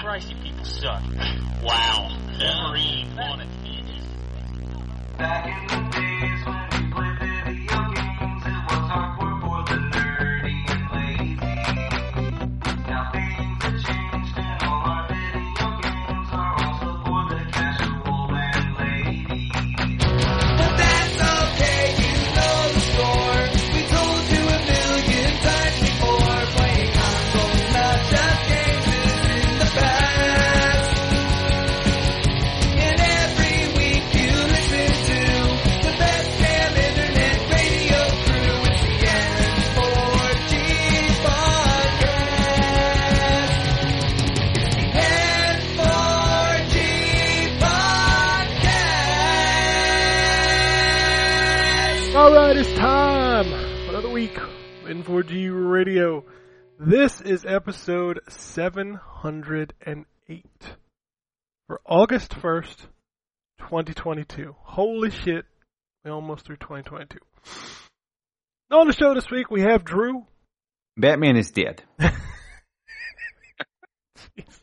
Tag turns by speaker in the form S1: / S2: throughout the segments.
S1: Christ, you people suck.
S2: Wow.
S1: Wolverine on it.
S3: Back in the days when we played video games, it was hardcore for the nerdy and lazy. Now things have changed, and all our video games are also for the casual and ladies.
S4: But that's okay, you know the score. We told you a million times before. Playing console, not just games, is in the past. And every week you listen to the best damn internet radio crew. It's the N4G podcast. N4G podcast.
S5: All right, it's time for another week in 4G Radio. This is episode 708 for August 1st, 2022. Holy shit, we almost through 2022. On the show this week, we have Drew.
S6: Batman is dead.
S5: Jeez.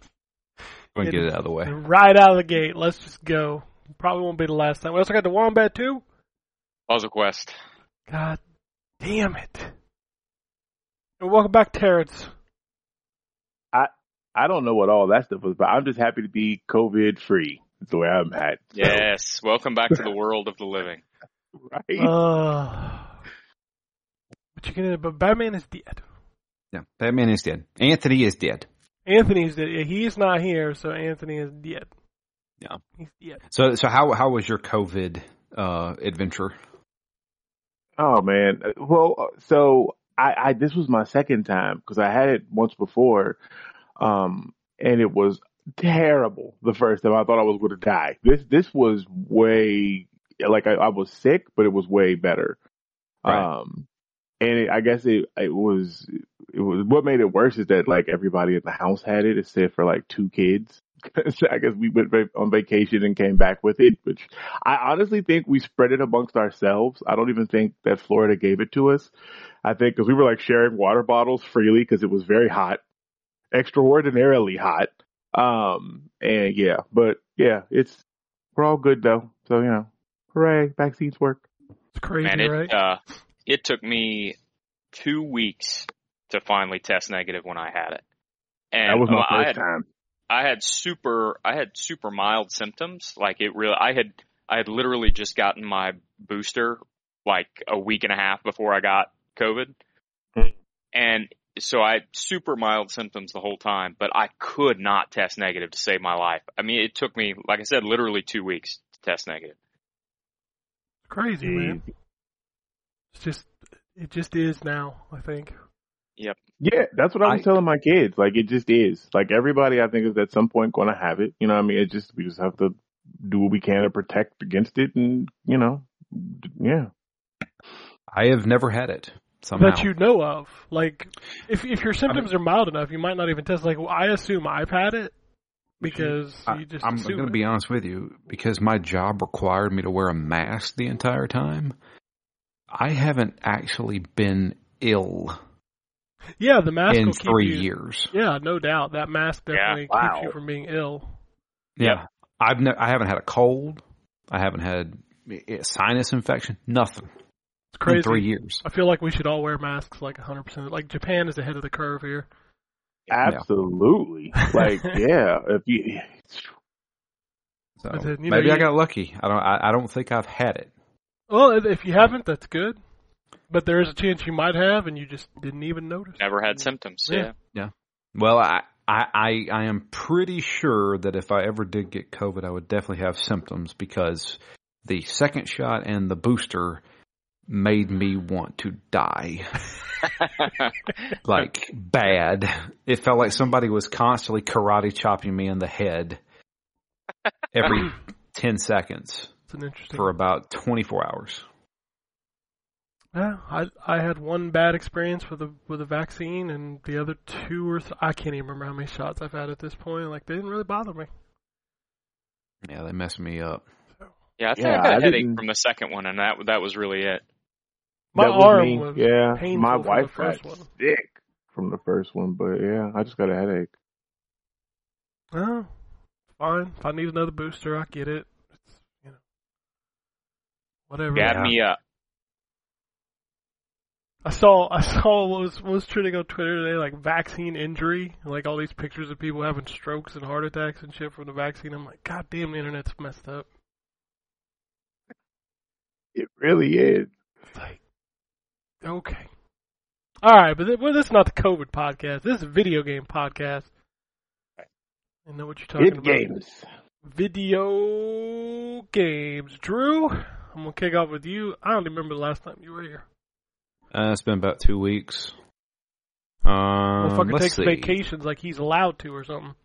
S6: I'm gonna get it out of the way.
S5: Right out of the gate, let's just go. Probably won't be the last time. We also got the Wombat too.
S2: Puzzle Quest.
S5: God damn it. And welcome back, Terrence.
S7: I don't know what all that stuff was, but I'm just happy to be COVID free. That's the way I'm at. So,
S2: Yes. Welcome back to the world of the living.
S7: Right?
S5: Uh, but you can. But Batman is dead.
S6: Yeah, Batman is dead. Anthony is dead.
S5: Anthony's dead. Yeah, He is not here, so Anthony is dead.
S6: Yeah.
S5: he's dead.
S6: So, so how how was your COVID uh, adventure?
S7: oh man. Well, uh, so I, I this was my second time because I had it once before, um, and it was terrible the first time. I thought I was going to die. This this was way like I, I was sick, but it was way better.
S6: Right.
S7: Um, and it, I guess it it was it was what made it worse is that like everybody at the house had it except for like two kids. so I guess we went va- on vacation and came back with it, which I honestly think we spread it amongst ourselves. I don't even think that Florida gave it to us. I think because we were like sharing water bottles freely because it was very hot, extraordinarily hot. Um, and yeah, but yeah, it's we're all good though. So you know, hooray, vaccines work.
S5: It's crazy,
S2: Man, it
S5: right?
S2: uh, it took me two weeks to finally test negative when I had it. And
S7: that was my
S2: uh, I
S7: first
S2: had
S7: time.
S2: I had super I had super mild symptoms. Like it really I had I had literally just gotten my booster like a week and a half before I got COVID.
S7: Hmm.
S2: And so I had super mild symptoms the whole time, but I could not test negative to save my life. I mean, it took me, like I said, literally two weeks to test negative.
S5: crazy, man. It's just it just is now. I think.
S7: Yeah, that's what I was
S6: I-
S7: telling my kids. Like it just is. Like everybody I think is at some point gonna have it. You know what I mean? It just we just have to do what we can to protect against it and you know d- yeah.
S6: I have never had it somehow.
S5: That you know of, like if if your symptoms are mild enough, you might not even test. Like well, I assume I've had it because
S6: I,
S5: you just.
S6: I'm
S5: assume
S6: going to
S5: it.
S6: be honest with you because my job required me to wear a mask the entire time. I haven't actually been ill
S5: Yeah, the mask
S6: in
S5: will keep
S6: three
S5: you-
S6: years.
S5: Yeah, no doubt. That mask
S2: Yeah,
S5: definitely
S7: wow.
S5: keeps you from being ill.
S6: Yeah, I've ne- I haven't had a cold. I haven't had eh, sinus infection. Nothing
S5: It's crazy.
S6: in three years.
S5: I feel like we should all wear masks like 100%. Like Japan is ahead of the curve here.
S7: Absolutely. Like yeah. If you
S6: So
S5: But then, you know,
S6: maybe I
S5: you-
S6: got lucky. I don't. I, I don't think I've had it.
S5: Well, if- if you haven't, that's good. But there is a chance you might have and you just didn't even notice.
S2: Never had symptoms.
S5: Yeah.
S2: Yeah.
S6: Well, I, I, I, I am pretty sure that if I ever did get COVID, I would definitely have symptoms because the second shot and the booster made me want to die like bad. It felt like somebody was constantly karate chopping me in the head every 10 seconds
S5: It's an interesting.
S6: for about 24 hours.
S5: Yeah, I I had one bad experience with the with the vaccine and the other two or th- I can't even remember how many shots I've had at this point. Like they didn't really bother me.
S6: Yeah, they messed me up.
S2: yeah, I think
S7: Yeah,
S2: I got a
S7: I
S2: headache
S7: didn't-
S2: from the second one, and that that was really it.
S5: My
S7: that was
S5: arm
S7: me,
S5: was
S7: yeah.
S5: painful
S7: My
S5: from the
S7: wife
S5: first
S7: got
S5: one.
S7: sick from the first one, but yeah, I just got a headache.
S5: Oh, fine. If I need another booster, I get it. It's, you know, whatever.
S2: Gab
S6: Yeah.
S2: me up.
S5: I saw I saw what was what was trending on Twitter today, like vaccine injury, like all these pictures of people having strokes and heart attacks and shit from the vaccine. I'm like, God damn, the internet's messed up.
S7: It really is.
S5: It's like, okay, all right, but th- well, this is not the COVID podcast. This is a video game podcast. I know what you're talking
S7: It
S5: about.
S7: games.
S5: Video games, Drew. I'm gonna kick off with you. I don't remember the last time you were here.
S6: Uh, it's been about two weeks. Um,
S5: Motherfucker
S6: let's
S5: takes
S6: see.
S5: vacations like he's allowed to or something.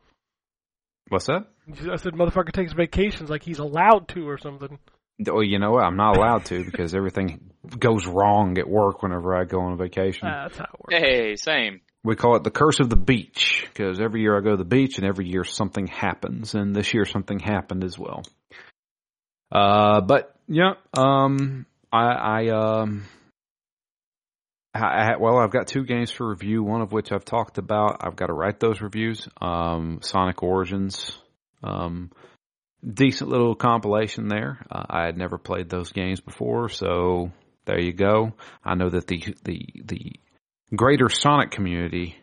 S6: What's that?
S5: I said, motherfucker takes vacations like he's allowed to or something.
S6: Well, Oh, you know what? I'm not allowed to because everything goes wrong at work whenever I go on vacation.
S5: Ah, that's how it works.
S2: Hey, same.
S6: we call it the curse of the beach because every year I go to the beach and every year something happens and this year something happened as well. Uh, but yeah, um, I, I, um, I, I- well, I've got two games for review, one of which I've talked about. I've got to write those reviews. Um, Sonic Origins, um, decent little compilation there. Uh, I had never played those games before, so there you go. I know that the, the, the greater Sonic community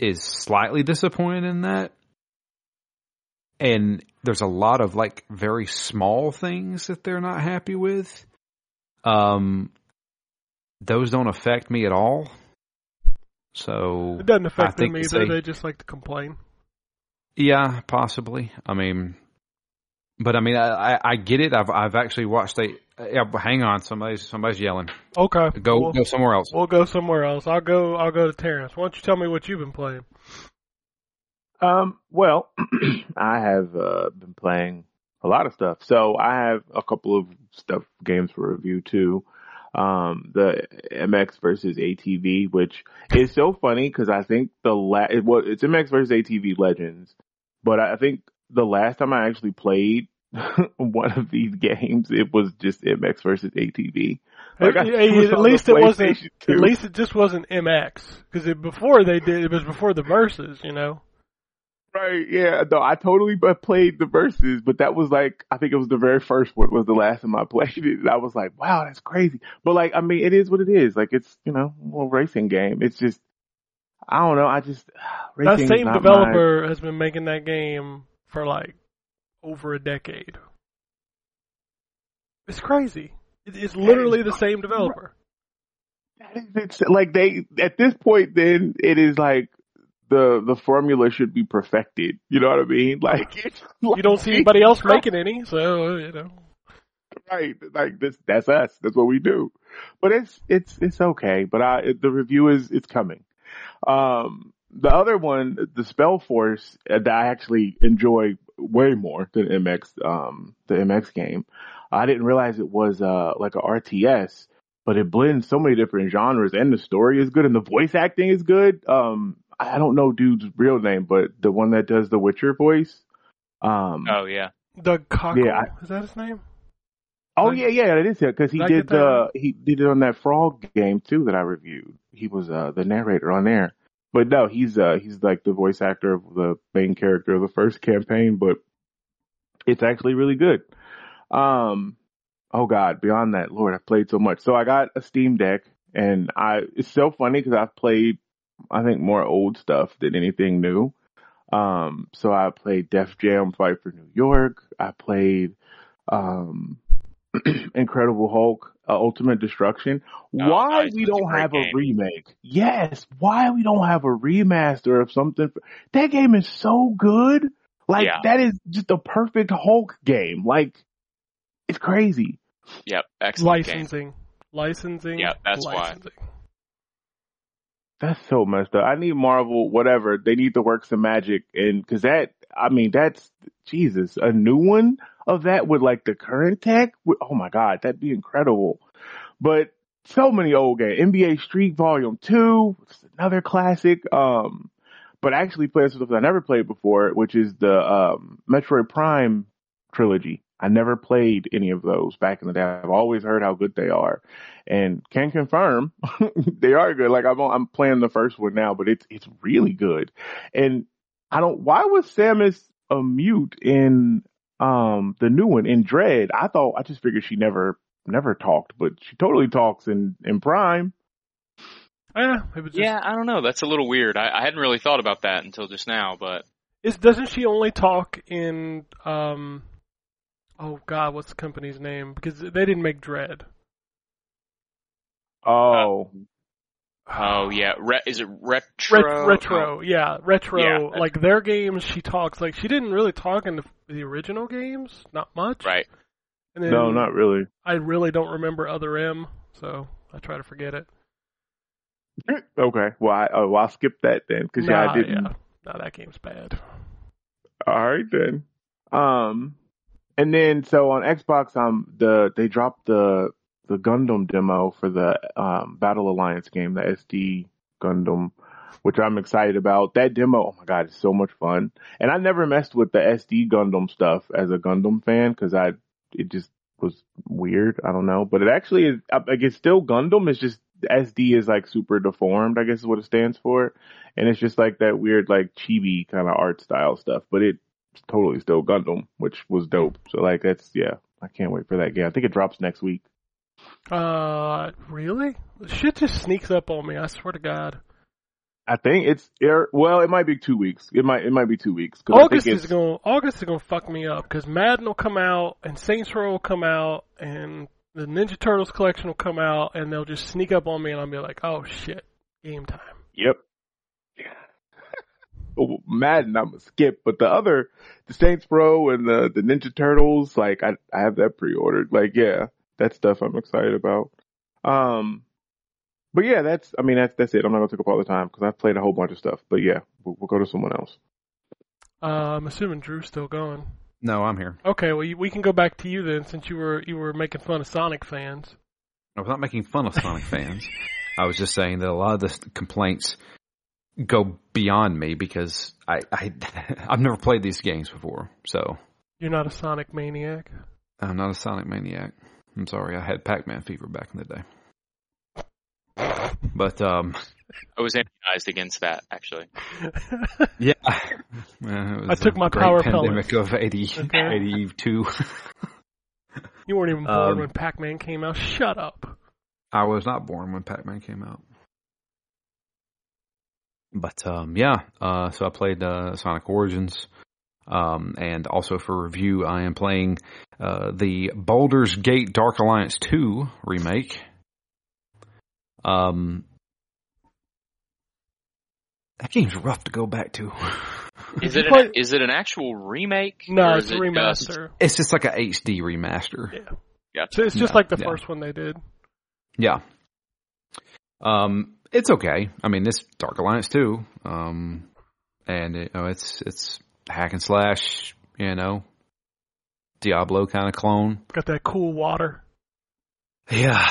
S6: is slightly disappointed in that. And there's a lot of like very small things that they're not happy with. Um, those don't affect me at all. So
S5: It doesn't
S6: I
S5: affect
S6: think
S5: them
S6: it's
S5: either.
S6: a-
S5: They just like to complain.
S6: yeah, possibly. I mean, but I mean, I, I, I get it. I've I've actually watched a. Yeah, but hang on, somebody's somebody's yelling.
S5: Okay.
S6: Go
S5: We'll,
S6: go somewhere else.
S5: we'll go somewhere else. I'll go. I'll go to Terrence. Why don't you tell me what you've been playing?
S7: Um, well, I have uh, been playing a lot of stuff. So I have a couple of stuff games for review too. Um, the MX versus ATV, which is so funny because I think the la- it was it's MX versus ATV Legends, but I think the last time I actually played one of these games, it was just MX versus ATV. Like, I
S5: Hey,
S7: think it
S5: hey,
S7: was
S5: at
S7: on
S5: least
S7: the
S5: it wasn't.
S7: PlayStation
S5: At
S7: 2.
S5: least it just wasn't MX because before they did it was before the verses. You know.
S7: Right, yeah, no, I totally bu- played the verses, but that was like, I think it was the very first one was the last time I played it, and I was like, wow, that's crazy. But like, I mean, it is what it is. Like, it's you know, a little racing game. It's just, I don't know. I just
S5: That
S7: racing. is
S5: same
S7: not
S5: developer has been making that game for like over a decade. It's crazy. It, it's literally the same developer.
S7: my- that is- it's like they at this point, then it is like the the formula should be perfected. You know what I mean? Like, it's
S5: You don't see anybody else making any, so you know.
S7: right like this that's us that's what we do but it's it's it's okay but i it- the review is it's coming um the other one the spell force uh, that i actually enjoy way more than mx um the mx game i didn't realize it was uh like a rts but it blends so many different genres and the story is good and the voice acting is good um i don't know dude's real name but the one that does the witcher voice um
S2: Oh yeah.
S5: Doug Cockle
S7: Yeah,
S5: is that his name?
S7: Oh
S5: Like-
S7: yeah, yeah, it is yeah, because he
S5: Did I
S7: did
S5: get that
S7: the he did it on that frog game too that I reviewed. He was uh the narrator on there, but no, he's uh he's like the voice actor of the main character of the first campaign, but it's actually really good. Um, oh God, beyond that, Lord, I've played so much. So I got a Steam Deck, and I it's so funny because I've played I think more old stuff than anything new. Um, so I played Def Jam Fight for New York. I played um Incredible Hulk uh, Ultimate Destruction.
S2: Oh,
S7: why
S2: nice.
S7: we
S2: That's a
S7: don't
S2: great
S7: have
S2: game.
S7: a remake? Yes, why we don't have a remaster of something? That game is so good. Like
S2: Yeah.
S7: that is just a perfect Hulk game. Like it's crazy.
S2: Yep. Excellent game.
S5: Licensing. Licensing.
S2: Yeah, that's why.
S5: licensing.
S7: That's so messed up. I need Marvel, whatever. They need to work some magic and cause that, I mean, that's Jesus, a new one of that with like the current tech. Would, oh my God, that'd be incredible. But so many old games, NBA Street Volume 2, it's another classic. Um, but I actually played something I never played before, which is the, um, Metroid Prime trilogy. I never played any of those back in the day. I've always heard how good they are and can confirm they are good. Like I'm, I'm playing the first one now, but it's it's really good. And I don't. Why was Samus a mute in um the new one in Dread? I thought I just figured she never never talked, but she totally talks in in Prime.
S5: Yeah, it was Eh, just,
S2: yeah, I don't know. That's a little weird. I, I hadn't really thought about that until just now, but
S5: Is doesn't she only talk in um oh god, what's the company's name? Because they didn't make Dread.
S7: Oh,
S2: oh yeah, Re- is it retro? Oh,
S5: Ret- retro, yeah, retro.
S2: Yeah.
S5: like their games, she talks like she didn't really talk in the, the original games, not much.
S2: Right.
S5: And then
S7: no, not really.
S5: I really don't remember Other M, so I try to forget it.
S7: Okay, well, I, oh, well, I'll skip that then because yeah,
S5: Nah,
S7: I didn't.
S5: yeah. Nah, that game's bad.
S7: All right then. Um, and then so on Xbox, um, the they dropped the the Gundam demo for the um Battle Alliance game, the SD Gundam, which I'm excited about. That demo, oh my god, it's so much fun. And I never messed with the SD Gundam stuff as a Gundam fan because I it just was weird. I don't know, but it actually is I- like it's still Gundam. It's just SD is like super deformed. I guess is what it stands for and it's just like that weird like chibi kind of art style stuff but it's totally still gundam which was dope so like that's yeah i can't wait for that game i think it drops next week
S5: Uh, really? Shit just sneaks up on me. I swear to God.
S7: i think it's er, well it might be two weeks it might it might be two weeks 'cause I
S5: August
S7: think
S5: is
S7: it's-
S5: gonna August is gonna fuck me up because Madden will come out and Saints Row will come out and the Ninja Turtles collection will come out and they'll just sneak up on me and I'll be like, oh shit, game time.
S7: Yep. Oh, Madden, I'm gonna skip, but the other, the Saints Pro and the the Ninja Turtles, like I I have that pre-ordered. Like, yeah, that stuff I'm excited about. Um, but yeah, that's I mean that's that's it. I'm not gonna take up all the time because I've played a whole bunch of stuff. But yeah, we'll, we'll go to someone else.
S5: Uh, I'm assuming Drew's still going.
S6: No, I'm here.
S5: Okay, well you, we can go back to you then since you were you were making fun of Sonic fans.
S6: I was not making fun of Sonic fans. I was just saying that a lot of the complaints go beyond me because I, I I've never played these games before, so
S5: You're not a Sonic maniac.
S6: I'm not a Sonic maniac. I'm sorry, I had Pac-Man fever back in the day. But um,
S2: I was immunized against that actually.
S6: yeah, Well, it
S5: I
S6: was
S5: took
S6: a
S5: my
S6: great
S5: power
S6: pandemic of 80,
S5: Okay.
S6: 82.
S5: You weren't even born
S6: Um,
S5: when Pac-Man came out. Shut up.
S6: I was not born when Pac-Man came out. But um, yeah, uh, so I played uh, Sonic Origins, um, and also for review, I am playing uh, the Baldur's Gate Dark Alliance Two remake. Um, that game's rough to go back to.
S2: Is
S5: you
S2: it
S5: play-
S2: an, is it an actual remake?
S5: No,
S2: or
S5: it's
S2: is
S5: a
S2: it just-
S5: remaster.
S6: it's just like a HD remaster.
S5: Yeah.
S2: Gotcha.
S5: So it's just
S6: No,
S5: like the
S6: yeah.
S5: first one they did.
S6: Yeah. Um, it's okay. I mean, it's Dark Alliance too. Um, and it, you know, it's it's hack and slash. You know, Diablo kind of clone.
S5: Got that cool water.
S6: Yeah.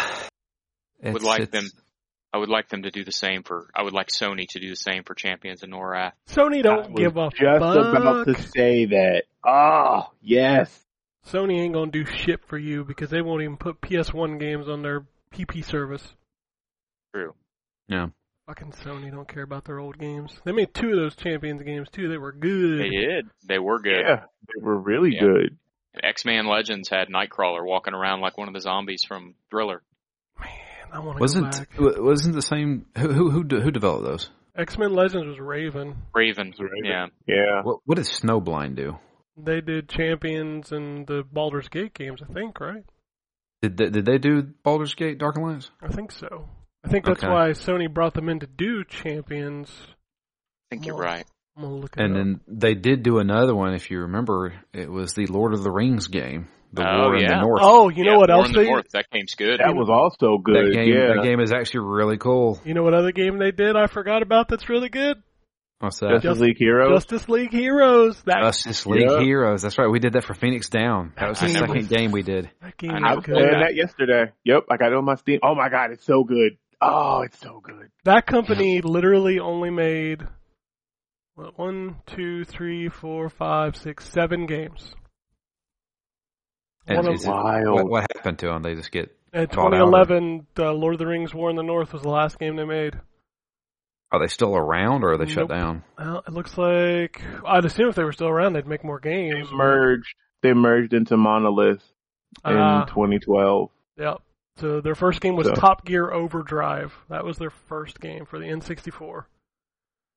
S2: would like them. I would like them to do the same for. I would like Sony to do the same for Champions and NORAD.
S5: Sony
S7: I
S5: don't
S7: was
S5: give a
S7: Just
S5: fuck.
S7: about to say that. Oh, yes.
S5: Sony ain't gonna do shit for you because they won't even put PS1 games on their PP service.
S2: True.
S5: Fucking Sony don't care about their old games. They made two of those Champions games too. They were good.
S2: They did. They were good.
S7: Yeah, they were really
S2: Yeah.
S7: good.
S2: X Man Legends had Nightcrawler walking around like one of the zombies from Thriller.
S5: Man, I want to go
S6: Wasn't
S5: back.
S6: wa- wasn't the same? Who who who, de- who developed those?
S5: X Men Legends was Raven.
S2: Raven.
S7: Raven.
S2: Yeah.
S7: Yeah.
S6: What what did Snowblind do?
S5: They did Champions and the Baldur's Gate games, I think, right?
S6: Did they, did they do Baldur's Gate Dark Alliance?
S5: I think so. I think that's
S6: Okay.
S5: why Sony brought them in to do Champions.
S2: I think you're
S5: Well,
S2: right.
S5: I'm gonna look it
S6: And
S5: up.
S6: then they did do another one. If you remember, it was the Lord of the Rings game, the
S2: Oh,
S6: War in
S2: yeah.
S6: the North.
S5: oh, you know
S2: Yeah,
S5: what
S2: War
S5: else
S2: in the
S5: they?
S2: North. That game's good.
S7: That was also good.
S6: That game,
S7: yeah.
S6: that game is actually really cool.
S5: You know what other game they did? I forgot about. That's really good.
S6: What's
S7: Justice
S6: that?
S5: Just-
S7: League Heroes.
S5: Justice League Heroes. That,
S6: Justice League
S7: Yeah.
S6: Heroes. That's right. We did that for Phoenix Down. That was the
S2: I never-
S6: second game we did.
S5: that game
S2: I
S7: I
S5: was
S7: was
S5: good.
S7: playing that yesterday. Yep, I got it on my Steam. Oh my god, it's so good. Oh, it's so good.
S5: That company literally only made what, one, two, three, four, five, six, seven games.
S6: And
S5: One of,
S6: is it-
S7: Wild.
S6: what, what happened to them? They just get
S5: in
S6: bought out
S5: 2011, uh, Lord of the Rings: War in the North was the last game they made.
S6: Are they still around or are they
S5: Nope.
S6: shut down?
S5: Well, it looks like I'd assume if they were still around, they'd make more
S7: They
S5: games.
S7: merged. They merged into Monolith in
S5: Uh,
S7: 2012.
S5: Yep. So their first game was
S7: So-
S5: Top Gear Overdrive. That was their first game for the N64.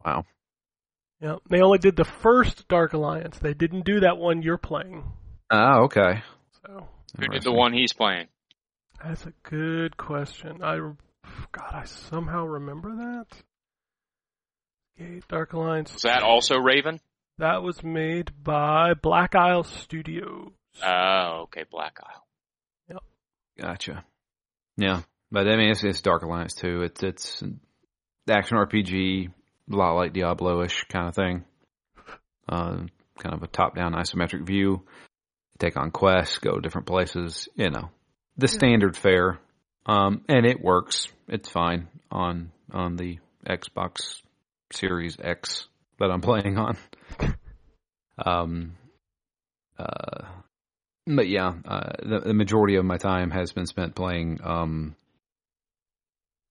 S6: Wow.
S5: Yep. They only did the first Dark Alliance. They didn't do that one you're playing.
S6: Oh, okay.
S5: So
S2: Who did the
S6: Interesting.
S2: one he's playing?
S5: that's a good question. I God, I somehow remember that. Okay, Dark Alliance.
S2: Was that also Raven?
S5: That was made by Black Isle Studios.
S2: Oh, okay, Black Isle.
S6: Gotcha. Yeah, but I mean, it's, it's Dark Alliance too. It's it's an action RPG, a lot like Diablo-ish kind of thing. Uh, kind of a top-down isometric view. Take on quests, go different places. You know, the standard fare. Um, and it works. It's fine on on the Xbox Series X that I'm playing on. um, uh, but yeah, uh, the, the majority of my time has been spent playing. Um,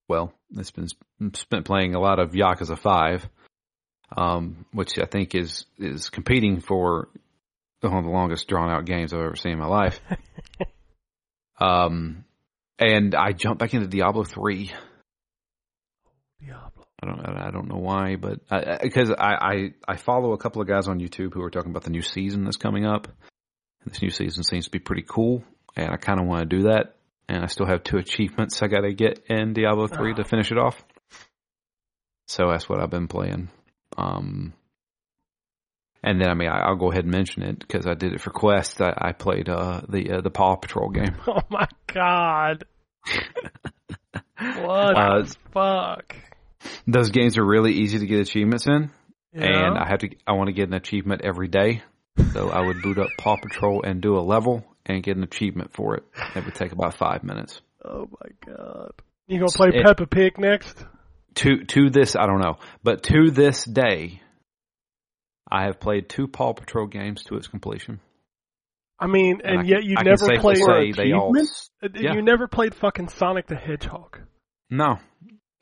S6: well, it's been sp- spent playing a lot of Yakuza Five, um, which I think is is competing for one of the longest drawn out games I've ever seen in my life. um, and I jumped back into Diablo Three.
S5: Diablo.
S6: I don't I don't know why, but because I, I, I follow a couple of guys on YouTube who are talking about the new season that's coming up. This new season seems to be pretty cool, and I kind of want to do that. And I still have two achievements I got to get in Diablo three
S5: Ah.
S6: to finish it off. So that's what I've been playing. Um, and then I mean I, I'll go ahead and mention it because I did it for Quest. I, I played uh, the uh, the Paw Patrol game.
S5: Oh my God. What
S6: Uh,
S5: the fuck?
S6: those games are really easy to get achievements in.
S5: Yeah.
S6: and I have to. I want to get an achievement every day, so I would boot up Paw Patrol and do a level and get an achievement for it. It would take about five minutes.
S5: Oh my god. You gonna play
S6: It-
S5: Peppa Pig next?
S6: To to this, I don't know, but to this day, I have played two Paw Patrol games to its completion.
S5: I mean, and,
S6: I can-
S5: yet you
S6: I can
S5: never
S6: safely
S5: played.
S6: say they all.
S5: uh,
S6: yeah.
S5: You never played fucking Sonic the Hedgehog.
S6: No,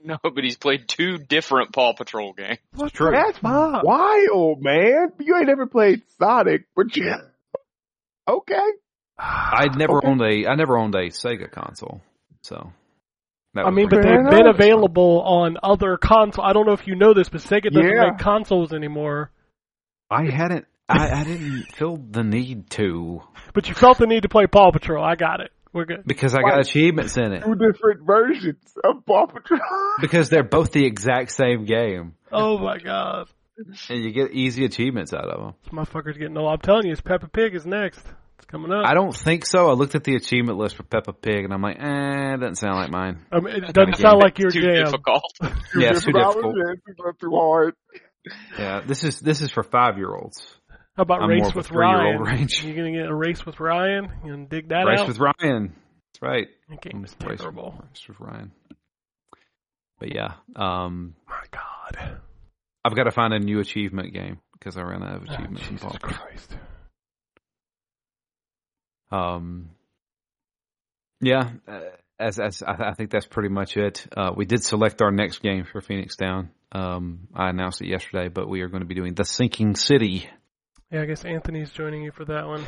S2: No, but he's played two different Paw Patrol games.
S5: What
S6: true.
S5: the
S7: That's
S5: fuck?
S7: wild, man. You ain't never played Sonic, but you okay.
S6: I never
S7: Okay.
S6: owned a. I never owned a Sega console, so. That
S5: I
S6: was
S5: mean, but
S6: pretty-
S7: Fair
S5: they've been
S7: enough.
S5: available on other console. I don't know if you know this, but Sega doesn't
S7: Yeah.
S5: make consoles anymore.
S6: I hadn't. I, I didn't feel the need to
S5: But you felt the need to play Paw Patrol. I got it. We're good.
S6: because I got
S7: Why?
S6: achievements in it.
S7: Two different versions of Paw Patrol.
S6: Because they're both the exact same game,
S5: Oh my god,
S6: and you get easy achievements out of them.
S5: this motherfucker's getting old. I'm telling you, it's Peppa Pig is next. It's coming up.
S6: I don't think so. I looked at the achievement list for Peppa Pig, and I'm like, eh, doesn't sound like mine.
S5: I mean, it
S6: kinda
S5: doesn't sound
S6: game.
S5: like your
S2: too
S5: jam.
S2: difficult.
S7: Two
S6: yeah, it's too
S7: different
S6: difficult.
S7: versions, it's not too hard.
S6: Yeah, this is this is for five year olds.
S5: How about
S6: I'm more
S5: Race
S6: of a
S5: with Ryan?
S6: three-year-old range.
S5: You're gonna get a Race with Ryan. You're gonna dig that
S6: Race
S5: out.
S6: with Ryan. That's right.
S5: that game is
S6: Race with-
S5: terrible.
S6: Race with Ryan. But yeah, um,
S5: My God.
S6: I've got to find a new achievement game because I ran out of achievements. in Paw
S5: Ah, Jesus
S6: Patrol.
S5: Christ.
S6: Um, yeah, uh, as as I, I think that's pretty much it. Uh, we did select our next game for Phoenix Down. Um, I announced it yesterday, but we are going to be doing the Sinking City.
S5: Yeah, I guess Anthony's joining you for that one.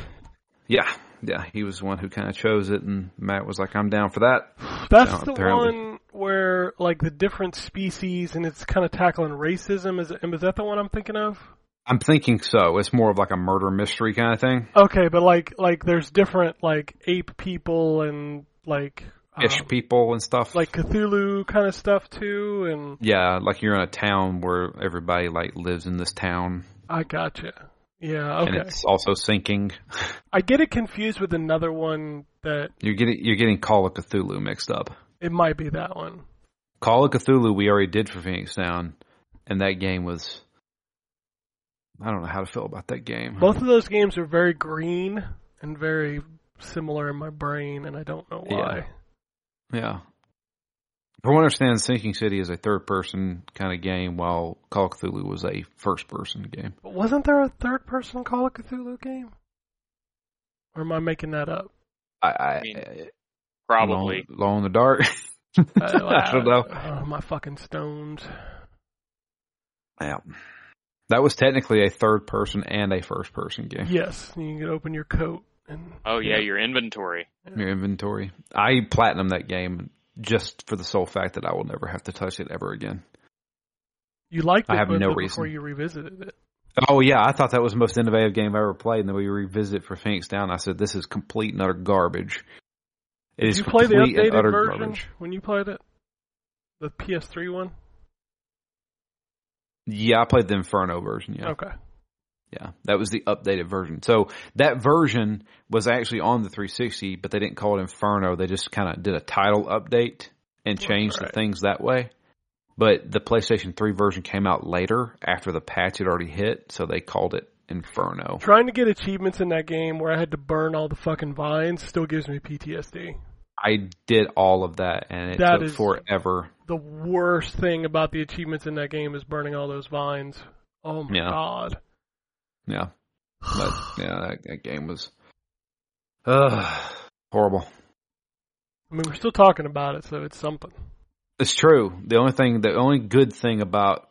S6: Yeah, yeah, he was the one who kind of chose it, and Matt was like, "I'm down for that."
S5: That's
S6: No,
S5: the
S6: apparently.
S5: one where like the different species and it's kind of tackling racism. Is is that the one I'm thinking of?
S6: I'm thinking so. It's more of like a murder mystery kind of thing.
S5: Okay, but like like there's different like ape people and like um,
S6: Ish people and stuff.
S5: like Cthulhu kind of stuff too. And
S6: yeah, like you're in a town where everybody like lives in this town,
S5: I gotcha. Yeah,
S6: and
S5: okay.
S6: it's also sinking.
S5: I get it confused with another one that
S6: You're getting you're getting Call of Cthulhu mixed up.
S5: it might be that one.
S6: Call of Cthulhu we already did for Phoenix Down, and that game was I don't know how to feel about that game.
S5: Both of those games are very green and very similar in my brain, and I don't know why.
S6: Yeah. yeah. From what I understand, Sinking City is a third person kind of game while Call of Cthulhu was a first person game.
S5: But wasn't there a third person Call of Cthulhu game? Or am I making that up?
S6: I, I,
S2: I mean,
S6: I-
S2: Probably.
S6: Law, Law in the Dark. I don't know.
S5: Oh, my fucking stones.
S6: Yeah. That was technically a third person and a first person game.
S5: Yes, you can open your coat and
S2: Oh yeah, your inventory.
S6: Your inventory. I platinum that game just for the sole fact that I will never have to touch it ever again.
S5: you liked it.
S6: I have
S5: but
S6: no
S5: but
S6: reason.
S5: before you revisited it.
S6: Oh yeah, I thought that was the most innovative game I ever played, and then we revisit for Phoenix Down. I said this is complete and utter garbage. It
S5: Did
S6: is
S5: you play the
S6: complete and
S5: updated
S6: utter
S5: version
S6: garbage.
S5: when you played it? The PS3 one.
S6: Yeah, I played the Inferno version. Yeah,
S5: Okay.
S6: yeah, that was the updated version. So that version was actually on the 360, but they didn't call it Inferno. They just kind of did a title update and changed
S5: Right.
S6: the things that way. But the PlayStation 3 version came out later after the patch had already hit, so they called it Inferno.
S5: Trying to get achievements in that game where I had to burn all the fucking vines still gives me PTSD.
S6: I did all of that, and it
S5: That
S6: took
S5: is-
S6: forever.
S5: The worst thing about the achievements in that game is burning all those vines. Oh my
S6: Yeah.
S5: god.
S6: Yeah. But yeah, that, that game was Ugh horrible.
S5: I mean, we're still talking about it, so it's something.
S6: It's true. The only thing, the only good thing about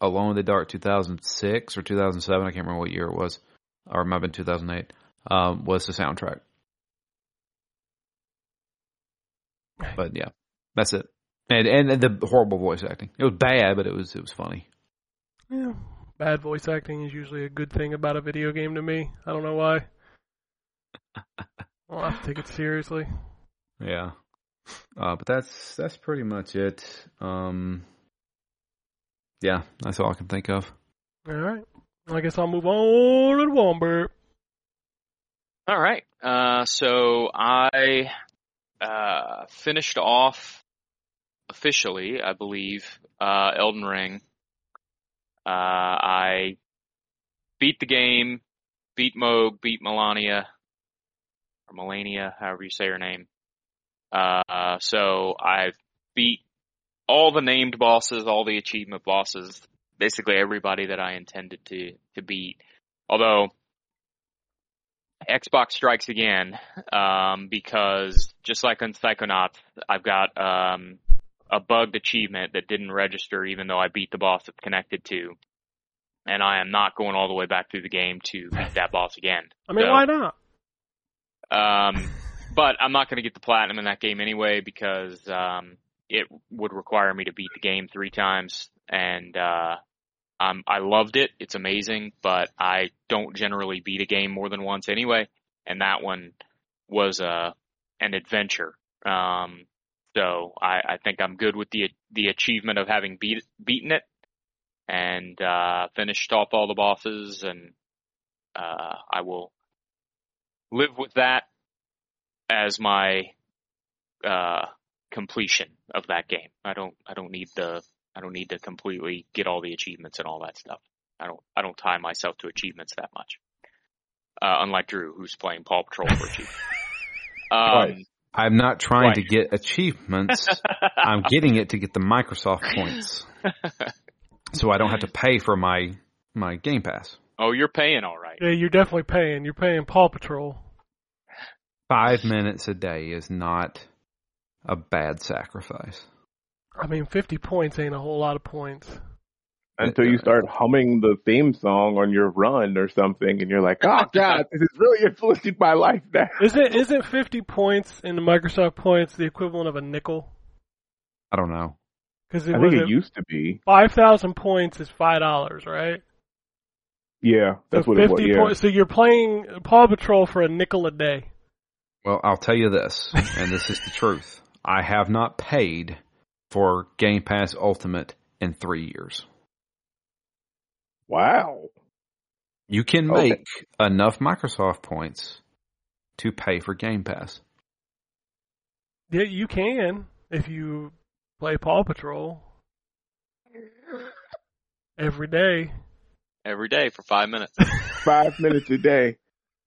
S6: Alone in the Dark 2006 or 2007, I can't remember what year it was, or it might have been 2008, um, was the soundtrack. But yeah, that's it. And and the horrible voice acting. It was bad, but it was it was funny.
S5: Yeah. Bad voice acting is usually a good thing about a video game to me. I don't know why. I'll have to take it seriously.
S6: Yeah. Uh, but that's that's pretty much it. Um, yeah, that's all I can think of.
S5: All right. I guess I'll move on to Womber.
S2: All right. Uh, so I uh, finished off officially, I believe, uh, Elden Ring. Uh, I beat the game, beat Moog, beat Melania, or Melania, however you say her name. Uh, so I beat all the named bosses, all the achievement bosses, basically everybody that I intended to to beat. Although Xbox strikes again um, because just like on Psychonauts, I've got um, a bugged achievement that didn't register even though I beat the boss it's connected to, and I am not going all the way back through the game to beat that boss again.
S5: I mean,
S2: So-
S5: why not?
S2: um, but I'm not going to get the platinum in that game anyway because um, it would require me to beat the game three times, and uh, um, I loved it. It's amazing, but I don't generally beat a game more than once anyway, and that one was uh, an adventure. Um, so I, I think I'm good with the the achievement of having beat beaten it and uh, finished off all the bosses, and uh, I will live with that as my uh, completion of that game. I don't I don't need the I don't need to completely get all the achievements and all that stuff. I don't I don't tie myself to achievements that much. Uh, unlike Drew, who's playing Paw Patrol for achievements. Um,
S7: Right.
S6: I'm not trying
S2: Right.
S6: to get achievements. I'm getting it to get the Microsoft points, so I don't have to pay for my my Game Pass.
S2: oh, you're paying all right.
S5: Yeah, you're definitely paying. You're paying Paw Patrol.
S6: Five minutes a day is not a bad sacrifice.
S5: I mean, 50 points ain't a whole lot of points.
S7: Until you start humming the theme song on your run or something, and you're like, "Oh God, this is really influencing my life now."
S5: Isn't isn't 50 points in the Microsoft points the equivalent of a nickel?
S6: I don't know.
S5: Because it
S7: I think
S5: was
S7: it
S5: at-
S7: used to be.
S5: 5,000 points is $5, right?
S7: Yeah, that's
S5: so
S7: what it was. Yeah.
S5: points. So you're playing Paw Patrol for a nickel a day.
S6: Well, I'll tell you this, and this is the truth. I have not paid for Game Pass Ultimate in three years.
S7: Wow.
S6: You can
S7: Okay.
S6: make enough Microsoft points to pay for Game Pass.
S5: Yeah, you can if you play Paw Patrol every day.
S2: Every day for five minutes.
S7: Five minutes a day,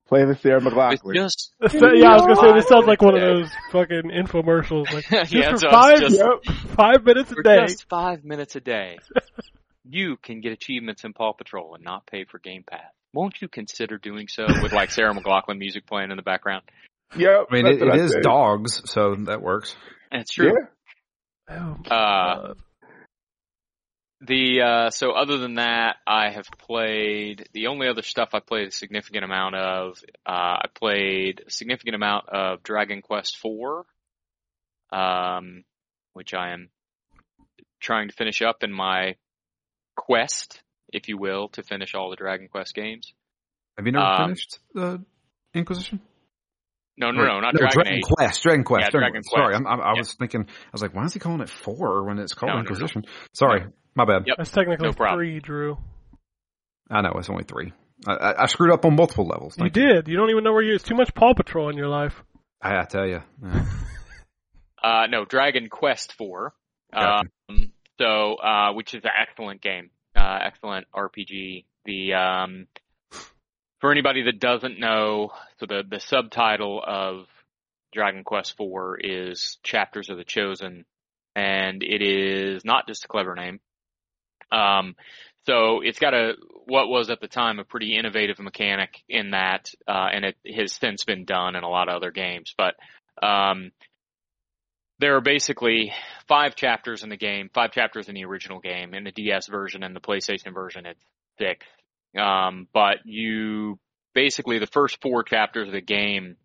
S7: playing the Sarah
S2: It's
S7: McLaughlin.
S2: just
S5: So- yeah, I was gonna say this sounds like one of those fucking infomercials. Like
S2: Yeah, it's-
S5: just for
S2: it's
S5: five,
S2: just-
S5: yep, five minutes a
S2: for
S5: day.
S2: just five minutes a day, you can get achievements in Paw Patrol and not pay for Game Pass. Won't you consider doing so with like Sarah McLaughlin music playing in the background?
S7: Yep.
S6: I mean,
S7: that's
S6: it,
S7: what
S6: it is
S7: said.
S6: dogs, so that works.
S2: That's
S7: Yeah.
S2: true.
S5: Oh,
S2: Uh,
S5: God.
S2: the uh, so other than that, I have played the only other stuff I played a significant amount of. Uh, I played a significant amount of Dragon Quest IV, um, which I am trying to finish up in my quest, if you will, to finish all the Dragon Quest games.
S6: Have you never
S2: Um, Oh,
S6: finished the Inquisition?
S2: No, no, no, not
S6: No,
S2: Dragon, Age.
S6: Quest. Dragon Quest.
S2: Yeah,
S6: Dragon
S2: Dragon
S6: Quest. Sorry,
S2: Quest.
S6: I'm, I, I
S2: Yeah.
S6: was thinking. I was like, why is he calling it four when it's called
S2: No, no, no.
S6: Inquisition? Sorry, my bad.
S2: Yep.
S5: That's technically
S2: No problem.
S5: three, Drew.
S6: I know it's only three. I, I, I screwed up on multiple levels.
S5: You
S6: Thank
S5: did. You don't even know where you. It's too much Paw Patrol in your life.
S6: I, I tell you.
S2: Uh, no, Dragon Quest Four.
S6: Gotcha.
S2: Um, so, uh, which is an excellent game, uh, excellent RPG. The um, for anybody that doesn't know, so the the subtitle of Dragon Quest Four is Chapters of the Chosen, and it is not just a clever name. Um, so it's got a what was at the time a pretty innovative mechanic in that, uh, and it has since been done in a lot of other games. But um, there are basically five chapters in the game, five chapters in the original game, in the DS version and the PlayStation version. It's six, um, but you basically the first four chapters of the game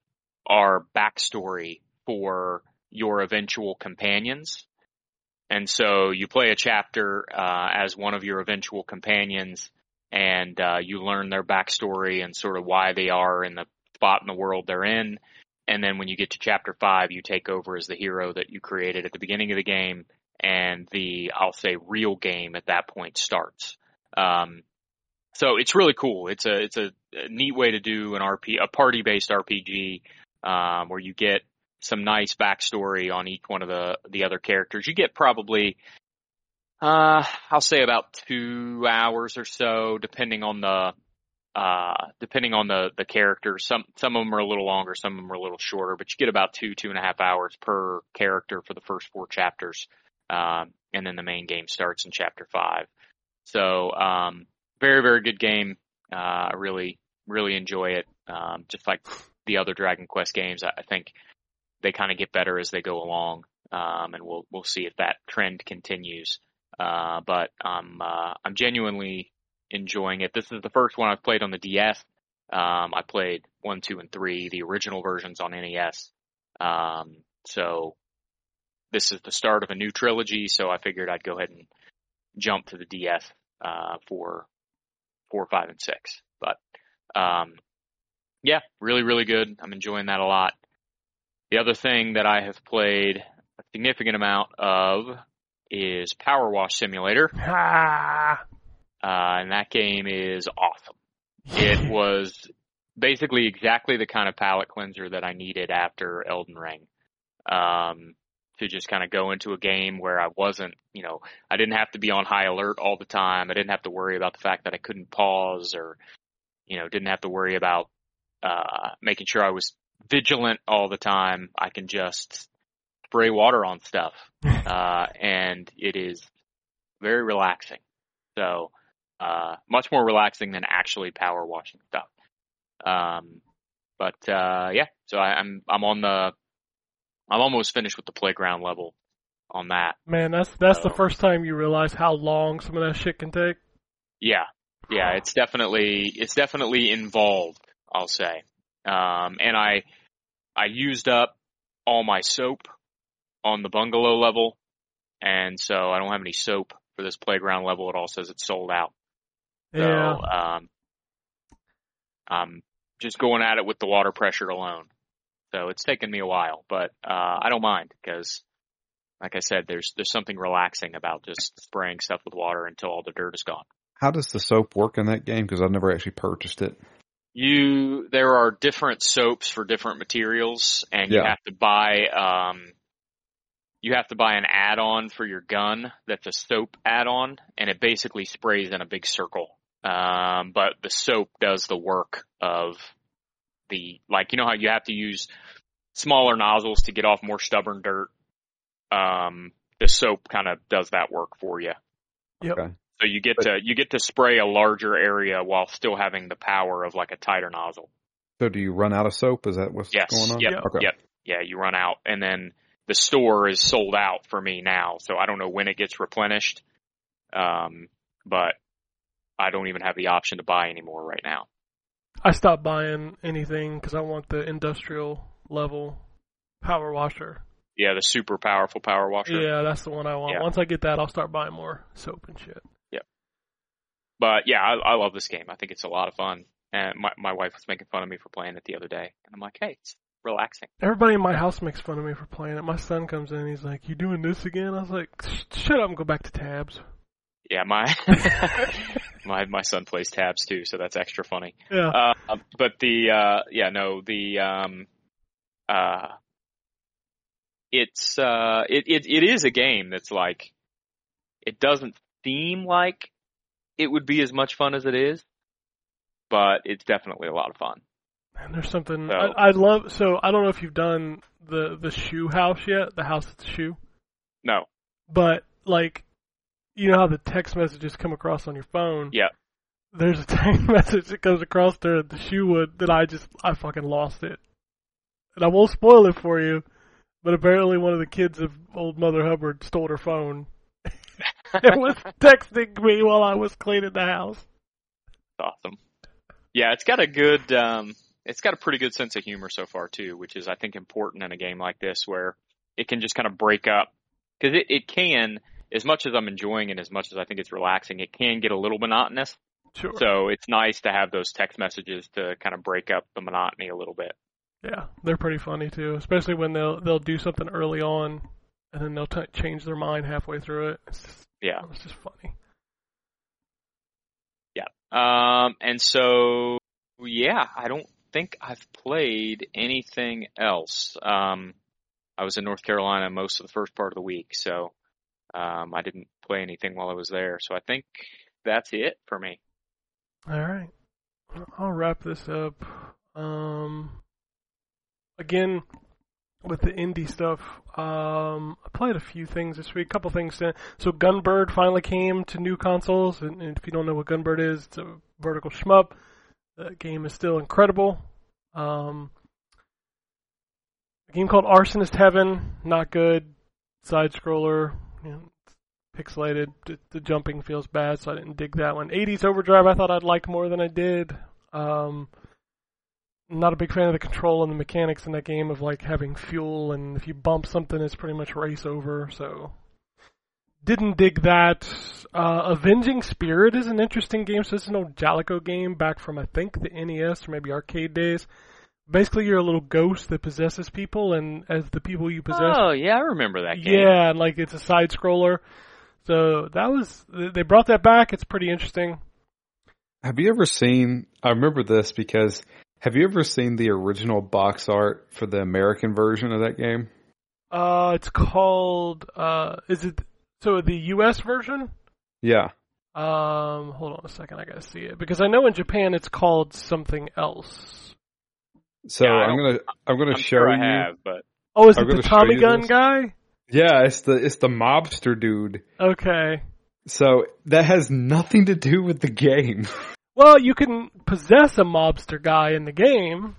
S2: are backstory for your eventual companions. And so you play a chapter uh, as one of your eventual companions, and uh, you learn their backstory and sort of why they are in the spot in the world they're in. And then when you get to chapter five, you take over as the hero that you created at the beginning of the game, and the I'll say real game at that point starts. Um, so it's really cool. It's a it's a, a neat way to do an RP a party based RPG um, where you get some nice backstory on each one of the the other characters. You get probably uh I'll say about 2 hours or so depending on the uh depending on the the character. Some some of them are a little longer, some of them are a little shorter, but you get about two two and a half hours per character for the first four chapters. Um and then the main game starts in chapter 5. So, um very very good game. Uh I really really enjoy it. Um just like the other Dragon Quest games, I, I think they kind of get better as they go along, um, and we'll we'll see if that trend continues. Uh, but I'm uh, I'm genuinely enjoying it. This is the first one I've played on the DS. Um, I played one, two, and three, the original versions on NES. Um, so this is the start of a new trilogy. So I figured I'd go ahead and jump to the DS uh, for four, five, and six. But um, yeah, really, really good. I'm enjoying that a lot. The other thing that I have played a significant amount of is Power Wash Simulator,
S5: Ah.
S2: uh, and that game is awesome. It was basically exactly the kind of palate cleanser that I needed after Elden Ring. Um, to just kind of go into a game where I wasn't, you know, I didn't have to be on high alert all the time. I didn't have to worry about the fact that I couldn't pause or, you know, didn't have to worry about, uh, making sure I was vigilant all the time. I can just spray water on stuff. Uh, and it is very relaxing. So, uh, much more relaxing than actually power washing stuff. Um, but, uh, yeah, so I, I'm, I'm on the, I'm almost finished with the playground level on that.
S5: Man, that's that's the
S2: Oh.
S5: first time you realize how long some of that shit can take.
S2: Yeah, yeah, it's definitely it's definitely involved. I'll say, um, and I I used up all my soap on the bungalow level, and so I don't have any soap for this playground level. It all says it's sold out. So,
S5: Yeah.
S2: um, I'm just going at it with the water pressure alone. So it's taken me a while, but uh, I don't mind because, like I said, there's there's something relaxing about just spraying stuff with water until all the dirt is gone.
S6: How does the soap work in that game? Because I've never actually purchased it.
S2: you there are different soaps for different materials and you
S6: Yeah.
S2: have to buy um you have to buy an add-on for your gun that's a soap add-on and it basically sprays in a big circle um but the soap does the work of the like you know how you have to use smaller nozzles to get off more stubborn dirt um the soap kind of does that work for you
S5: Yep.
S6: Okay.
S2: so you get to you get to spray a larger area while still having the power of like a tighter nozzle
S6: So do you run out of soap? Is that what's
S2: Yes.
S6: going on?
S2: Yep.
S6: Okay.
S2: Yep. Yeah, you run out, and then the store is sold out for me now, so I don't know when it gets replenished. Um, but I don't even have the option to buy anymore right now.
S5: I stopped buying anything because I want the industrial level power washer.
S2: Yeah, the super powerful power washer.
S5: Yeah, that's the one I want.
S2: Yeah.
S5: Once I get that, I'll start buying more soap and shit.
S2: But yeah, I, I love this game. I think it's a lot of fun. And my my wife was making fun of me for playing it the other day, and I'm like, hey, it's relaxing.
S5: Everybody in my house makes fun of me for playing it. My son comes in, he's like, "You doing this again?" I was like, "Sh- "Shut up and go back to tabs."
S2: Yeah, my my my son plays tabs too, so that's extra funny.
S5: Yeah,
S2: Uh, but the uh, yeah, no, the um, uh, it's uh, it, it it is a game that's like it doesn't seem like it would be as much fun as it is, but it's definitely a lot of fun.
S5: and there's something
S2: so-
S5: I, I love. So I don't know if you've done the the shoe house yet, the house with the shoe,
S2: No,
S5: but like, you know how the text messages come across on your phone.
S2: Yeah.
S5: There's a text message that comes across there at the shoe wood that I just I fucking lost it, and I won't spoil it for you, but apparently one of the kids of old Mother Hubbard stole her phone. and was texting me while I was cleaning the house.
S2: It's awesome. Yeah, it's got a good, um, it's got a pretty good sense of humor so far too, which is I think important in a game like this where it can just kind of break up because it, it can, as much as I'm enjoying it, as much as I think it's relaxing, it can get a little monotonous.
S5: Sure.
S2: So it's nice to have those text messages to kind of break up the monotony a little bit.
S5: yeah, they're pretty funny too, especially when they'll they'll do something early on, and then they'll t- change their mind halfway through it. It's just,
S2: Yeah.
S5: it's just funny.
S2: Um, and so yeah, I don't think I've played anything else. Um, I was in North Carolina most of the first part of the week, so um, I didn't play anything while I was there. So I think that's it for me.
S5: All right, I'll wrap this up. Um, again, with the indie stuff, um, I played a few things this week. A couple things. uh, So Gunbird finally came to new consoles, and, and if you don't know what Gunbird is, it's a vertical shmup. That game is still incredible. Um, a game called Arsonist Heaven, not good. Side scroller, you know, pixelated. The, the jumping feels bad, so I didn't dig that one. 80s Overdrive, I thought I'd like more than I did. Um, not a big fan of the control and the mechanics in that game of like having fuel, and if you bump something, it's pretty much race over. So didn't dig that. Uh, Avenging Spirit is an interesting game. So this is an old Jalico game back from I think the NES or maybe arcade days. Basically, you're a little ghost that possesses people, and as the people you possess
S2: Oh yeah, I remember that game.
S5: yeah, and like it's a side scroller. So that was they brought that back. It's pretty interesting.
S6: Have you ever seen? I remember this because have you ever seen the original box art for the American version of that game?
S5: Uh, it's called uh, is it so the U.S. version?
S6: Yeah,
S5: Um, hold on a second, I gotta see it because I know in Japan it's called something else.
S6: So
S2: Yeah, I
S6: I'm
S2: don't-
S6: gonna I'm gonna
S2: I'm
S6: show
S2: sure I
S6: you.
S2: have, but
S5: Oh, is
S6: I'm
S5: it the
S6: gonna show
S5: Tommy
S6: you
S5: Gun
S6: this.
S5: guy?
S6: Yeah, it's the it's the mobster dude.
S5: Okay.
S6: So that has nothing to do with the game.
S5: Well, you can possess a mobster guy in the game.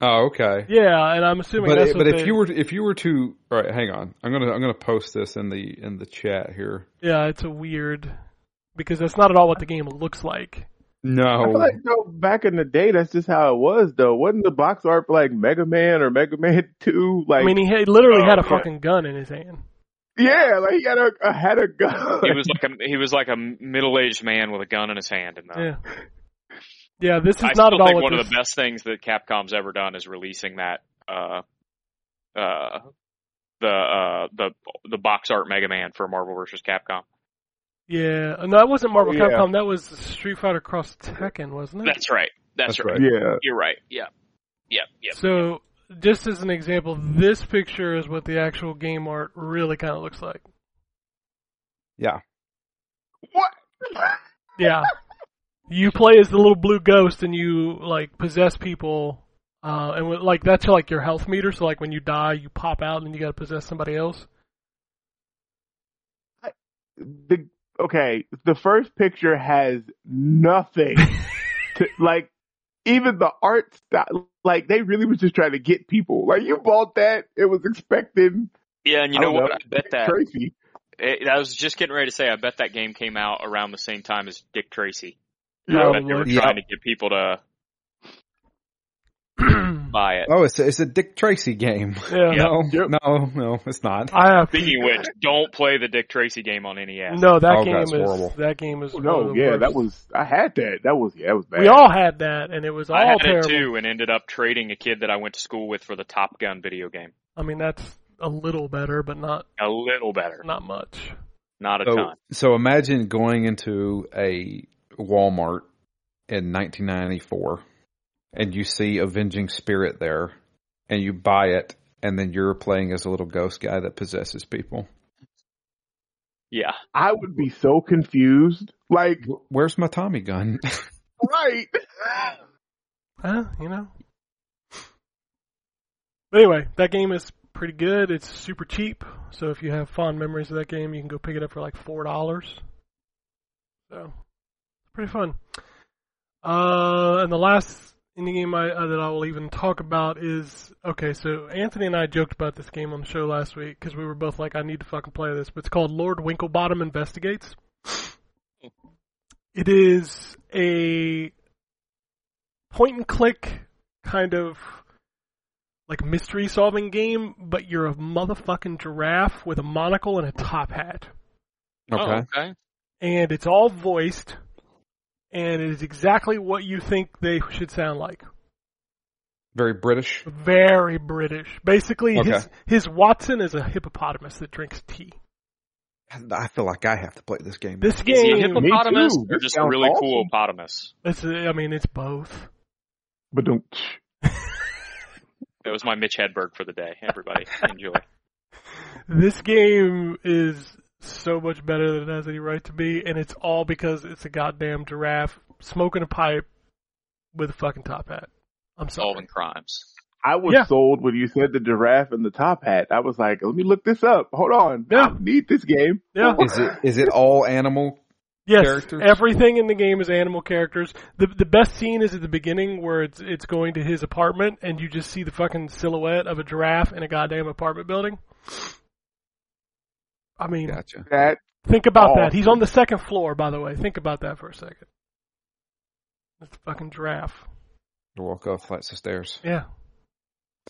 S6: Oh, okay.
S5: Yeah, and I'm assuming
S6: but
S5: that's what
S6: but if
S5: they-
S6: you were if you were to all right, hang on. I'm gonna I'm gonna post this in the in the chat here.
S5: yeah, it's a weird because that's not at all what the game looks like.
S7: I
S6: No,
S7: feel like though, back in the day, that's just how it was though. Wasn't the box art for like Mega Man or Mega Man Two? Like,
S5: I mean, he had, literally
S7: Oh,
S5: had a
S7: yeah.
S5: fucking gun in his hand.
S7: yeah, like he had a, a had a gun.
S2: he was like a he was like a middle aged man with a gun in his hand. And uh,
S5: Yeah. Yeah, this is
S2: I
S5: not
S2: still
S5: at all
S2: think
S5: what
S2: one
S5: this,
S2: of the best things that Capcom's ever done is releasing that uh uh the uh the the box art Mega Man for Marvel vs. Capcom.
S5: Yeah, no, that wasn't Marvel
S7: Yeah.
S5: Capcom. That was Street Fighter Cross Tekken, wasn't it?
S2: That's right. That's,
S6: That's
S2: right.
S6: right.
S7: yeah,
S2: You're right. Yeah. Yep. Yep.
S5: So, just as an example, this picture is what the actual game art really kind of looks like.
S6: yeah.
S7: what?
S5: Yeah. you play as the little blue ghost and you like possess people uh and with- like that's like your health meter so like when you die you pop out and you got to possess somebody else.
S7: the okay, the first picture has nothing. to, like even the art style, like they really was just trying to get people. Like you bought that, it was expecting.
S2: Yeah, and you
S7: I
S2: know
S7: don't
S2: what? I bet that
S7: Tracy.
S2: it, I was just getting ready to say. I bet that game came out around the same time as Dick Tracy. I bet they were
S5: Probably.
S6: Yeah.
S2: trying to get people to buy it.
S6: Oh, it's a, it's a Dick Tracy game.
S5: yeah.
S6: No,
S5: Yep.
S6: no, no, it's not.
S5: I have to-
S2: Speaking of which, don't play the Dick Tracy game on any app.
S5: no, that
S6: Oh,
S5: game
S6: God,
S5: is
S6: it's horrible.
S5: that game is. one
S7: no,
S5: of the
S7: yeah,
S5: worst.
S7: that was I had that. That was yeah, that was bad.
S5: We all had that, and it was all
S2: I had
S5: terrible.
S2: it too, and ended up trading a kid that I went to school with for the Top Gun video game.
S5: I mean, that's a little better, but not
S2: A little better,
S5: not much.
S2: not a
S6: So,
S2: ton.
S6: so imagine going into a Walmart in 1994 and you see Avenging Spirit there and you buy it and then you're playing as a little ghost guy that possesses people.
S2: Yeah,
S7: I would be so confused. Like
S6: Wh- Where's my Tommy gun?
S7: right.
S5: Huh? You know. But anyway, that game is pretty good. It's super cheap, so if you have fond memories of that game, you can go pick it up for like four dollars. So, pretty fun. Uh, and the last indie game I, uh, that I will even talk about is okay. So Anthony and I joked about this game on the show last week because we were both like, "I need to fucking play this," but it's called Lord Winklebottom Investigates. It is a point and click kind of like mystery solving game, but you're a motherfucking giraffe with a monocle and a top hat.
S2: Oh,
S6: Okay.
S2: okay.
S5: And it's all voiced, and it is exactly what you think they should sound like.
S6: Very British.
S5: Very British. Basically,
S6: Okay.
S5: his, his Watson is a hippopotamus that drinks tea.
S6: I feel like I have to play this game.
S5: This
S2: Is he a
S5: game,
S7: hippop-
S2: hippopotamus
S7: Me too.
S2: or
S7: This
S2: just a
S7: sounds
S2: really cool
S7: awesome.
S2: hippopotamus?
S5: it's, I mean, it's both.
S7: But don't
S2: That was my Mitch Hedberg for the day. Everybody enjoy.
S5: This game is so much better than it has any right to be, and it's all because it's a goddamn giraffe smoking a pipe with a fucking top hat. I'm
S2: Solving
S5: sorry.
S2: crimes.
S7: I was
S5: Yeah.
S7: sold when you said the giraffe and the top hat. I was like, let me look this up. Hold on.
S5: Yeah.
S7: I need this game.
S5: Yeah.
S6: Is it is it all animal?
S5: Yes,
S6: characters?
S5: everything in the game is animal characters. The the best scene is at the beginning where it's it's going to his apartment and you just see the fucking silhouette of a giraffe in a goddamn apartment building. I mean,
S6: Gotcha.
S7: That
S5: Think about
S7: Oh.
S5: that. He's on the second floor, by the way. Think about that for a second. It's a fucking giraffe.
S6: To walk off flights of stairs.
S5: Yeah.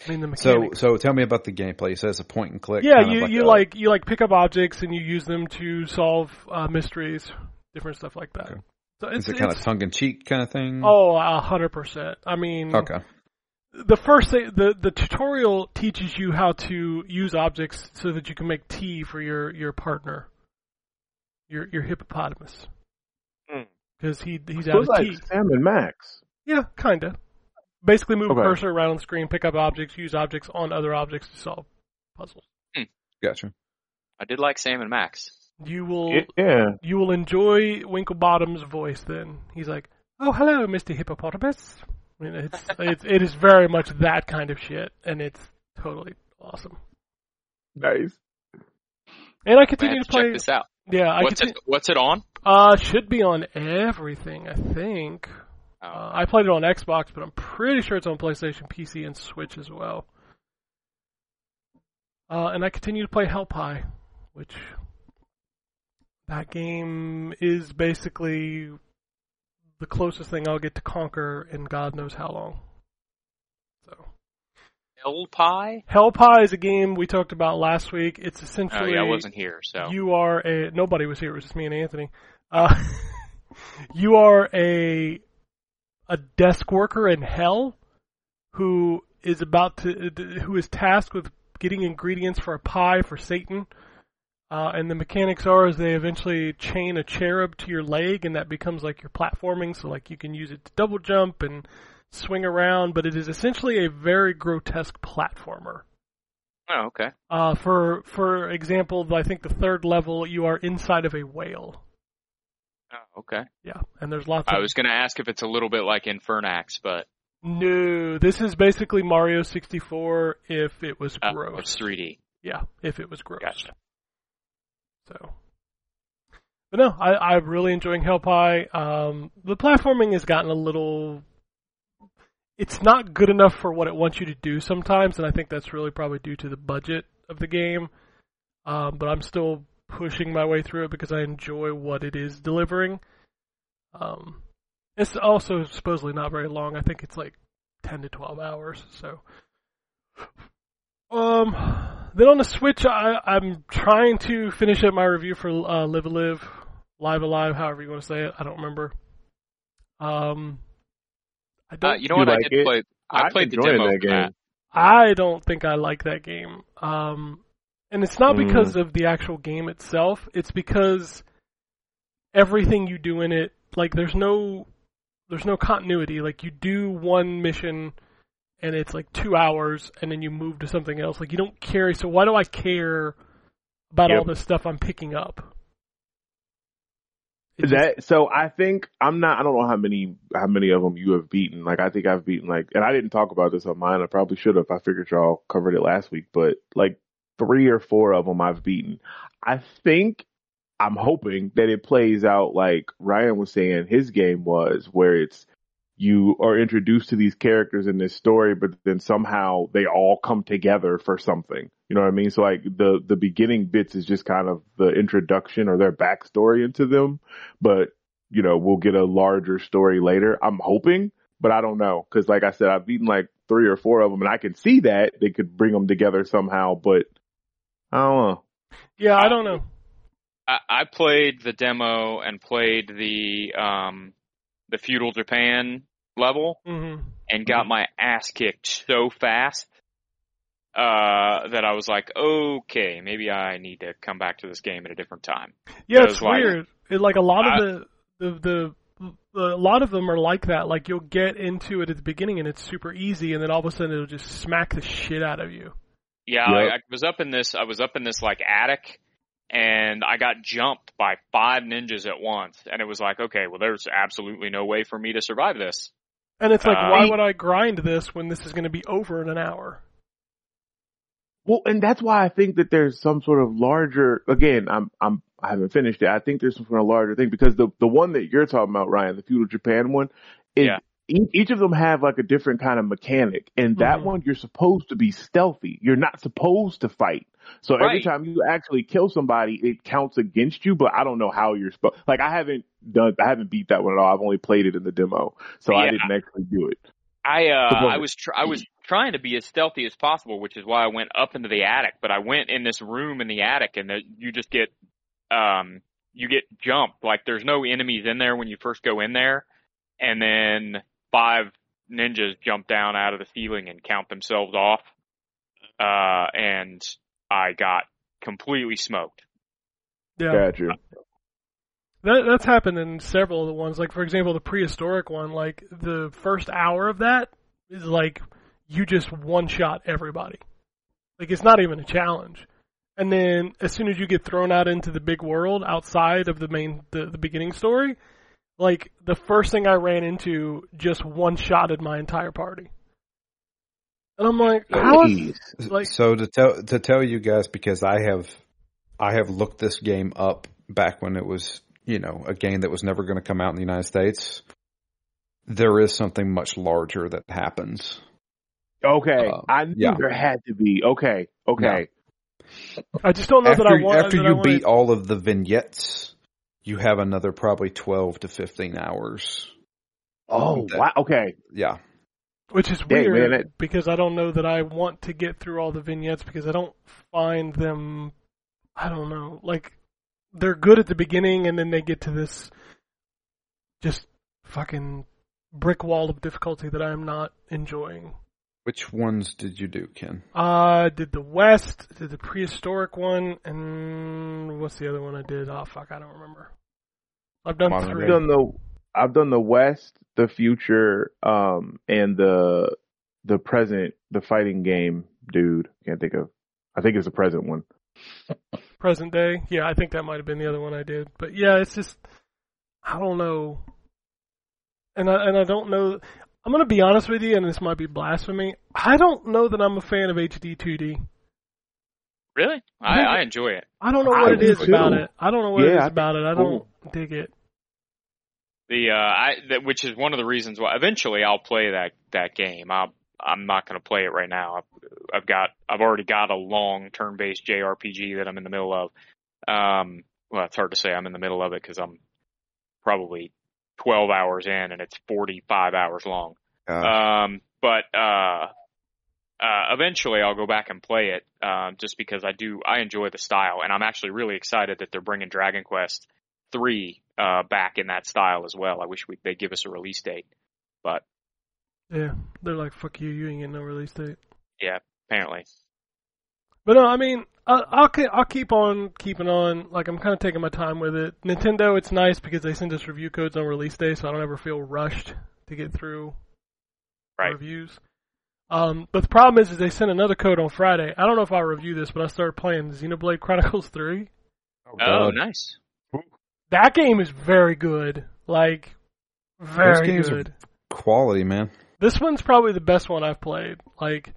S5: I mean the
S6: So
S5: mechanics.
S6: so tell me about the gameplay. It says a point and click.
S5: yeah,
S6: kind of
S5: you you
S6: a-
S5: like you like pick up objects and you use them to solve uh, mysteries, different stuff like that.
S6: Okay.
S5: So it's,
S6: Is it kind
S5: it's
S6: of tongue in cheek kind of thing?
S5: oh a hundred percent. I mean,
S6: Okay.
S5: the first thing, the the tutorial teaches you how to use objects so that you can make tea for your your partner, your your hippopotamus,
S2: Hmm.
S5: because he he's out
S7: was
S5: of
S7: like
S5: tea.
S7: Sam and Max.
S5: Yeah, kinda. Basically, move
S7: Okay.
S5: a cursor around on the screen, pick up objects, use objects on other objects to solve puzzles.
S6: Gotcha.
S2: I did like Sam and Max.
S5: You will
S7: Yeah.
S5: you will enjoy Winklebottom's voice. Then he's like, "Oh, hello, Mister Hippopotamus." I mean, it's it's it is very much that kind of shit, and it's totally awesome.
S7: Nice.
S5: And I
S2: I
S5: continue
S2: have
S5: to
S2: to check
S5: play.
S2: this out.
S5: Yeah, I
S2: What's
S5: continue,
S2: it? What's it on?
S5: uh should be on everything. I think uh,
S2: Oh,
S5: I played it on Xbox, but I'm pretty sure it's on PlayStation, PC, and Switch as well. Uh, and I continue to play Hell Pie, which that game is basically the closest thing I'll get to Conquer in God knows how long. So
S2: Hell Pie.
S5: Hell Pie is a game we talked about last week. It's
S2: Oh
S5: essentially
S2: yeah, I wasn't here, so
S5: you are a nobody was here. It was just me and Anthony. Uh, you are a a desk worker in hell who is about to who is tasked with getting ingredients for a pie for Satan. Uh, and the mechanics are is they eventually chain a cherub to your leg, and that becomes like your platforming. So like you can use it to double jump and swing around, but it is essentially a very grotesque platformer.
S2: Oh okay.
S5: Uh, for for example, I think the third level you are inside of a whale.
S2: Oh okay.
S5: Yeah, and there's lots
S2: I
S5: of
S2: was gonna ask if it's a little bit like Infernax, but
S5: no. This is basically Mario 64 if it was
S2: uh,
S5: gross.
S2: it's 3D.
S5: Yeah, if it was gross.
S2: Gotcha.
S5: So, but no, I I'm really enjoying Hell Pie. Um, the platforming has gotten a little. It's not good enough for what it wants you to do sometimes, and I think that's really probably due to the budget of the game. Um, but I'm still pushing my way through it because I enjoy what it is delivering. Um, it's also supposedly not very long. I think it's like ten to twelve hours. So, um, then on the Switch, I, I'm trying to finish up my review for uh, Live a Live, Live Alive, however you want to say it. I don't remember. Um, I
S2: Uh,
S5: don't.
S2: you know
S7: You
S2: what?
S7: like
S2: I did
S7: it?
S2: play. I
S7: I'm
S2: played the
S7: enjoying
S2: demo
S7: that
S2: for
S7: game.
S2: that.
S5: I don't think I like that game. Um, and it's not
S7: Mm.
S5: because of the actual game itself. It's because everything you do in it, like there's no, there's no continuity. Like you do one mission, and it's like two hours, and then you move to something else. Like you don't carry. So why do I care about all
S7: Yep.
S5: this stuff I'm picking up? It just-
S7: That so I think I'm not. I don't know how many how many of them you have beaten. Like I think I've beaten like, and I didn't talk about this on mine. I probably should have. I figured y'all covered it last week, but like three or four of them I've beaten. I think I'm hoping that it plays out like Ryan was saying his game was, where it's you are introduced to these characters in this story, but then somehow they all come together for something. You know what I mean? So like the the beginning bits is just kind of the introduction or their backstory into them, but you know we'll get a larger story later. I'm hoping, but I don't know because like I said, I've beaten like three or four of them, and I can see that they could bring them together somehow, but I don't know.
S5: yeah, I don't know.
S2: I, I played the demo and played the um, the feudal Japan level
S5: hmm
S2: and got my ass kicked so fast uh, that I was like, okay, maybe I need to come back to this game at a different time.
S5: Yeah,
S2: Those
S5: it's
S2: like-
S5: weird. It, like a lot
S2: I-
S5: of the, the the the a lot of them are like that. Like you'll get into it at the beginning and it's super easy, and then all of a sudden it'll just smack the shit out of you.
S2: Yeah,
S7: Yep.
S2: I, I was up in this. I was up in this like attic, and I got jumped by five ninjas at once, and it was like, okay, well, there's absolutely no way for me to survive this.
S5: And it's like,
S2: Uh,
S5: why would I grind this when this is going to be over in an hour?
S7: Well, and that's why I think that there's some sort of larger. Again, I'm I'm I haven't finished it. I think there's some sort of larger thing because the the one that you're talking about, Ryan, the feudal Japan one, is
S2: Yeah.
S7: each, each of them have like a different kind of mechanic, and that
S5: Mhm.
S7: one you're supposed to be stealthy. You're not supposed to fight. So every
S2: Right.
S7: time you actually kill somebody, it counts against you. But I don't know how you're supposed. Like I haven't done. I haven't beat that one at all. I've only played it in the demo, so I
S2: Yeah.
S7: didn't actually do it.
S2: I uh,
S7: Good
S2: I
S7: point.
S2: was tr- I was trying to be as stealthy as possible, which is why I went up into the attic. But I went in this room in the attic, and the, you just get um you get jumped. Like there's no enemies in there when you first go in there, and then five ninjas jump down out of the ceiling and count themselves off. Uh, and I got completely smoked.
S5: Yeah,
S7: Gotcha.
S5: that that's happened in several of the ones. Like for example, the prehistoric one. Like the first hour of that is like you just one shot everybody. Like it's not even a challenge. And then as soon as you get thrown out into the big world outside of the main the, the beginning story, like the first thing I ran into just one shotted my entire party. And I'm like, how is
S7: Jeez.
S5: like-
S6: so to tell to tell you guys because I have I have looked this game up back when it was you know a game that was never going to come out in the United States. There is something much larger that happens.
S7: Okay,
S6: Um,
S7: I knew
S6: yeah.
S7: there had to be. Okay, okay.
S5: I just don't know
S6: after
S5: that I want
S6: after
S5: that
S6: you
S5: I wanna-
S6: beat all of the vignettes, you have another probably twelve to fifteen hours.
S7: Oh,
S6: That-
S7: wow. Okay.
S6: Yeah,
S5: Which is
S7: Dang,
S5: weird
S7: man, that-
S5: because I don't know that I want to get through all the vignettes because I don't find them. I don't know. Like they're good at the beginning and then they get to this just fucking brick wall of difficulty that I am not enjoying.
S6: which ones did you do, Ken?
S5: I did the West, did the prehistoric one, and what's the other one I did? Oh fuck, I don't remember. I've done
S6: Modern
S5: three.
S7: I've
S6: day.
S7: done the I've done the West, the future, um, and the the present, the fighting game, dude. Can't think of. I think it's the present one.
S5: present day. Yeah, I think that might have been the other one I did. But yeah, it's just I don't know, and I and I don't know. I'm gonna be honest with you, and this might be blasphemy. I don't know that I'm a fan of HD 2D.
S2: Really? I, I enjoy it.
S5: I don't know
S7: I
S5: what it
S7: do
S5: is about
S7: too.
S5: it. I don't know what
S7: Yeah,
S5: it
S7: I
S5: is
S7: think
S5: about it. I
S7: it's
S5: don't
S7: cool.
S5: dig it.
S2: The uh, I that which is one of the reasons why eventually I'll play that that game. I'm I'm not going to play it right now. I've, I've got I've already got a long turn based JRPG that I'm in the middle of, Um, well, it's hard to say. I'm in the middle of it because I'm probably 12 hours in and it's 45 hours long.
S8: Uh,
S2: Um, but uh, uh, eventually I'll go back and play it um, just because I do I enjoy the style, and I'm actually really excited that they're bringing Dragon Quest three uh, back in that style as well. I wish we they give us a release date, but
S5: Yeah, they're like, fuck you, you ain't getting no release date.
S2: apparently,
S5: But no, I mean, I, I'll ke- I'll keep on keeping on. Like I'm kind of taking my time with it. Nintendo, it's nice because they send us review codes on release day, so I don't ever feel rushed to get through
S2: Right.
S5: reviews. Um, but the problem is, is they sent another code on Friday. I don't know if I'll review this, but I started playing Xenoblade Chronicles Three.
S2: oh,
S6: God.
S2: nice.
S5: That game is very good. Like, very
S6: games are-
S5: good.
S6: Quality, man.
S5: This one's probably the best one I've played. Like,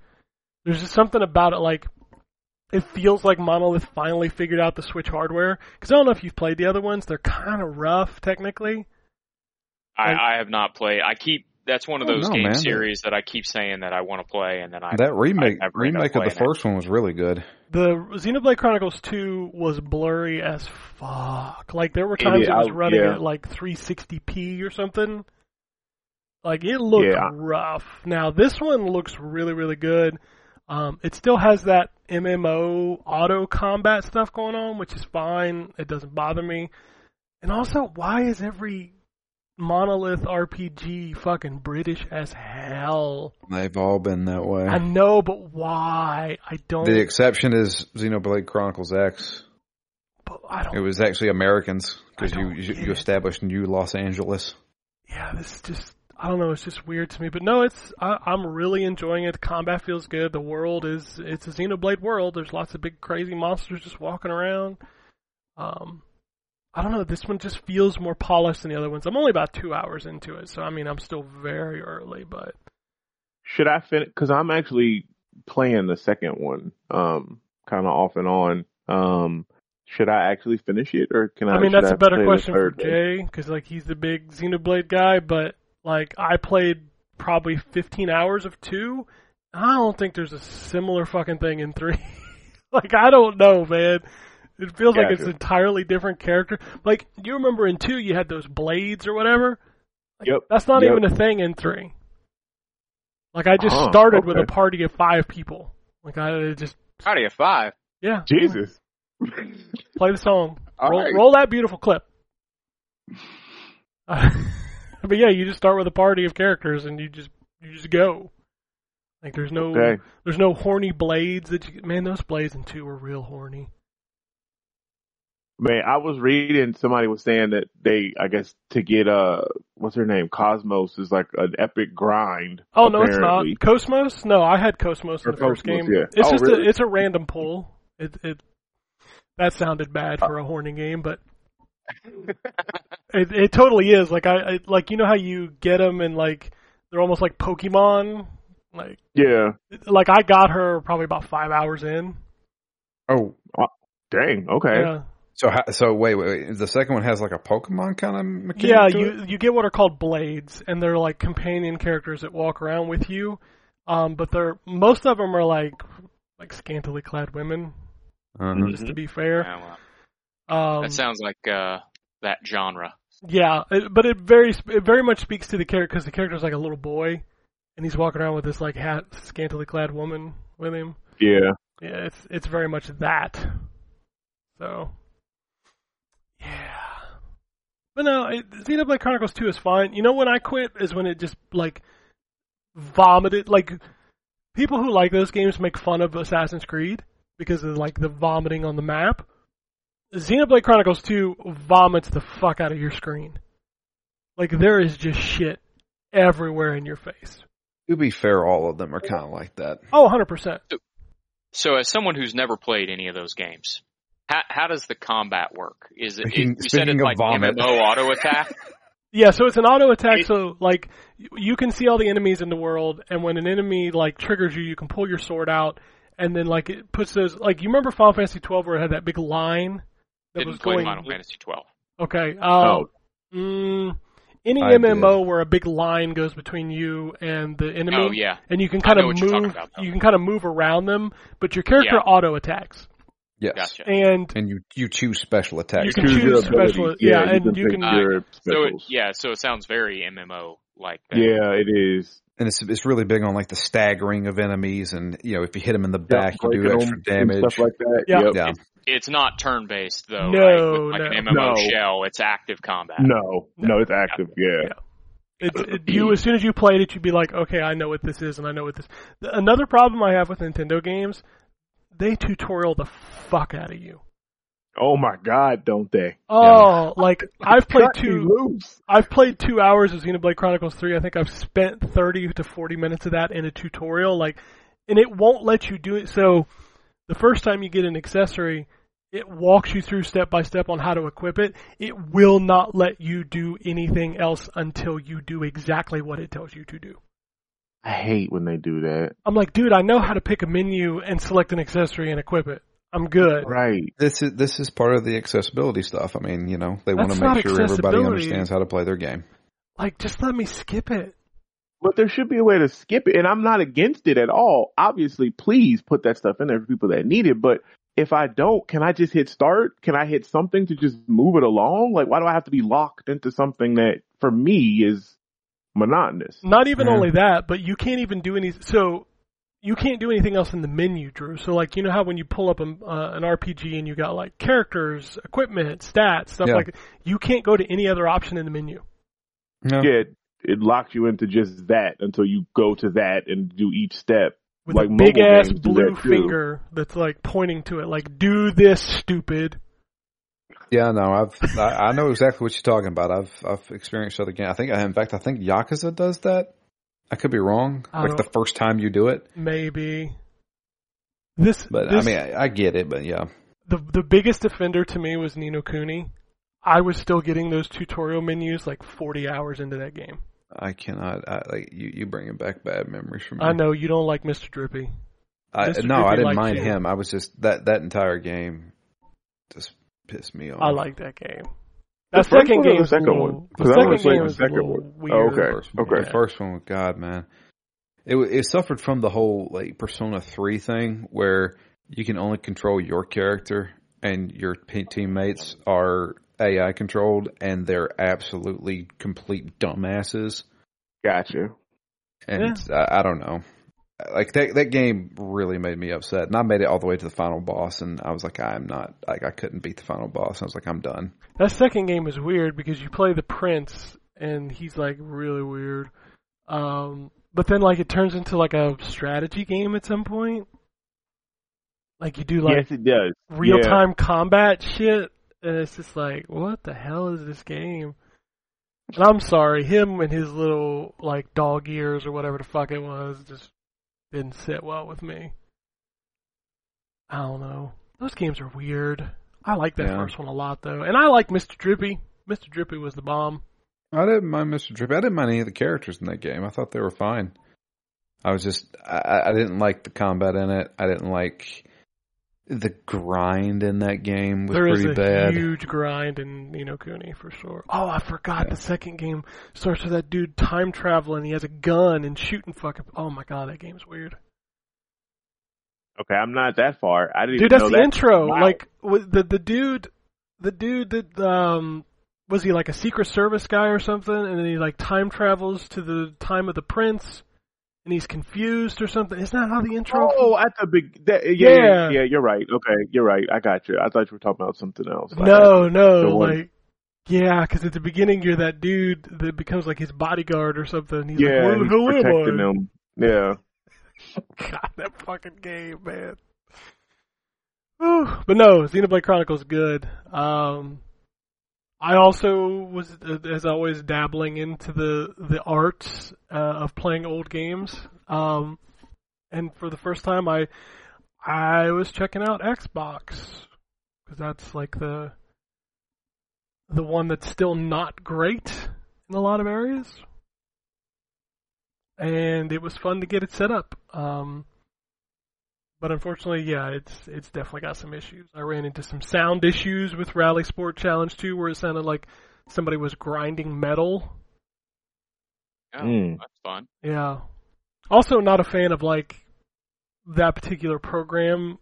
S5: there's just something about it. Like, it feels like Monolith finally figured out the Switch hardware. Because I don't know if you've played the other ones. They're kind of rough technically.
S2: I,
S5: Like-
S2: I have not played. I keep that's one of
S6: Oh,
S2: those
S6: no,
S2: game
S6: man.
S2: series that I keep saying that I want to play, and then I
S6: that remake
S2: I- I've read
S6: remake of the
S2: up playing it.
S6: first one was really good.
S5: The Xenoblade Chronicles 2 was blurry as fuck. Like, there were
S7: It
S5: times
S7: is-
S5: it, was
S7: I-
S5: running
S7: yeah.
S5: at like 360p or something. Like, it looked
S7: Yeah.
S5: rough. Now, this one looks really, really good. Um, it still has that MMO auto combat stuff going on, which is fine. It doesn't bother me. And also, why is every monolith RPG fucking British as hell?
S6: They've all been that way.
S5: I know, but why? I don't.
S6: the exception is Xenoblade Chronicles X.
S5: but I don't
S6: It was actually Americans because
S5: I
S6: you
S5: don't
S6: you,
S5: get
S6: you
S5: it.
S6: established New Los Angeles.
S5: yeah, this is just I don't know, it's just weird to me. But no, it's I, I'm really enjoying it. The combat feels good. The world is it's a Xenoblade world. There's lots of big crazy monsters just walking around. Um, I don't know. This one just feels more polished than the other ones. I'm only about two hours into it, so I mean I'm still very early. But
S7: Should I finish? Because I'm actually playing the second one, um, kind of off and on. Um, should I actually finish it, or can I?
S5: I mean
S7: should
S5: that's
S7: I
S5: a better
S7: play the
S5: question for
S7: third one?
S5: Jay because like he's the big Xenoblade guy, but like I played probably 15 hours of two. I don't think there's a similar fucking thing in three. like I don't know, man. It feels like it's
S7: Gotcha.
S5: entirely different character. Like you remember in two, you had those blades or whatever. Like,
S7: Yep.
S5: That's not
S7: Yep.
S5: even a thing in three. Like I just
S7: Huh,
S5: started with a
S7: okay.
S5: party of five people. Like I it just
S2: Out of five.
S5: yeah.
S7: Jesus.
S5: Play the song.
S7: All
S5: Roll,
S7: right.
S5: roll that beautiful clip. Uh, but yeah, you just start with a party of characters and you just you just go. Like there's no
S7: Okay.
S5: there's no horny blades that you man those blades in two were real horny.
S7: Man, I was reading somebody was saying that they, I guess, to get uh, what's her name, Cosmos is like an epic grind.
S5: Oh no,
S7: apparently.
S5: it's not Cosmos. No, I had Cosmos in
S7: Or
S5: the first
S7: Cosmos,
S5: game.
S7: yeah.
S5: It's
S7: Oh,
S5: just
S7: really?
S5: a, it's a random pull. It it that sounded
S7: Uh,
S5: bad for a horny game, but it it totally is. Like I, I like you know how you get them and like they're almost like Pokemon. Like
S7: Yeah.
S5: like I got her probably about five hours in.
S6: Oh,
S7: Dang. Okay.
S5: Yeah,
S6: so ho- so wait, wait, wait. the second one has like a Pokemon kind of mechanic.
S5: yeah.
S6: to it?
S5: You you get what are called blades, and they're like companion characters that walk around with you. Um, but they're most of them are like like scantily clad women.
S6: Uh-huh.
S5: Just to be fair,
S2: Yeah, well,
S5: um,
S2: that sounds like uh, that genre.
S5: yeah. It, but it very sp- it very much speaks to the character because the character's like a little boy, and he's walking around with this like hat scantily clad woman with him.
S7: Yeah.
S5: Yeah, it's it's very much that. So, yeah. But no, it, Xenoblade Chronicles Two is fine. You know when I quit is when it just like vomited. Like people who like those games make fun of Assassin's Creed because of like the vomiting on the map. Xenoblade Chronicles Two vomits the fuck out of your screen. Like there is just shit everywhere in your face.
S6: To be fair, all of them are kind of like that.
S5: Oh, 100%.
S2: So, as someone who's never played any of those games, how, how does the combat work? Is it,
S6: Speaking-
S2: you said
S6: speaking
S2: it's
S6: of
S2: like
S6: vomit.
S2: MMO auto attack?
S5: Yeah, so it's an auto attack.
S2: It-
S5: so like y- you can see all the enemies in the world, and when an enemy like triggers you, you can pull your sword out, and then like it puts those like you remember Final Fantasy twelve where it had that big line that
S2: Didn't
S5: was
S2: play
S5: going.
S2: Final Fantasy twelve.
S5: Okay. Um,
S7: Oh.
S5: mm, any
S6: I
S5: MMO where a big line goes between you and the enemy,
S2: Oh yeah,
S5: and you can
S2: I
S5: kind
S2: know
S5: of
S2: what you're talking
S5: move.
S2: about, though.
S5: you can kind of move around them, but your character
S2: Yeah.
S5: auto attacks.
S6: Yes.
S2: Gotcha.
S5: and
S6: And you, you choose special attack.
S5: You can choose
S7: your
S5: special-
S7: abilities.
S5: yeah, and you
S7: pick
S5: can-
S7: your
S2: So it,
S7: specials.
S2: yeah, so it sounds very MMO like.
S7: yeah, it is.
S6: and it's it's really big on like the staggering of enemies, and you know if you hit them in the back, you do
S7: breaking
S6: extra
S7: them and
S6: damage.
S7: stuff like that.
S5: Yeah.
S7: Yep.
S6: yeah,
S2: It's not turn based though,
S5: No,
S2: right? With like
S5: no.
S2: an MMO
S7: No.
S2: shell, it's active combat.
S7: No, no, it's active. Yeah,
S5: It's it, you as soon as you played it, you'd be like, okay, I know what this is, and I know what this. Th- Another problem I have with Nintendo games, they tutorial the fuck out of you.
S7: Oh my God, don't they?
S5: Oh, like I've played
S7: Cut me
S5: two.
S7: loose.
S5: I've played two hours of Xenoblade Chronicles Three. I think I've spent thirty to forty minutes of that in a tutorial, like, and it won't let you do it. So, the first time you get an accessory, it walks you through step by step on how to equip it. It will not let you do anything else until you do exactly what it tells you to do.
S7: I hate when they do that.
S5: I'm like, dude, I know how to pick a menu and select an accessory and equip it. I'm good.
S7: Right.
S6: this is this is part of the accessibility stuff. I mean, you know, they want
S5: That's
S6: to
S5: not
S6: make sure everybody
S5: accessibility.
S6: understands how to play their game.
S5: Like, just let me skip it.
S7: But there should be a way to skip it, and I'm not against it at all. Obviously, please put that stuff in there for people that need it. But if I don't, can I just hit start? Can I hit something to just move it along? Like, why do I have to be locked into something that for me is monotonous?
S5: Not even
S6: Yeah.
S5: only that, but you can't even do any. So you can't do anything else in the menu, Drew. So like, you know how when you pull up a, uh, an RPG and you got like characters, equipment, stats, stuff
S6: Yeah.
S5: like, you can't go to any other option in the menu.
S6: No.
S7: Yeah, it, it locks you into just that until you go to that and do each step.
S5: With
S7: Like
S5: a
S7: mobile
S5: big ass
S7: games do
S5: blue
S7: that too.
S5: finger that's like pointing to it, like, do this, stupid.
S6: Yeah, no, I've I, I know exactly what you're talking about. I've I've experienced that again. I think, in fact, I think Yakuza does that. I could be wrong.
S5: I
S6: Like the
S5: don't-
S6: first time you do it,
S5: Maybe. This,
S6: but
S5: this
S6: I mean, I, I get it. But yeah,
S5: the the biggest offender to me was Nino Cooney. I was still getting those tutorial menus like 40 hours into that game.
S6: I cannot. I, like you, you bringing back bad memories from me.
S7: Mm-hmm.
S5: I know you don't like Mr. Drippy.
S6: I,
S5: Mr.
S6: no, I
S5: Goody
S6: didn't
S5: liked
S6: mind
S5: you.
S6: him. I was just that that entire game just pissed me off.
S5: I like that game.
S7: Mm-hmm. The
S5: That
S7: first
S5: second
S7: one or
S5: game
S7: the
S5: is
S7: second
S5: a little,
S7: one?
S5: The
S7: 'Cause I
S5: second
S7: only played
S5: game
S7: the
S5: is
S7: second
S5: a little
S7: one. Oh,
S5: weird.
S6: the
S7: okay.
S6: first one.
S7: okay.
S6: The first one, God, man, it wa- it suffered from the whole like Persona Three thing where you can only control your character and your p- teammates are AI controlled and they're absolutely complete dumbasses.
S7: Gotcha.
S6: And I, I don't know. Like that that game really made me upset, and I made it all the way to the final boss, and I was like, I'm not like I couldn't beat the final boss. I was like, I'm done.
S5: That second game is weird because you play the prince and he's like really weird. Um, but then like it turns into like a strategy game at some point. Like you do like
S7: yes, it does.
S5: real
S7: Yeah.
S5: time combat shit, and it's just like, what the hell is this game? And I'm sorry, him and his little like dog ears or whatever the fuck it was just didn't sit well with me. I don't know. Those games are weird. I like that
S6: Yeah.
S5: first one a lot though, and I like Mr. Drippy. Mr. Drippy was the bomb.
S6: I didn't mind Mr. Drippy. I didn't mind any of the characters in that game. I thought they were fine. I was just I- I, I didn't like the combat in it. I didn't like the grind in that game was
S5: There is
S6: pretty
S5: a
S6: bad.
S5: huge grind in Nino Cooney for sure. Oh, I forgot the second game starts with that dude time traveling. He has a gun and shooting fucking. Oh my god, that game's weird.
S7: Okay, I'm not that far. I didn't
S5: dude,
S7: even
S5: that's
S7: know
S5: the
S7: that.
S5: intro.
S7: Wow.
S5: Like with the the dude, the dude that um was he like a secret service guy or something, and then he like time travels to the time of the prince, and he's confused or something. Isn't that how the intro?
S7: Oh, at the big, that, yeah, yeah,
S5: Yeah.
S7: yeah, you're right. Okay, you're right. I got you. I thought you were talking about something else. I got you.
S5: no, no,
S7: The one-
S5: like. Yeah, because at the beginning you're that dude that becomes like his bodyguard or something. He's
S7: yeah,
S5: like,
S7: and
S5: "Who- who am
S7: he's
S5: I?"
S7: protecting them. Yeah,
S5: God, that fucking game, man. Whew. But no, Xenoblade Chronicles good. Um, I also was, uh, as always, dabbling into the the arts uh, of playing old games. Um, and for the first time, I I was checking out Xbox because that's like the the one that's still not great in a lot of areas and it was fun to get it set up. Um, but unfortunately, yeah, it's it's definitely got some issues. I ran into some sound issues with Rally Sport Challenge 2 where it sounded like somebody was grinding metal.
S2: Oh,
S5: Hmm.
S7: Mm.
S2: That's fun.
S5: Yeah. Also not a fan of like that particular program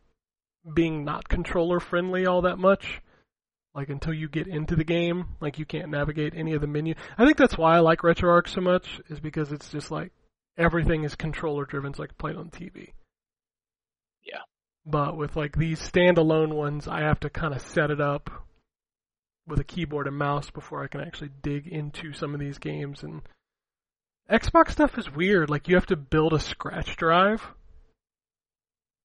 S5: being not controller friendly all that much. Like until you get into the game, like you can't navigate any of the menu. I think that's why I like RetroArch so much, is because it's just like everything is controller driven, it's like playing on TV.
S2: Yeah.
S5: But with like these standalone ones, I have to kind of set it up with a keyboard and mouse before I can actually dig into some of these games. And Xbox stuff is weird. Like you have to build a scratch drive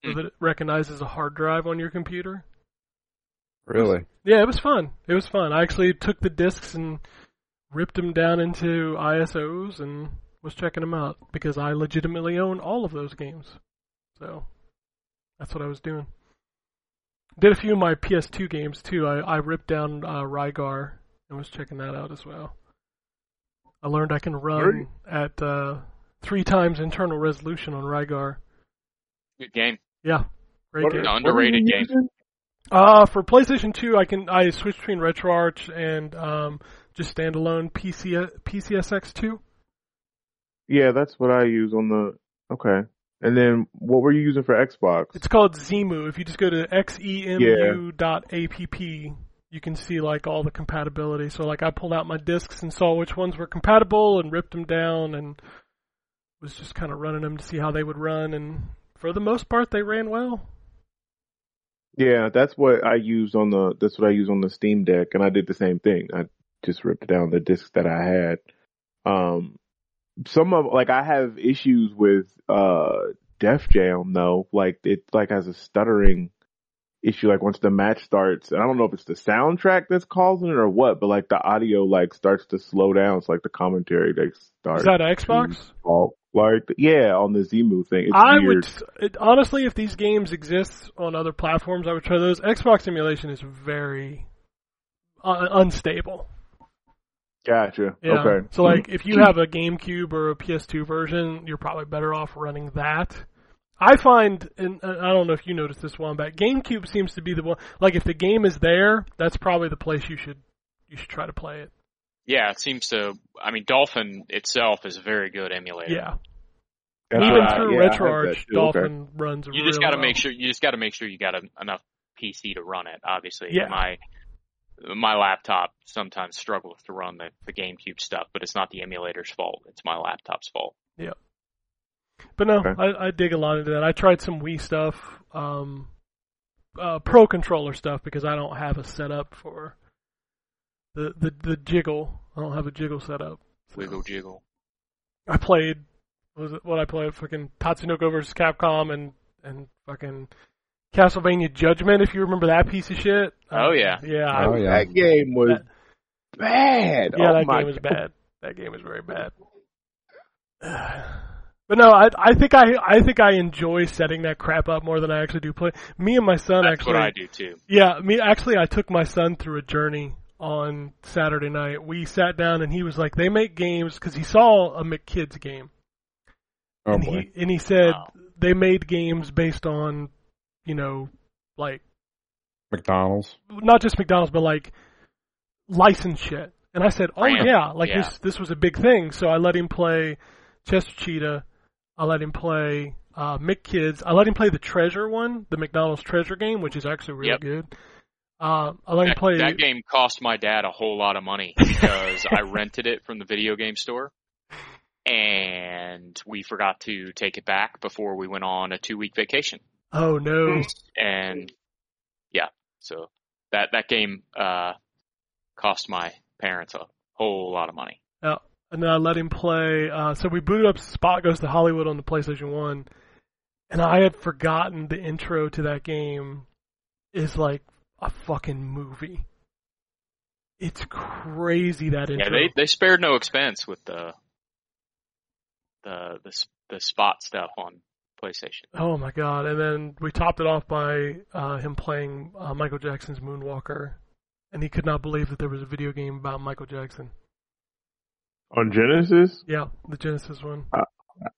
S5: so
S2: Mm.
S5: that it recognizes a hard drive on your computer.
S6: Really?
S5: Yeah, it was fun. It was fun. I actually took the discs and ripped them down into ISOs and was checking them out because I legitimately own all of those games. So that's what I was doing. Did a few of my PS2 games too. I, I ripped down uh, Rygar and was checking that out as well. I learned I can run at uh, three times internal resolution on Rygar.
S2: Good game.
S5: Yeah, great
S7: What-
S5: game.
S2: An underrated game.
S5: Uh, for PlayStation 2, I can I switched between RetroArch and um, just standalone PC, PCSX2.
S7: Yeah, that's what I use on the. Okay. And then what were you using for Xbox?
S5: It's called Zemu. If you just go to xemu dot app, you can see like all the compatibility. So like I pulled out my discs and saw which ones were compatible and ripped them down and was just kind of running them to see how they would run. And for the most part, they ran well.
S7: Yeah, that's what I used on the. That's what I used on the Steam Deck, and I did the same thing. I just ripped down the discs that I had. Um, some of like I have issues with uh Def Jam though. Like it like has a stuttering issue. Like once the match starts, and I don't know if it's the soundtrack that's causing it or what, but like the audio like starts to slow down. It's like the commentary like starts
S5: Is that an Xbox?
S7: off. Like yeah, on the Zemu thing. It's
S5: I
S7: weird.
S5: would it, honestly, if these games exist on other platforms, I would try those. Xbox emulation is very uh, unstable.
S7: Gotcha.
S5: Yeah.
S7: Okay. Mm.
S5: So like, if you have a GameCube or a PS2 version, you're probably better off running that. I find, and uh, I don't know if you noticed this one, but GameCube seems to be the one. Like, if the game is there, that's probably the place you should you should try to play it.
S2: Yeah, it seems to. I mean, Dolphin itself is a very good emulator.
S5: Yeah.
S7: That's
S5: Even
S7: what I-
S5: through
S7: yeah, I have that
S5: RetroArch,
S7: too. Okay.
S5: Dolphin runs.
S2: You just
S5: got to
S2: make sure. You just got to make sure you got a, enough PC to run it. Obviously,
S5: Yeah.
S2: my my laptop sometimes struggles to run the, the GameCube stuff, but it's not the emulator's fault. It's my laptop's fault.
S5: But no,
S7: Okay.
S5: I, I dig a lot into that. I tried some Wii stuff, um, uh, pro controller stuff because I don't have a setup for the the the jiggle. I don't have a jiggle setup. So
S2: Wiggle jiggle.
S5: I played what was it what I played fucking Tatsunoko versus Capcom and and fucking Castlevania Judgment. If you remember that piece of shit.
S2: Oh,
S5: Uh,
S2: yeah.
S5: yeah. I-
S6: Oh yeah.
S7: That game was bad.
S5: Yeah,
S7: oh
S5: that
S7: my
S5: game was bad. That game was very bad. But no, I I think I I think I enjoy setting that crap up more than I actually do play. Me and my son
S2: That's
S5: actually
S2: what I do too.
S5: yeah, me actually I took my son through a journey on Saturday night. We sat down and he was like, "They make games cuz he saw a McKids game."
S7: Oh
S5: and
S7: boy.
S5: he and he said
S2: Wow.
S5: they made games based on, you know, like
S6: McDonald's.
S5: not just McDonald's, but like license shit. And I said, oh
S2: Brand.
S5: yeah, like
S2: Yeah.
S5: this this was a big thing. So I let him play Chester Cheetah. I let him play uh, Mick Kids. I let him play the Treasure one, the McDonald's Treasure game, which is actually really
S2: Yep.
S5: good. Uh, I let him
S2: That,
S5: play.
S2: that game cost my dad a whole lot of money because I rented it from the video game store, and we forgot to take it back before we went on a two week vacation.
S5: Oh no!
S2: and yeah, so that that game uh, cost my parents a whole lot of money.
S5: and then I let him play. Uh, so we booted up Spot Goes to Hollywood on the PlayStation One, and I had forgotten the intro to that game is like a fucking movie. It's crazy that intro.
S2: Yeah, they they spared no expense with the the the s- the spot stuff on PlayStation.
S5: Oh my god! And then we topped it off by uh, him playing uh, Michael Jackson's Moonwalker, and he could not believe that there was a video game about Michael Jackson.
S7: On Genesis?
S5: Yeah, the Genesis one.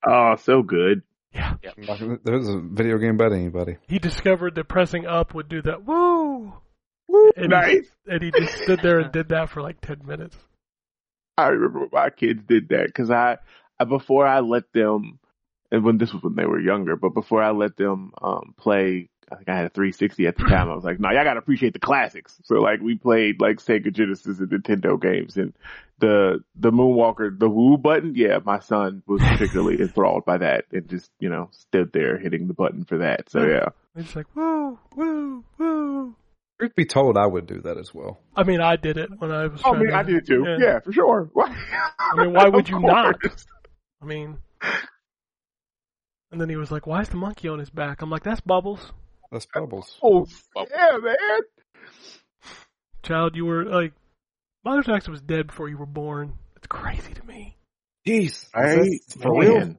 S7: Oh, so good.
S5: Yeah,
S6: There's a video game about anybody.
S5: he discovered that pressing up would do that. Woo!
S7: Woo,
S5: And he-
S7: nice.
S5: and he just stood there and did that for like 10 minutes.
S7: I remember when my kids did that because I, I before I let them, and when this was when they were younger, but before I let them um, play I think I had a 360 at the time. I was like, no, y'all gotta appreciate the classics. So like we played like Sega Genesis and Nintendo games and the, the Moonwalker, the woo button. Yeah, my son was particularly enthralled by that and just, you know, stood there hitting the button for that. So yeah.
S5: It's like woo, woo, woo.
S6: Truth be told, I would do that as well.
S5: I mean, I did it when I was.
S7: Oh,
S5: trying
S7: I mean,
S5: to-
S7: I did it too. Yeah, for sure. I
S5: mean, why would you not? I mean, and then he was like, "Why is the monkey on his back?" I'm like, "That's Bubbles,
S6: That's bubbles.
S7: Oh, yeah, man.
S5: child. You were like, Michael Jackson was dead before you were born. It's crazy to me.
S6: Jeez,
S7: Right?
S6: that's for real?
S7: Man.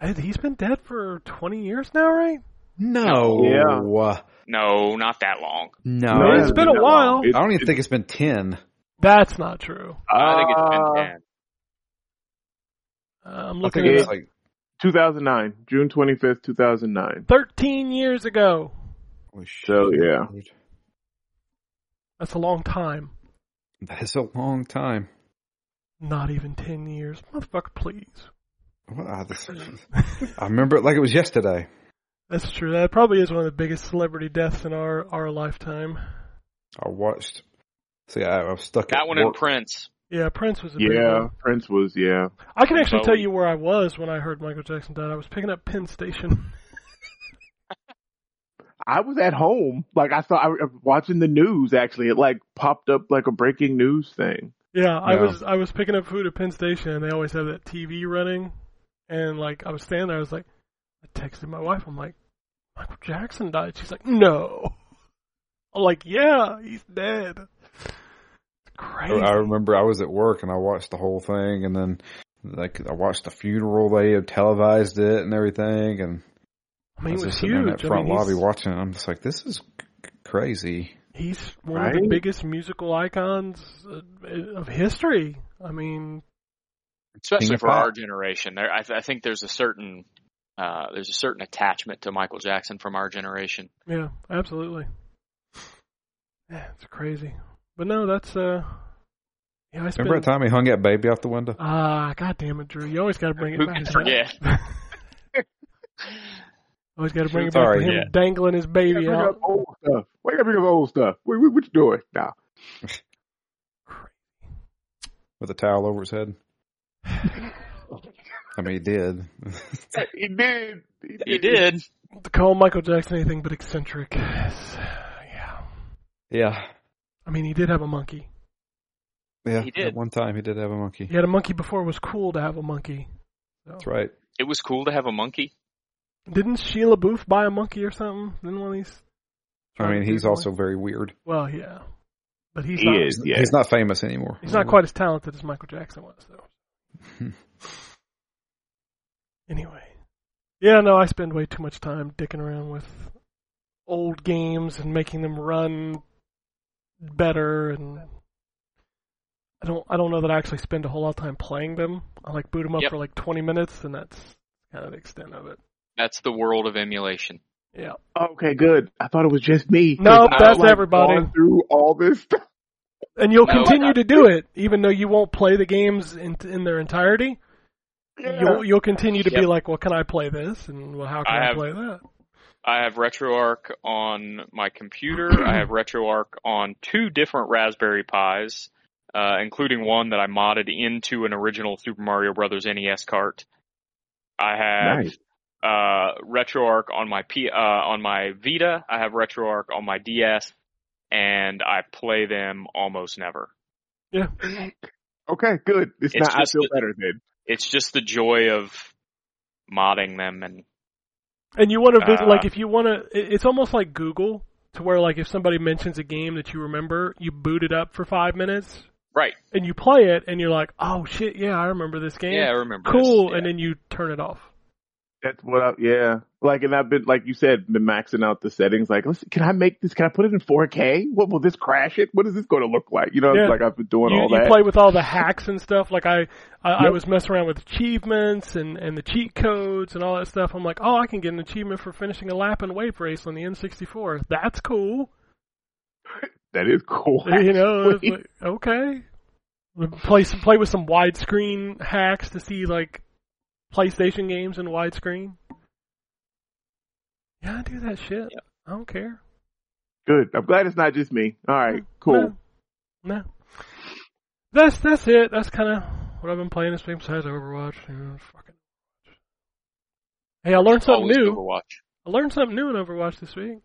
S5: And He's been dead for 20 years now, right?
S6: No,
S7: Yeah.
S2: No, not that long.
S6: no.
S5: Man, it's
S7: Yeah,
S5: been a
S7: that long.
S5: while.
S6: I
S7: It-
S6: don't even think it's been ten.
S5: That's not true.
S2: I think it's
S7: Uh,
S2: been ten.
S5: Uh, I'm
S6: I
S5: looking
S6: think
S5: at
S6: it
S5: it
S6: was
S5: up.
S6: like
S7: 2009, June 25th, 2009.
S5: 13 years ago.
S6: holy shit.
S7: So, yeah.
S6: dude.
S5: That's a long time.
S6: that is a long time.
S5: Not even 10 years. Motherfucker, please.
S6: What are this? I remember it like it was yesterday.
S5: That's true. That probably is one of the biggest celebrity deaths in our, our lifetime.
S6: I watched. See, I, I was stuck.
S2: That
S6: at
S2: one in
S6: work.
S2: Prince.
S5: Yeah, Prince was a big
S7: Yeah,
S5: one.
S7: Prince was, yeah.
S5: I can actually tell
S2: Bowie.
S5: you where I was when I heard Michael Jackson died. I was picking up Penn Station.
S7: I was at home. Like, I saw, I was watching the news actually. It like popped up like a breaking news thing.
S5: Yeah, I
S6: Yeah.
S5: was I was picking up food at Penn Station, and they always have that TV running. And like I was standing there, I was like, I texted my wife. I'm like, Michael Jackson died. She's like, No. I'm like, Yeah, he's dead. It's
S6: I,
S5: crazy.
S6: I remember I was at work and I watched the whole thing, and then like I watched the funeral. They televised it and everything, and
S5: I mean,
S6: I was
S5: it was
S6: just sitting in
S5: huge.
S6: that
S5: I
S6: front
S5: mean,
S6: lobby
S5: he's,
S6: watching. it. I'm just like, this is c- crazy.
S5: he's one of the
S7: Right?
S5: biggest musical icons uh, of history. I mean,
S2: especially
S6: Think
S2: for
S6: about
S2: our
S6: it.
S2: generation. There, I, th- I think there's a certain uh, there's a certain attachment to Michael Jackson from our generation.
S5: Yeah, absolutely. Yeah, it's crazy. But no, that's uh yeah, I spent
S6: Remember that time he hung that baby out the window?
S5: Ah, god damn it, Drew. You always gotta bring it
S2: Who
S5: back.
S2: can
S5: to
S2: forget?
S5: that. always gotta bring it back
S6: Sorry,
S5: to him
S2: yeah.
S5: dangling his baby
S7: Bring
S5: out.
S7: up old stuff. Why you gotta bring up old stuff? What, what, what you doing? Nah.
S6: with a towel over his head. I mean, he did.
S7: He did.
S2: He did.
S5: To call Michael Jackson anything but eccentric. Yeah.
S6: yeah,
S5: I mean he did have a monkey.
S6: yeah.
S2: He did.
S6: At one time, he did have a monkey.
S5: He had a monkey before it was cool to have a monkey.
S6: That's right.
S2: It was cool to have a monkey.
S5: Didn't Sheila Booth buy a monkey or something? Didn't one of these
S6: I mean, he's
S5: Well,
S6: also very weird.
S5: Well, yeah. But he's
S7: He
S5: not
S7: is, yeah.
S6: He's not famous anymore.
S5: He's not quite as talented as Michael Jackson was, though. anyway, yeah, no, I spend way too much time dicking around with old games and making them run better, and I don't, I don't know that I actually spend a whole lot of time playing them. I like boot them up
S2: Yep.
S5: for like twenty minutes, and that's kind of the extent of it.
S2: That's the world of emulation.
S5: Yeah,
S7: Okay, good. I thought it was just me.
S5: No,
S7: I've,
S5: that's everybody.
S7: gone through all this stuff.
S5: and you'll
S2: No,
S5: continue
S2: I-
S5: to do it, even though you won't play the games in in their entirety.
S7: Yeah.
S5: You'll, you'll continue to be
S2: Yep.
S5: like, well, can I play this? And well, how can
S2: I
S5: I,
S2: have-
S5: play that?
S2: I have RetroArch on my computer. I have RetroArch on two different Raspberry Pis, uh, including one that I modded into an original Super Mario Brothers NES cart. I have
S7: Nice.
S2: uh, RetroArch on my P, uh, on my Vita. I have RetroArch on my DS, and I play them almost never.
S5: Yeah.
S7: Okay, good. It's,
S2: It's
S7: not. I
S2: just
S7: feel
S2: that-
S7: better then.
S2: It's just the joy of modding them, and
S5: And you want to visit,
S2: Uh,
S5: like, if you want to, it's almost like Google, to where, like, if somebody mentions a game that you remember, you boot it up for five minutes
S2: right,
S5: and you play it, and you're like, oh shit, yeah, I remember this game.
S2: yeah, I remember. this,
S5: cool.
S2: yeah.
S5: And then you turn it off.
S7: That's what I, yeah. Like, and I've been, like you said, been maxing out the settings. Like, listen, can I make this? Can I put it in 4K? What will this crash it? What is this going to look like? You know,
S5: Yeah.
S7: like I've been doing
S5: you,
S7: all
S5: you
S7: that.
S5: play with all the hacks and stuff. Like I, I, I
S7: Yep.
S5: was messing around with achievements and, and the cheat codes and all that stuff. I'm like, oh, I can get an achievement for finishing a lap and wave race on the N64. That's cool.
S7: that is cool.
S5: you know, it's
S7: actually.
S5: like, okay. Play some, play with some widescreen hacks to see like PlayStation games in widescreen. Yeah, I do that shit. I don't care.
S7: Good. I'm glad it's not just me. All right. Cool.
S5: No. no. That's that's it. That's kind of what I've been playing this week besides Overwatch. You know, fucking. Hey, I learned something
S8: Always
S5: new.
S8: Overwatch.
S5: I learned something new in Overwatch this week.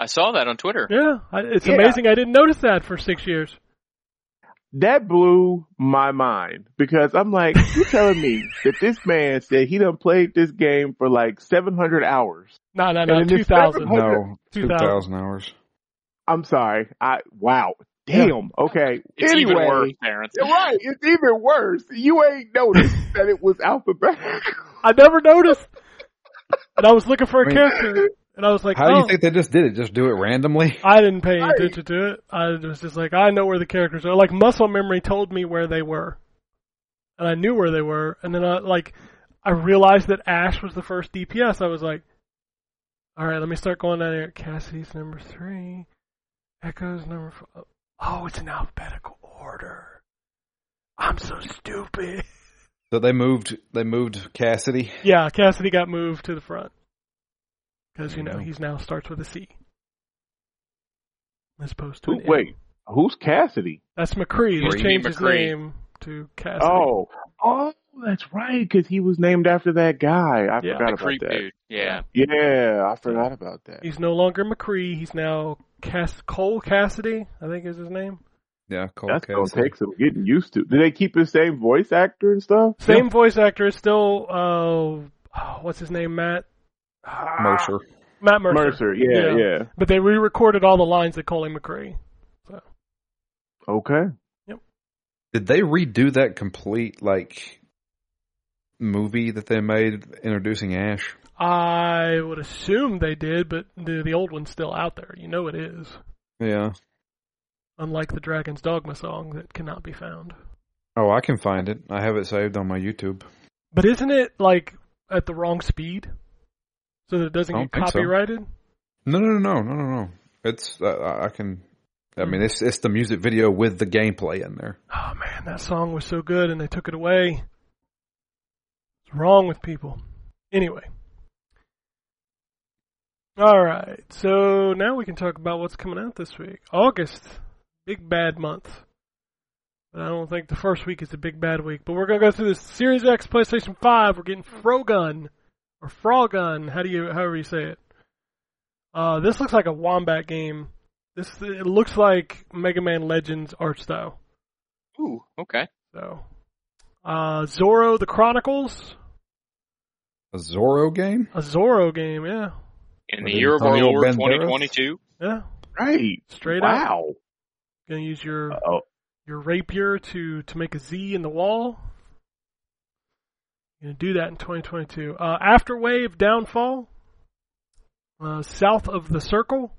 S8: I saw that on Twitter.
S5: Yeah, I, it's
S7: Yeah.
S5: amazing. I didn't notice that for six years.
S7: That blew my mind because I'm like, you telling me that this man said he done played this game for like 700 hours.
S5: No, no,
S7: And
S5: no.
S7: in this
S5: Two thousand.
S7: separate-
S6: No,
S5: 2,000.
S6: 2,000 hours.
S7: I'm sorry. I, wow. Damn. Okay.
S8: It's
S7: anyway.
S8: even worse, Terrence.
S7: Yeah, Right. It's even worse. You ain't noticed that it was alphabetical.
S5: I never noticed. And I was looking for a
S6: I mean-
S5: character, and I was like,
S6: How do
S5: oh,
S6: you think they just did it? Just do it randomly?
S5: I didn't pay any
S7: Right.
S5: attention to it. I was just like, I know where the characters are. Like muscle memory told me where they were, and I knew where they were. And then I like, I realized that Ash was the first DPS. I was like, all right, let me start going down here. Cassidy's number three, Echo's number four. Oh, it's in alphabetical order. I'm so stupid.
S6: So they moved. They moved Cassidy.
S5: Yeah, Cassidy got moved to the front because
S7: Mm-hmm.
S5: you know
S6: Mhm.
S5: he's now starts with a C as opposed to
S7: Who-
S5: an M.
S7: Wait. Who's Cassidy?
S5: That's McCree. They
S8: Green
S5: changed his
S8: McCree.
S5: name to Cassidy.
S7: Oh, oh, that's right, because he was named after that guy. I
S5: Yeah.
S7: forgot
S8: The
S7: about
S8: creep
S7: that.
S8: dude. Yeah.
S7: Yeah, I forgot about that.
S5: He's no longer McCree. He's now Cass- Cole Cassidy, I think is his name.
S6: Yeah, Cole
S7: That's gonna
S6: Cassidy.
S7: take some getting used to. Did they keep his same voice actor and stuff?
S5: Same voice actor. It's still, uh, oh, what's his name? Matt? Ah,
S6: Mercer.
S5: Matt Mercer.
S7: Mercer. Yeah, yeah.
S5: But they re-recorded all the lines that Coley McCree.
S7: Okay.
S6: Did they redo that complete like movie that they made introducing Ash?
S5: I would assume they did, but the, the old one's still out there. You know it is.
S6: Yeah.
S5: Unlike the Dragon's Dogma song that cannot be found.
S6: Oh, I can find it. I have it saved on my YouTube.
S5: But isn't it like at the wrong speed? So that it doesn't
S6: I
S5: get
S6: don't think so.
S5: copyrighted?
S6: No, no, no, no, no, no. It's uh, I I can. I mean, it's it's the music video with the gameplay in there.
S5: Oh man, that song was so good and they took it away. What's wrong with people? Anyway. Alright, so now we can talk about what's coming out this week. August, big bad month. But I don't think the first week is a big bad week. But we're gonna go through this Series X, PlayStation 5. We're getting Frogun or Frogun. How do you, however you say it? Uh, this looks like a wombat game. This it looks like Mega Man Legends art style.
S8: Ooh, okay.
S5: So, uh, Zorro the Chronicles,
S6: A Zorro game.
S5: a Zorro game, yeah,
S8: In
S6: With
S8: the year of our
S6: Antonio
S8: Lord
S6: Banderas?
S8: 2022,
S5: yeah,
S7: Right.
S5: straight up.
S7: wow.
S5: Gonna use your
S7: Oh,
S5: your rapier to to make a Z in the wall. Gonna do that in 2022. Uh, Afterwave Downfall, uh, South of the Circle,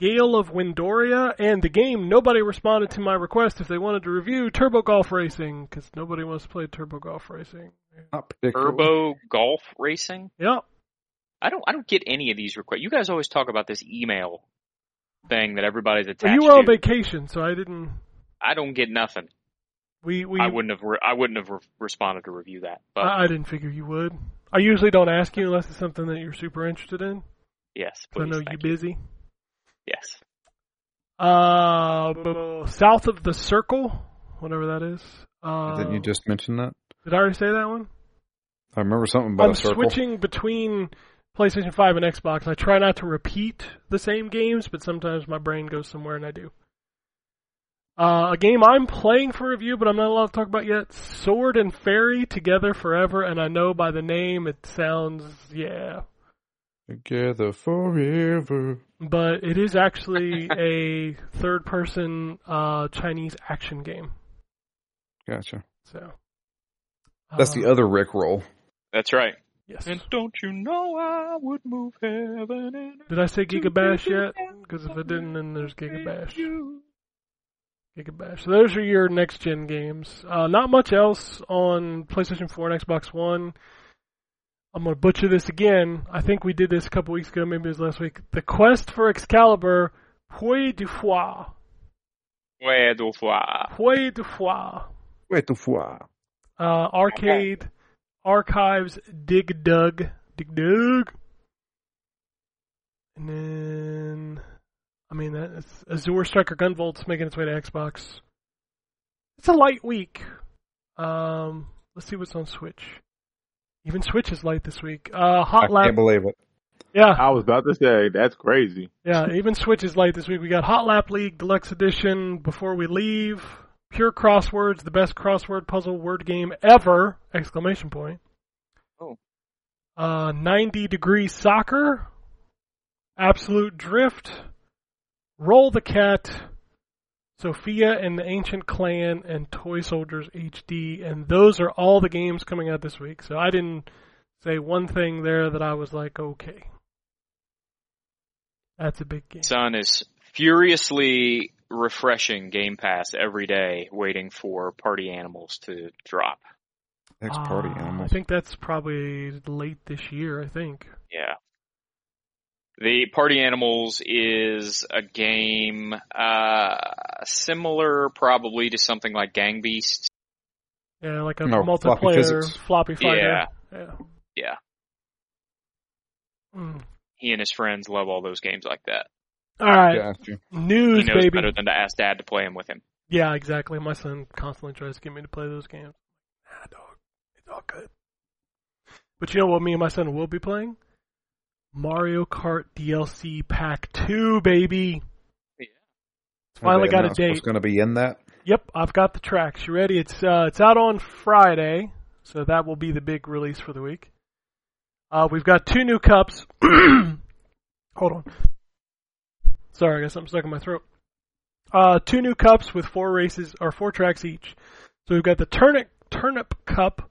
S5: Gale of Windoria, and the game. Nobody responded to my request if they wanted to review Turbo Golf Racing because nobody wants to play Turbo Golf Racing.
S6: Not particularly.
S8: Turbo Golf Racing.
S5: Yep.
S8: I don't. I don't get any of these requests. You guys always talk about this email thing that everybody's
S5: Well,
S8: attached
S5: you were on
S8: to.
S5: vacation, so I didn't.
S8: I don't get nothing.
S5: We we
S8: I wouldn't have. Re- I wouldn't have re- responded to review that. But
S5: I, I didn't figure you would. I usually don't ask you unless it's something that you're super interested in.
S8: yes,
S5: 'cause I
S8: please,
S5: know you're
S8: thank
S5: busy.
S8: Yes,
S5: Uh, b- south of the circle, whatever that is. Uh,
S6: Didn't you just mention that?
S5: did I already say that one?
S6: I remember something about
S5: I'm
S6: a circle.
S5: switching between PlayStation 5 and Xbox. I try not to repeat the same games, but sometimes my brain goes somewhere and I do. Uh, a game I'm playing for review, but I'm not allowed to talk about yet. Sword and Fairy Together Forever, and I know by the name it sounds yeah,
S6: Together forever.
S5: but it is actually a third-person uh, Chinese action game.
S6: Gotcha.
S5: So
S6: That's
S5: uh,
S6: the other Rick roll.
S8: that's right.
S5: Yes.
S8: And don't you know I would move heaven and
S5: Did I say Gigabash yet? Because if I
S8: it
S5: didn't, then there's Gigabash. Gigabash. So those are your next gen games. Uh, not much else on PlayStation 4 and Xbox One. I'm gonna butcher this again. I think we did this a couple weeks ago, maybe it was last week. The quest for Excalibur, Puy du Foie.
S8: Way uh, de fois.
S5: Puy du Foie.
S6: Wait, the fois.
S5: Uh, arcade, archives, Dig Dug, Dig Dug. And then, I mean, that's Azure Striker Gunvolt's making its way to Xbox. It's a light week. Um, let's see what's on Switch. Even Switch is light this week. Uh,
S6: I
S5: Hot Lab,
S6: can't believe it.
S5: yeah,
S7: I was about to say that's crazy.
S5: yeah. Even Switch is light this week. We got Hot Lap League Deluxe Edition. Before we leave, Pure Crosswords, the best crossword puzzle word game ever! Exclamation point.
S8: Oh.
S5: Uh, 90 degree soccer, absolute drift, roll the cat, Sophia and the Ancient Clan, and Toy Soldiers HD, and those are all the games coming out this week. So I didn't say one thing there that I was like, okay, that's a big game.
S8: Son is furiously refreshing Game Pass every day, waiting for Party Animals to drop.
S6: Next party
S5: Uh, I
S6: animals.
S5: think that's probably late this year. I think.
S8: Yeah. The Party Animals is a game uh, similar, probably, to something like Gang Beasts.
S5: Yeah, like a
S6: No, floppy
S5: multiplayer
S6: physics.
S5: floppy,
S8: Yeah.
S5: fighter. Yeah.
S8: Yeah.
S5: Mm.
S8: He and his friends love all those games like that.
S5: All right,
S6: Gotcha.
S8: He
S5: news,
S8: knows
S5: baby.
S8: better than to ask Dad to play him with him.
S5: Yeah, exactly. My son constantly tries to get me to play those games. Nah, dog, it's all good. But you know what? Me and my son will be playing Mario Kart DLC Pack Two, baby.
S8: Yeah.
S5: It's finally
S6: They
S5: got a
S6: announced
S5: date.
S6: What's going to be in that?
S5: Yep, I've got the tracks. You ready? It's uh, it's out on Friday, so that will be the big release for the week. Uh, we've got two new cups. Hold on. Sorry, I got something stuck in my throat. Uh, two new cups with four races or four tracks each. So we've got the turnip turnip cup,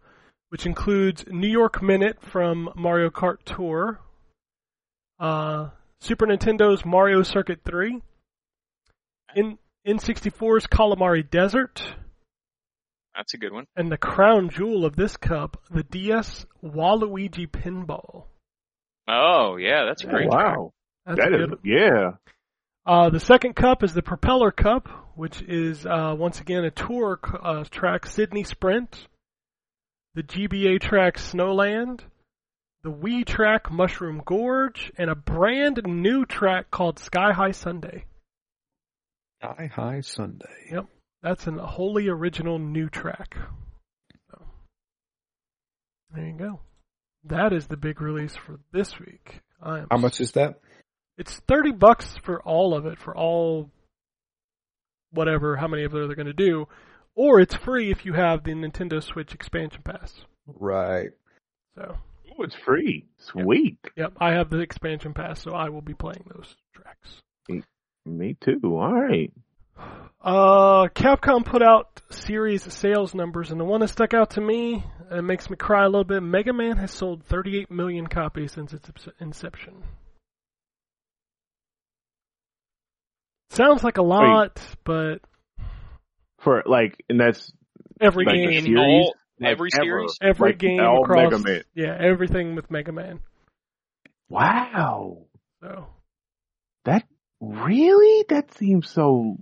S5: which includes New York Minute from Mario Kart Tour, uh, Super Nintendo's Mario Circuit Three, in N64's Calamari Desert,
S8: That's a good one.
S5: and the crown jewel of this cup, the DS Waluigi Pinball.
S8: Oh, yeah, that's a great.
S7: wow,
S5: That's
S7: that
S5: a
S7: is
S5: good-
S7: yeah.
S5: Uh, the second cup is the Propeller Cup, which is uh, once again a tour c- uh, track Sydney Sprint, the GBA track Snowland, the Wii track Mushroom Gorge, and a brand new track called Sky High Sunday.
S6: High High Sunday.
S5: Yep, that's an wholly original new track. So, there you go. That is the big release for this week. I am
S6: How much is that?
S5: It's thirty bucks for all of it, for all whatever, how many of those they're going to do, or it's free if you have the Nintendo Switch expansion pass.
S6: Right.
S5: So,
S7: Oh, it's free. Sweet.
S5: yep, I have the expansion pass, so I will be playing those tracks.
S7: Me too. All right.
S5: Uh, Capcom put out series sales numbers, and the one that stuck out to me and makes me cry a little bit. Mega Man has sold 38 million copies since its inception. Sounds like a lot, but
S7: For like, and that's
S5: every
S7: like
S5: game,
S7: the series,
S8: all-
S7: like,
S8: every
S7: ever.
S8: series?
S5: every
S7: Like,
S5: game
S7: all
S5: across,
S7: Mega Man.
S5: yeah, everything with Mega Man.
S7: Wow,
S5: So
S7: that really that seems so.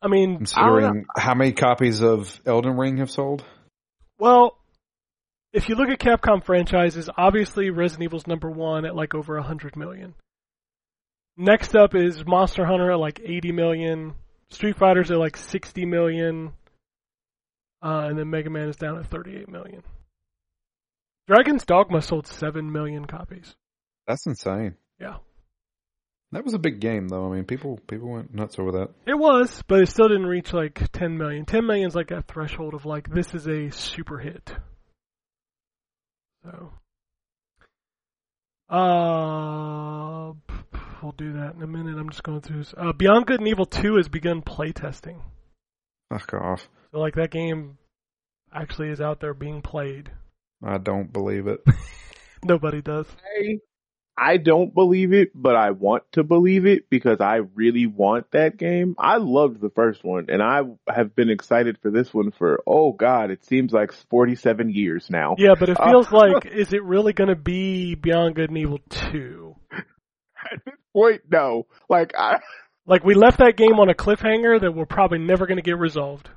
S5: I mean,
S6: Considering how many copies of Elden Ring have sold?
S5: well, if you look at Capcom franchises, obviously Resident Evil's number one at like over hundred million. Next up is Monster Hunter at like eighty million. Street Fighters at like sixty million. Uh, and then Mega Man is down at thirty-eight million. Dragon's Dogma sold seven million copies.
S6: That's insane.
S5: Yeah.
S6: That was a big game, though. I mean, people people went nuts over that.
S5: It was, but it still didn't reach like 10 million. 10 million is like that threshold of like this is a super hit. So, uh, we'll do that in a minute. I'm just going through. This. Uh, Beyond Good and Evil 2 has begun playtesting.
S6: Fuck off.
S5: So like that game actually is out there being played.
S6: I don't believe it.
S5: Nobody does.
S7: I, I don't believe it, but I want to believe it because I really want that game. I loved the first one, and I have been excited for this one for oh god, it seems like forty-seven years now.
S5: Yeah, but it
S7: Uh,
S5: feels like is it really going to be Beyond Good and Evil 2?
S7: Wait, no, like I.
S5: Like we left that game on a cliffhanger that we're probably never going to get resolved.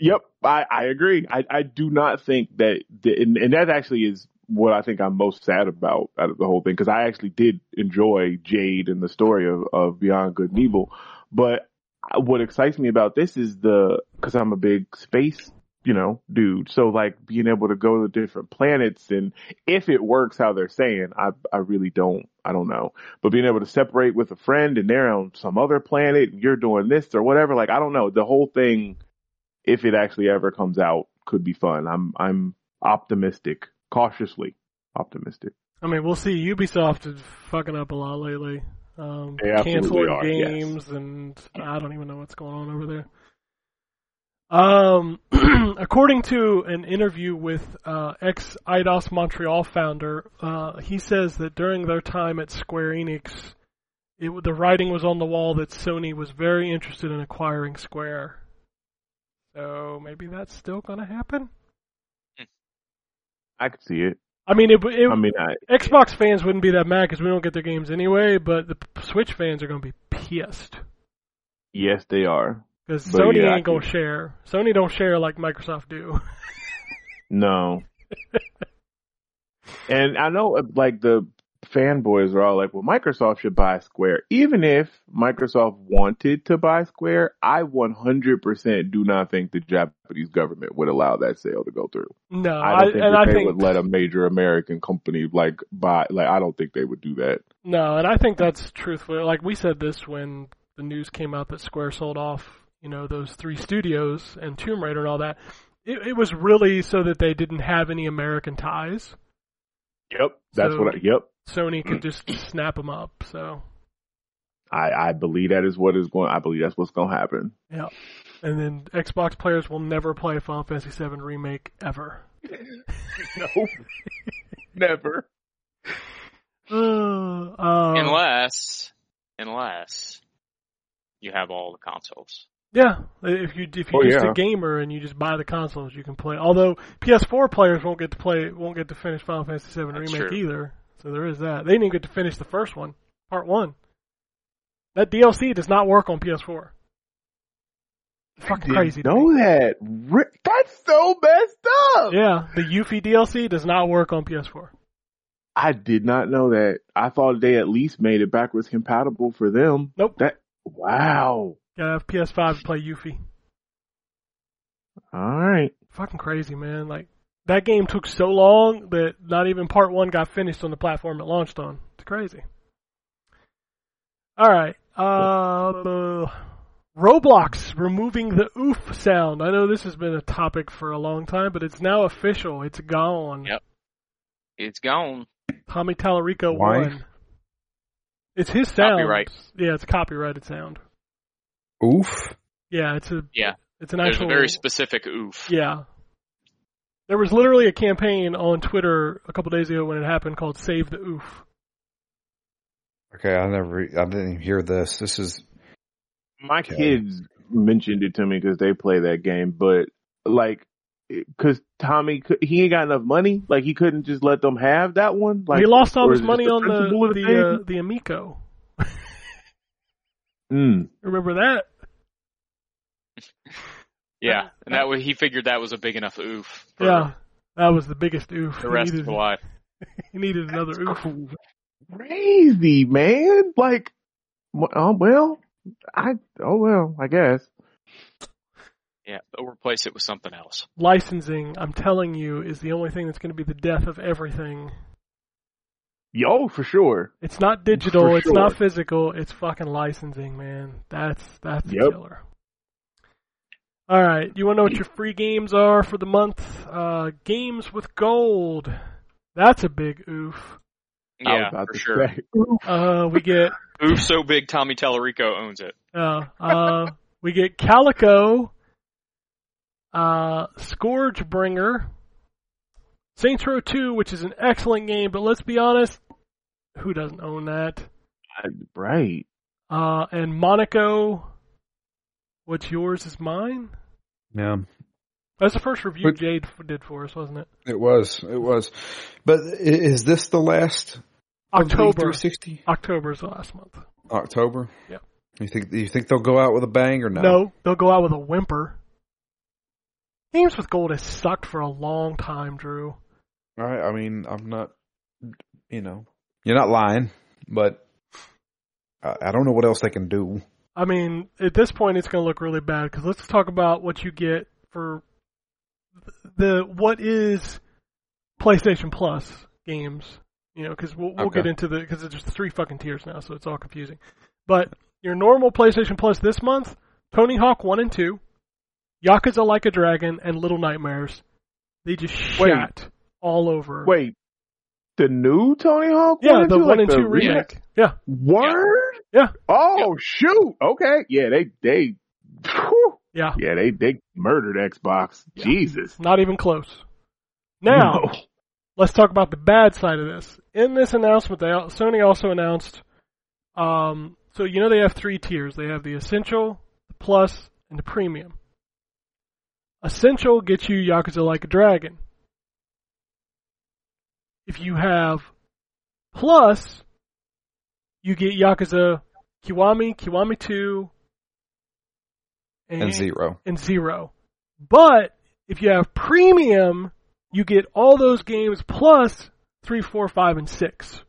S7: Yep, I, I agree. I, I do not think that, the, and, and that actually is what I think I'm most sad about out of the whole thing because I actually did enjoy Jade and the story of, of Beyond Good and Evil, but I- what excites me about this is the because I'm a big space you know dude, so like being able to go to different planets and if it works how they're saying, I I really don't I don't know, but being able to separate with a friend and they're on some other planet and you're doing this or whatever, like I don't know the whole thing if it actually ever comes out could be fun. I'm I'm optimistic, cautiously optimistic.
S5: I mean, we'll see. Ubisoft is fucking up a lot lately. Um,
S7: They
S5: canceling
S7: absolutely are, yes.
S5: games, and I don't even know what's going on over there. Um, according to an interview with uh, ex IDOS Montreal founder, uh, he says that during their time at Square Enix, it, the writing was on the wall that Sony was very interested in acquiring Square. So maybe that's still going to happen.
S7: I could see it.
S5: I mean, it, it
S7: I mean, I,
S5: Xbox fans wouldn't be that mad because we don't get their games anyway, but the p- Switch fans are going to be pissed
S7: yes, they are.
S5: because
S7: But
S5: Sony
S7: yeah, I
S5: ain't going to
S7: can-
S5: share. Sony don't share like Microsoft do.
S7: No. and I know, uh, like the fanboys are all like, "Well, Microsoft should buy Square." Even if Microsoft wanted to buy Square, I 100% do not think the Japanese government would allow that sale to go through.
S5: No,
S7: I don't think
S5: Uh, and
S7: that
S5: I
S7: they
S5: think
S7: would let a major American company like buy. Like, I don't think they would do that.
S5: no, and I think that's truthful. Like we said this when the news came out that Square sold off, you know, those three studios and Tomb Raider and all that. It, it was really so that they didn't have any American ties.
S7: Yep, that's
S5: So-
S7: what. I, yep,
S5: Sony could just snap them up. So
S7: I, I believe that is what is going. I believe that's what's going to happen.
S5: yeah, and then Xbox players will never play Final Fantasy VII remake ever.
S7: No, never.
S5: Uh,
S7: Oh.
S5: uh,
S8: unless, unless you have all the consoles.
S5: yeah, if you if you're
S7: Oh,
S5: just
S7: yeah.
S5: a gamer and you just buy the consoles, you can play. Although PS4 players won't get to play, won't get to finish Final Fantasy VII
S8: That's
S5: remake
S8: true.
S5: either. So there is that. They didn't get to finish the first one, part one. That DLC does not work on PS4. It's fucking crazy. to
S7: Know
S5: me.
S7: that? Ri- That's so messed up.
S5: Yeah, the Yuffie DLC does not work on PS4.
S7: I did not know that. I thought they at least made it backwards compatible for them.
S5: Nope.
S7: That wow.
S5: Gotta have PS5 to play Yuffie.
S7: All right.
S5: Fucking crazy, man. Like that game took so long that not even part one got finished on the platform it launched on. It's crazy. All right. Uh, Roblox removing the oof sound. I know this has been a topic for a long time, but it's now official. It's gone.
S8: Yep. It's gone.
S5: Tommy Tallarico
S6: Why?
S5: won. It's his sound.
S8: Copyright.
S5: Yeah, it's copyrighted sound.
S6: Oof.
S5: Yeah, it's a
S8: Yeah.
S5: It's an
S8: There's
S5: actual
S8: a very specific oof.
S5: Yeah. There was literally a campaign on Twitter a couple days ago when it happened called Save the Oof.
S6: Okay, I never. I didn't even hear this. This is
S7: My
S6: Okay.
S7: kids mentioned it to me because they play that game, but like, because Tommy cou- he ain't got enough money, like he couldn't just let them have that one. Like
S5: he lost all
S7: or
S5: his
S7: is it
S5: money
S7: just
S5: on
S7: principle
S5: the
S7: of
S5: the,
S7: thing?
S5: uh, the Amico.
S7: Mm.
S5: Remember that?
S8: Yeah, and that was, he figured that was a big enough oof. For
S5: yeah. That was the biggest oof.
S8: The rest
S5: he
S8: of
S5: needed,
S8: the life.
S5: he needed another oof.
S7: crazy, man. Like, wh- oh well, I oh well, I guess.
S8: Yeah, but replace it with something else.
S5: Licensing, I'm telling you, is the only thing that's going to be the death of everything.
S7: Yo, Oh, for sure.
S5: It's not digital.
S7: For
S5: it's not
S7: sure.
S5: physical. It's fucking licensing, man. That's that's the
S7: Yep.
S5: killer. All right, you want to know what your free games are for the month? Uh, games with gold. That's a big oof.
S7: I was
S8: Yeah,
S7: about
S8: for
S7: to
S8: sure.
S7: say.
S5: Uh, we get
S8: Oof so big, Tommy Tallarico owns it.
S5: uh, uh, we get Calico, uh, Scourgebringer, Saints Row Two, which is an excellent game, but let's be honest, who doesn't own that?
S7: right.
S5: Uh, and Monaco, what's yours is mine.
S6: yeah.
S5: That's the first review
S6: But-
S5: Jade f- did for us, wasn't it?
S6: It was. It was. But i- is this the last of the
S5: October.
S6: 360?
S5: October is the last month.
S6: October.
S5: Yep.
S6: You think you think they'll go out with a bang or no?
S5: they'll go out with a whimper. Games with gold has sucked for a long time, Drew.
S6: All right. I mean, I'm not, you know, you're not lying, but I, I don't know what else they can do.
S5: I mean, at this point, it's going to look really bad because let's talk about what you get for the what is PlayStation Plus games. You know, because we'll, we'll
S6: Okay.
S5: get into the because it's just three fucking tiers now, so it's all confusing. But your normal PlayStation Plus this month: Tony Hawk One and Two, Yakuza Like a Dragon, and Little Nightmares. They just
S7: Wait.
S5: shat all over.
S7: Wait, the new Tony Hawk?
S5: yeah,
S7: and
S5: the
S7: two?
S5: one
S7: Like
S5: and
S7: the
S5: two remake. Yeah,
S7: Word?
S5: Yeah.
S7: Oh shoot. Okay. Yeah, they they. whew.
S5: yeah,
S7: Yeah, they they murdered Xbox. Jesus.
S5: not even close. Now.
S7: No.
S5: let's talk about the bad side of this. In this announcement, they, al- Sony also announced. Um, so you know they have three tiers. They have the essential, the plus, and the premium. Essential gets you Yakuza Like a Dragon. If you have plus, you get Yakuza Kiwami, Kiwami Two,
S6: And zero.
S5: and zero. But if you have premium, you get all those games plus three, four, five, and six.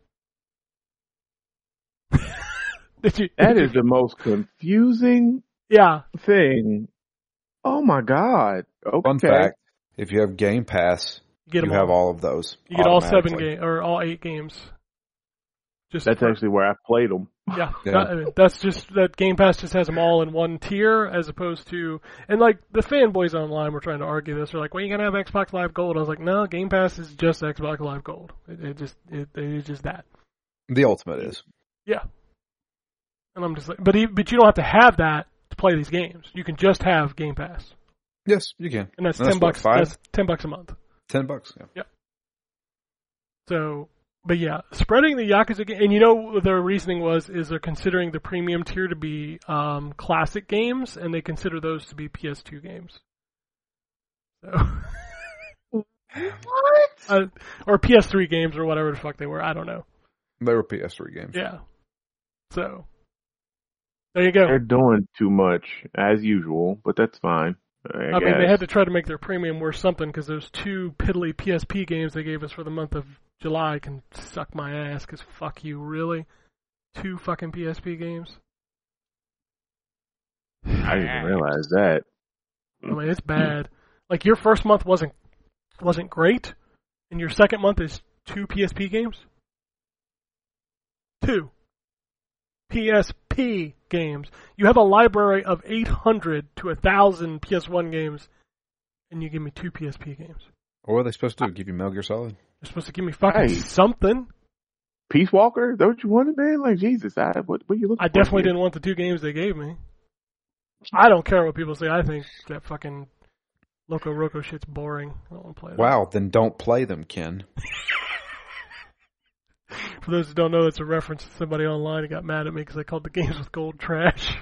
S5: Did you?
S7: That is the most confusing
S5: yeah.
S7: thing. Oh my god. Okay.
S6: Fun fact if you have Game Pass,
S5: You get
S6: you
S5: them
S6: have
S5: all.
S6: all of those.
S5: You get all seven
S6: automatically.
S5: games or all eight games. Just
S7: That's actually where I played them.
S5: yeah.
S6: Yeah.
S5: That- I mean, that's just that Game Pass just has them all in one tier as opposed to and like the fanboys online were trying to argue this. They're like, "Well, you gotta have Xbox Live Gold." I was like, "No, Game Pass is just Xbox Live Gold. It, it just it, it's just that."
S6: The ultimate is.
S5: And I'm just like, but he, but you don't have to have that to play these games. You can just have Game Pass,
S6: Yes, you can.
S5: and that's
S6: And that's
S5: ten
S6: what,
S5: bucks.
S6: five?
S5: That's ten bucks a month.
S6: Ten bucks. Yeah.
S5: So, but yeah, spreading the Yakuza game, and you know their reasoning was is they're considering the premium tier to be um, classic games, and they consider those to be PS2 games. So,
S7: What?
S5: uh, or PS3 games or whatever the fuck they were. I don't know.
S6: They were PS3 games.
S5: Yeah. So, there you go.
S7: They're doing too much as usual, but that's fine. I,
S5: I mean, they
S7: guess.
S5: had to try to make their premium worth something because those two piddly PSP games they gave us for the month of July can suck my ass. Because fuck you, really? Two fucking PSP games.
S7: I didn't even realize that.
S5: I mean, it's bad. Like your first month wasn't wasn't great, and your second month is two PSP games. Two PSP games. You have a library of 800 to 1,000 PS1 games, and you give me two PSP games.
S6: Or what are they supposed to do? Give you Metal Gear Solid?
S5: You're supposed to give me fucking
S7: Hey.
S5: something.
S7: Peace Walker? Is that what you wanted, man? Like Jesus, I what what you looking
S5: I
S7: for
S5: definitely
S7: here?
S5: didn't want the two games they gave me. I don't care what people say. I think that fucking Loco Roco shit's boring. I don't want to play that.
S6: Wow, then don't play them, Ken.
S5: For those who don't know, it's a reference to somebody online who got mad at me because I called the games with gold trash.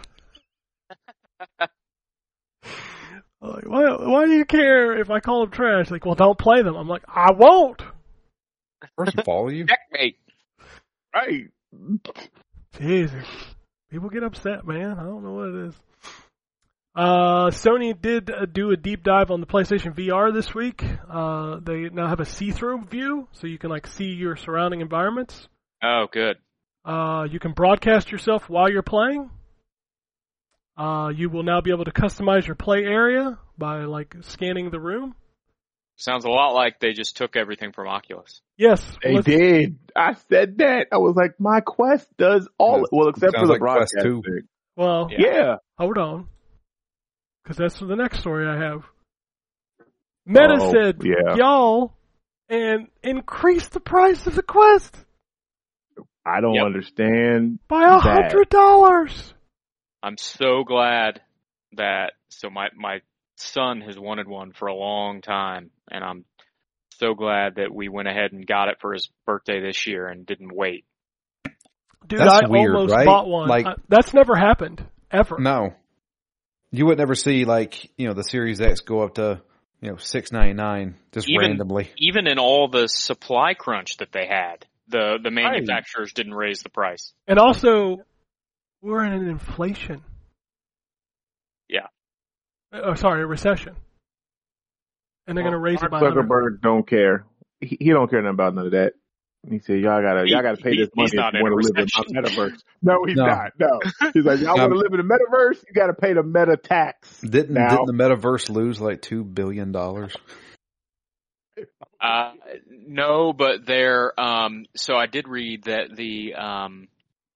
S5: I'm like, why, why do you care if I call them trash? Like, well, don't play them. I'm like, I won't.
S6: First of all, you
S8: Checkmate.
S7: Right.
S5: Jesus. People get upset, man. I don't know what it is. Uh, Sony did uh, do a deep dive on the PlayStation VR this week. Uh, they now have a see-through view, so you can like see your surrounding environments.
S8: Oh, good.
S5: Uh, you can broadcast yourself while you're playing. Uh, you will now be able to customize your play area by like scanning the room.
S8: Sounds a lot like they just took everything from Oculus.
S5: Yes,
S7: They
S5: let's-
S7: did. I said that. I was like, my quest does all
S6: Sounds-
S7: well except for
S6: sounds
S7: the
S6: like Quest
S7: broadcast.
S6: two.
S7: thing.
S5: Well,
S8: Yeah.
S7: Yeah.
S5: Hold on. Because that's the next story I have. Meta
S7: Oh,
S5: said,
S7: yeah.
S5: y'all, and increase the price of the Quest
S7: I don't
S8: Yep.
S7: understand.
S5: by a
S7: That-
S5: hundred dollars.
S8: I'm so glad that so my my son has wanted one for a long time, and I'm so glad that we went ahead and got it for his birthday this year and didn't wait.
S5: Dude,
S6: That's
S5: I
S6: weird,
S5: almost
S6: right?
S5: bought one.
S6: Like-
S5: I- that's never happened ever.
S6: no, you would never see like you know the Series X go up to you know six ninety nine just
S8: Even-
S6: randomly.
S8: Even in all the supply crunch that they had, the the manufacturers didn't raise the price.
S5: And also, we're in an inflation.
S8: Yeah.
S5: Uh, Oh, sorry, a recession. And they're going to raise it by
S7: Mark
S5: 100
S7: Zuckerberg don't care. he, he don't care nothing about none of that. He said, "Y'all gotta, y'all gotta pay
S2: He-
S7: this money
S2: he's
S7: if you
S2: not in a
S7: want to live in my metaverse." No, he's
S6: No.
S7: not. No, he's like, "Y'all want
S6: No.
S7: to live in the metaverse? You gotta pay the meta tax."
S6: Didn't
S7: Now-
S6: didn't the metaverse lose like two billion dollars?
S2: Uh, no, but they're, um, so I did read that the, um,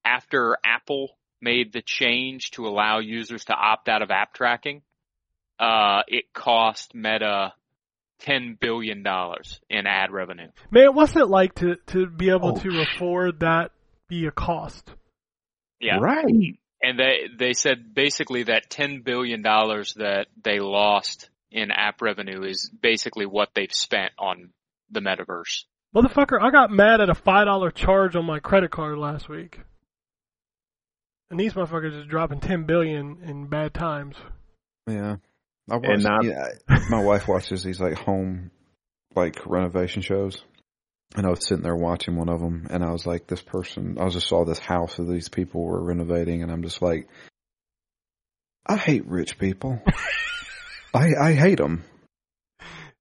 S2: after Apple made the change to allow users to opt out of app tracking, uh, it cost Meta $10 billion in ad revenue.
S5: Man, what's it like to to be able
S6: Oh,
S5: to afford that be a cost?
S2: Yeah.
S7: Right.
S2: And they, they said basically that $10 billion that they lost in app revenue is basically what they've spent on the metaverse.
S5: Motherfucker, I got mad at a five dollar charge on my credit card last week. And these motherfuckers is dropping ten billion in bad times.
S6: Yeah, I watched,
S7: And not-
S6: yeah, my wife watches these like home like renovation shows, and I was sitting there watching one of them, and I was like, this person, I just saw this house that these people were renovating, and I'm just like, I hate rich people. I I hate them.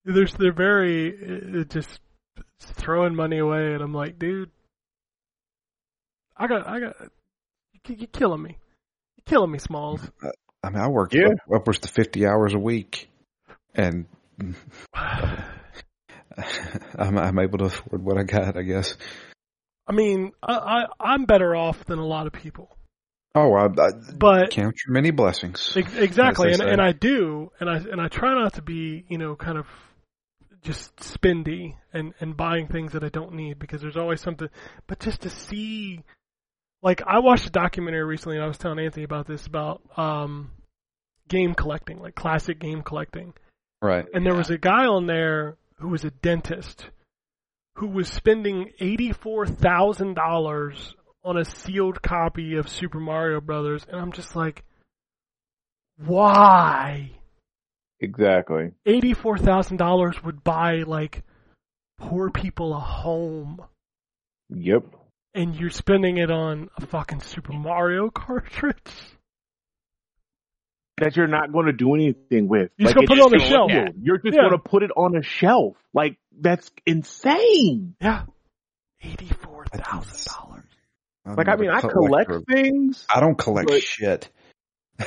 S5: There's they're very it, it just it's throwing money away, and I'm like, dude, I got I got you- you're killing me, you're killing me, Smalls.
S6: I mean, I work
S7: Yeah.
S6: up- upwards to fifty hours a week, and I'm I'm able to afford what I got, I guess.
S5: I mean, I, I I'm better off than a lot of people,
S6: Oh, I, I
S5: but
S6: count your many blessings.
S5: Ex- Exactly,
S6: As
S5: and
S6: they
S5: and
S6: say.
S5: I do, and I and I try not to be, you know, kind of just spendy and and buying things that I don't need because there's always something. But just to see, like I watched a documentary recently, and I was telling Anthony about this about um game collecting, like classic game collecting,
S6: Right.
S5: and there was a guy on there who was a dentist who was spending eighty four thousand dollars on a sealed copy of Super Mario Brothers, and I'm just like, why?
S7: Exactly.
S5: Eighty four thousand dollars would buy like poor people a home,
S7: Yep.
S5: and you're spending it on a fucking Super Mario cartridge.
S7: That you're not going to do anything with.
S5: You just gonna
S7: Like,
S5: put it
S7: it's
S5: on the
S7: just
S5: shelf.
S7: gonna- You're just
S5: Yeah.
S7: going to put it on a shelf. Like that's insane.
S5: Yeah, eighty four thousand dollars.
S6: I'm
S7: Like I
S6: not a
S7: mean, I collect
S6: collector.
S7: things.
S6: I don't collect
S7: but-
S6: shit.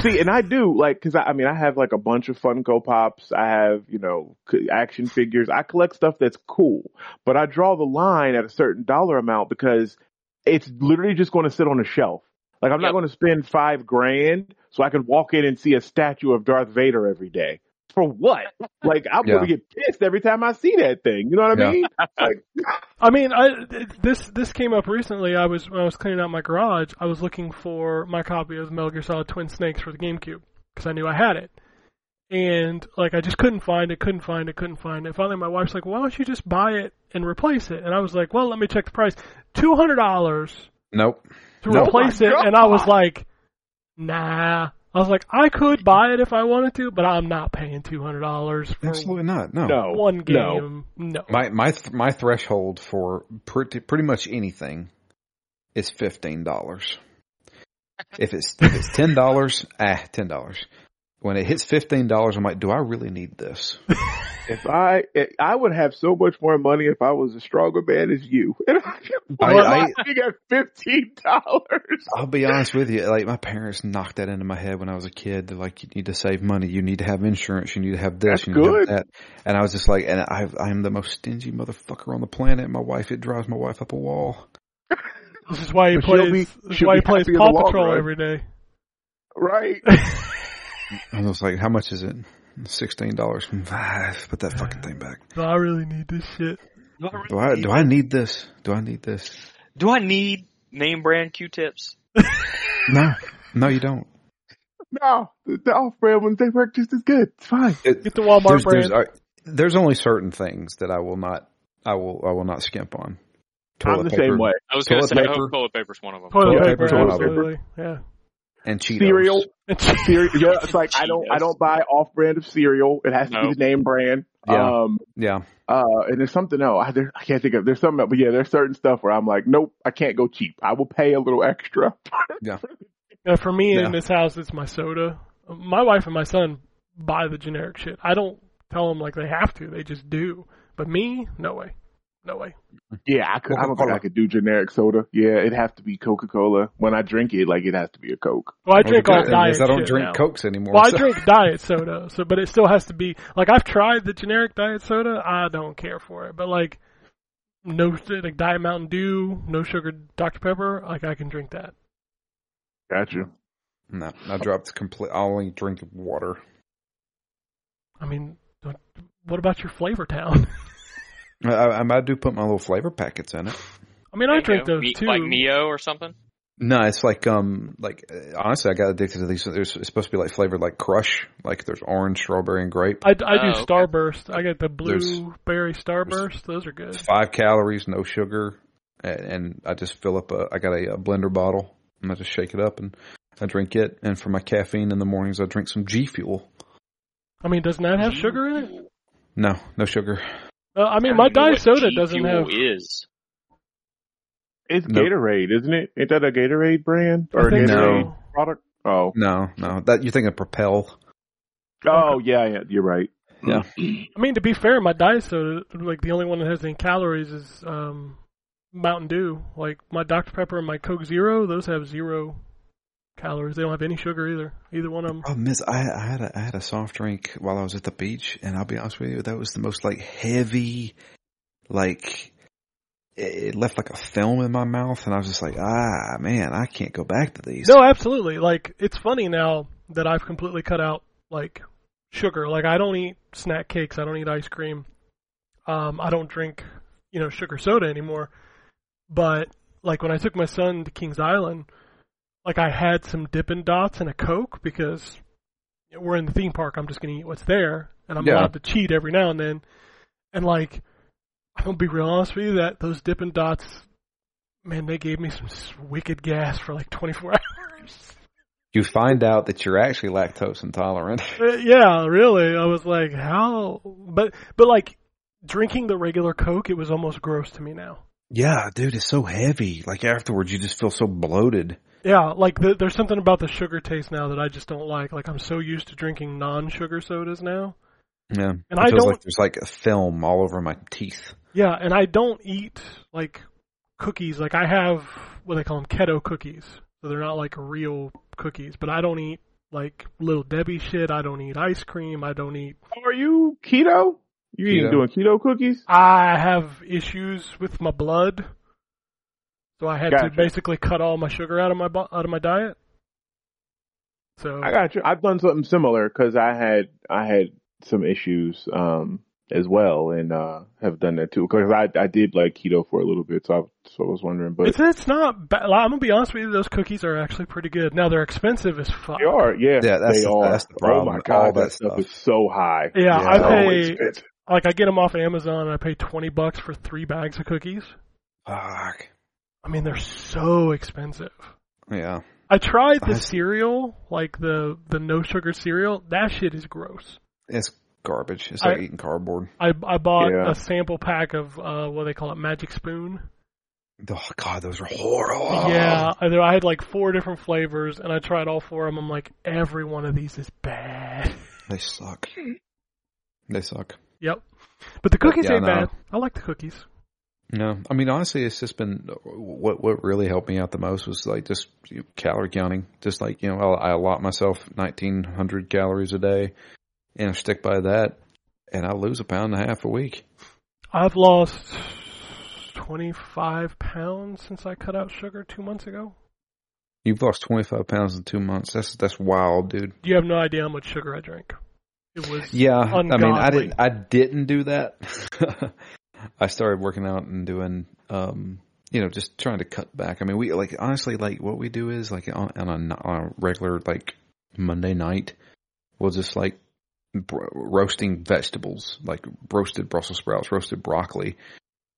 S7: See, and I do like because I, I mean, I have like a bunch of Funko Pops. I have you know c- action figures. I collect stuff that's cool, but I draw the line at a certain dollar amount because it's literally just going to sit on a shelf. Like I'm not
S2: Yep.
S7: going to spend five grand so I can walk in and see a statue of Darth Vader every day. For what? Like I'm
S6: Yeah.
S7: going to get pissed every time I see that thing. You know what I
S6: Yeah.
S7: mean? Like
S5: I mean, I th- this this came up recently. I was when I was cleaning out my garage, I was looking for my copy of Metal Gear Solid Twin Snakes for the GameCube because I knew I had it, and like I just couldn't find it, couldn't find it, couldn't find it. Finally, my wife's like, "Why don't you just buy it and replace it?" And I was like, "Well, let me check the price: two hundred dollars
S6: Nope.
S5: to
S6: No.
S5: replace it." And I was like, "Nah." I was like, "I could buy it if I wanted to, but I'm not paying two hundred dollars for
S6: Absolutely not. No.
S7: no,
S5: one
S7: no.
S5: game." No.
S6: My my th- my threshold for pretty pretty much anything is fifteen dollars. If it's if it's ten dollars, ah, ten dollars. When it hits fifteen dollars, I'm like, do I really need this?
S7: If I, I would have so much more money if I was a stronger man as you. And I can
S6: I-
S7: buy you got fifteen dollars.
S6: I'll be honest with you. Like my parents knocked that into my head when I was a kid. They're like, you need to save money. You need to have insurance. You need to have this.
S7: That's
S6: you need to have
S7: good.
S6: that. And I was just like, and I, I'm the most stingy motherfucker on the planet. My wife, it drives my wife up a wall.
S5: This is why he
S7: But she'll
S5: plays.
S7: be-
S5: this is
S7: she'll
S5: why
S7: be
S5: he plays
S7: happy in the
S5: Paw
S7: long
S5: Patrol
S7: run.
S5: every day.
S7: Right.
S6: I was like, how much is it? Sixteen dollars. Put that fucking thing back.
S5: Do I really need this shit?
S6: Do I do I need this? Do I need this?
S2: Do I need name brand Q-tips?
S6: No, no, you don't.
S7: No, the, the off-brand ones they work just as good. It's fine.
S5: Get the Walmart
S6: There's,
S5: brand.
S6: there's uh, there's only certain things that I will not I will I will not skimp on. Toilet
S7: I'm the
S6: paper
S7: same way.
S2: I was going to
S6: Toilet
S2: say
S6: paper.
S2: oh, toilet paper's one of them.
S5: toilet
S7: toilet
S5: paper,
S6: paper, toilet paper.
S5: absolutely. Yeah.
S6: and Cheetos.
S7: Cereal,
S5: It's-
S7: cereal. Yeah, it's like I don't, I don't buy off-brand of cereal. It has to
S2: No.
S7: be the name brand.
S6: Yeah.
S7: Um,
S6: Yeah,
S7: uh, and there's something else. I, there, I can't think of. There's something, else, but yeah, there's certain stuff where I'm like, nope, I can't go cheap. I will pay a little extra.
S5: now, for me
S6: Yeah.
S5: in this house, it's my soda. My wife and my son buy the generic shit. I don't tell them like they have to; they just do. But me, no way, no way.
S7: Yeah, I could. I don't think I
S6: Coca-Cola.
S7: could do generic soda. Yeah, it'd have to be Coca Cola. When I drink it, like it has to be a Coke.
S5: Well, I drink
S6: Well,
S5: all
S6: the good thing
S5: diet.
S6: is I don't
S5: shit
S6: drink
S5: now.
S6: Cokes anymore.
S5: Well, I
S6: so-
S5: drink diet soda, so but it still has to be like I've tried the generic diet soda. I don't care for it, but like no like diet Mountain Dew, no sugar Dr Pepper, like I can drink that.
S7: Gotcha.
S6: No, I dropped complete. I only drink water.
S5: I mean, don't- what about your Flavor Town?
S6: I, I, I do put my little flavor packets in it.
S5: I mean, I drink
S2: Neo?
S5: those
S2: Me-
S5: too.
S2: Like Neo or something?
S6: No, it's like um, like uh, honestly, I got addicted to these. There's it's supposed to be like flavored like Crush. Like there's orange, strawberry, and grape.
S5: I, I do
S2: Oh, okay.
S5: Starburst. I get the
S6: There's-
S5: blueberry Starburst. Those are good.
S6: It's five calories, no sugar, and, and I just fill up a. I got a, uh blender bottle, and I just shake it up and I drink it. And for my caffeine in the mornings, I drink some G Fuel.
S5: I mean, doesn't that have sugar in it?
S6: No, no sugar.
S5: Uh, I
S2: I don't
S5: mean, my
S2: even know
S5: diet
S2: what
S5: soda
S2: G
S5: doesn't
S2: Fuel
S5: have.
S2: Is
S7: It's
S6: Nope.
S7: Gatorade, isn't it? Ain't that a Gatorade brand
S5: I
S7: or a
S5: think
S6: so.
S7: Gatorade product? Oh,
S6: No, no. That you're thinking of Propel.
S7: oh yeah, yeah, you're right.
S5: I mean, to be fair, my diet soda, like the only one that has any calories, is um, Mountain Dew. Like my Dr Pepper and my Coke Zero, those have zero calories. They don't have any sugar either. Either one of them.
S6: Oh, miss, I, I had a, I had a soft drink while I was at the beach, and I'll be honest with you, that was the most like heavy, like it it left like a film in my mouth, and I was just like, ah, man, I can't go back to these.
S5: No, absolutely. Like it's funny now that I've completely cut out like sugar. Like I don't eat snack cakes. I don't eat ice cream. Um, I don't drink you know sugar soda anymore. But like when I took my son to Kings Island, like I had some Dippin' Dots and a Coke because we're in the theme park. I'm just gonna eat what's there, and I'm
S6: Yeah.
S5: allowed to cheat every now and then. And like, I'm gonna be real honest with you that those Dippin' Dots, man, they gave me some s- wicked gas for like 24 hours.
S6: You find out that you're actually lactose intolerant.
S5: Uh, yeah, really. I was like, how? But but like drinking the regular Coke, it was almost gross to me now.
S6: yeah, dude, it's so heavy. Like afterwards, you just feel so bloated.
S5: Yeah, like the, there's something about the sugar taste now that I just don't like. Like I'm so used to drinking non-sugar sodas now.
S6: Yeah, and
S5: I don't-
S6: like there's like a film all over my teeth.
S5: Yeah, and I don't eat like cookies. Like I have what they call them keto cookies, so they're not like real cookies. But I don't eat like little Debbie shit. I don't eat ice cream. I don't eat
S7: Are you keto? You even
S6: Keto.
S7: doing keto cookies?
S5: I have issues with my blood, so I had to
S7: Gotcha.
S5: basically cut all my sugar out of my bo- out of my diet. So
S7: I got you. I've done something similar because I had I had some issues um as well, and uh have done that too. Because I I did like keto for a little bit, so I, so I was wondering, but
S5: it's it's not bad. I'm gonna be honest with you; those cookies are actually pretty good. Now they're expensive as fuck.
S7: They are, yeah.
S6: Yeah, that's
S7: they
S6: the-
S7: are.
S6: that's the
S7: Oh
S6: problem.
S7: my god,
S6: All
S7: that,
S6: that
S7: stuff.
S6: stuff.
S7: is so high.
S5: Yeah,
S6: Yeah.
S5: I
S7: So
S5: pay
S7: expensive.
S5: like I get them off Amazon. and I pay twenty bucks for three bags of cookies.
S6: Fuck.
S5: I mean, they're so expensive.
S6: Yeah.
S5: I tried the
S6: I see.
S5: cereal, like the the no sugar cereal. That shit is gross.
S6: It's garbage. It's
S5: I-
S6: like eating cardboard.
S5: I I bought
S7: Yeah.
S5: a sample pack of uh, what do they call it, Magic Spoon.
S6: Oh god, those are horrible.
S5: Yeah, I, I had like four different flavors, and I tried all four of them. I'm like, every one of these is bad.
S6: They suck. They suck.
S5: yep. But the cookies
S6: Yeah,
S5: ain't
S6: no.
S5: bad. I like the cookies.
S6: No, I mean honestly, it's just been what what really helped me out the most was like just you know, calorie counting. Just like you know, I, I allot myself nineteen hundred calories a day, and I stick by that, and I lose a pound and a half a week.
S5: I've lost 25 pounds since I cut out sugar two months ago.
S6: You've lost twenty five pounds in two months. That's that's wild, dude.
S5: You have no idea how much sugar I drank. It was
S6: Yeah, I mean, I
S5: Ungodly.
S6: didn't. I didn't do that. I started working out and doing, um, you know, just trying to cut back. I mean, we like honestly, like what we do is like on, on, a, n- on a regular like Monday night, we'll just like bro- roasting vegetables, like roasted Brussels sprouts, roasted broccoli,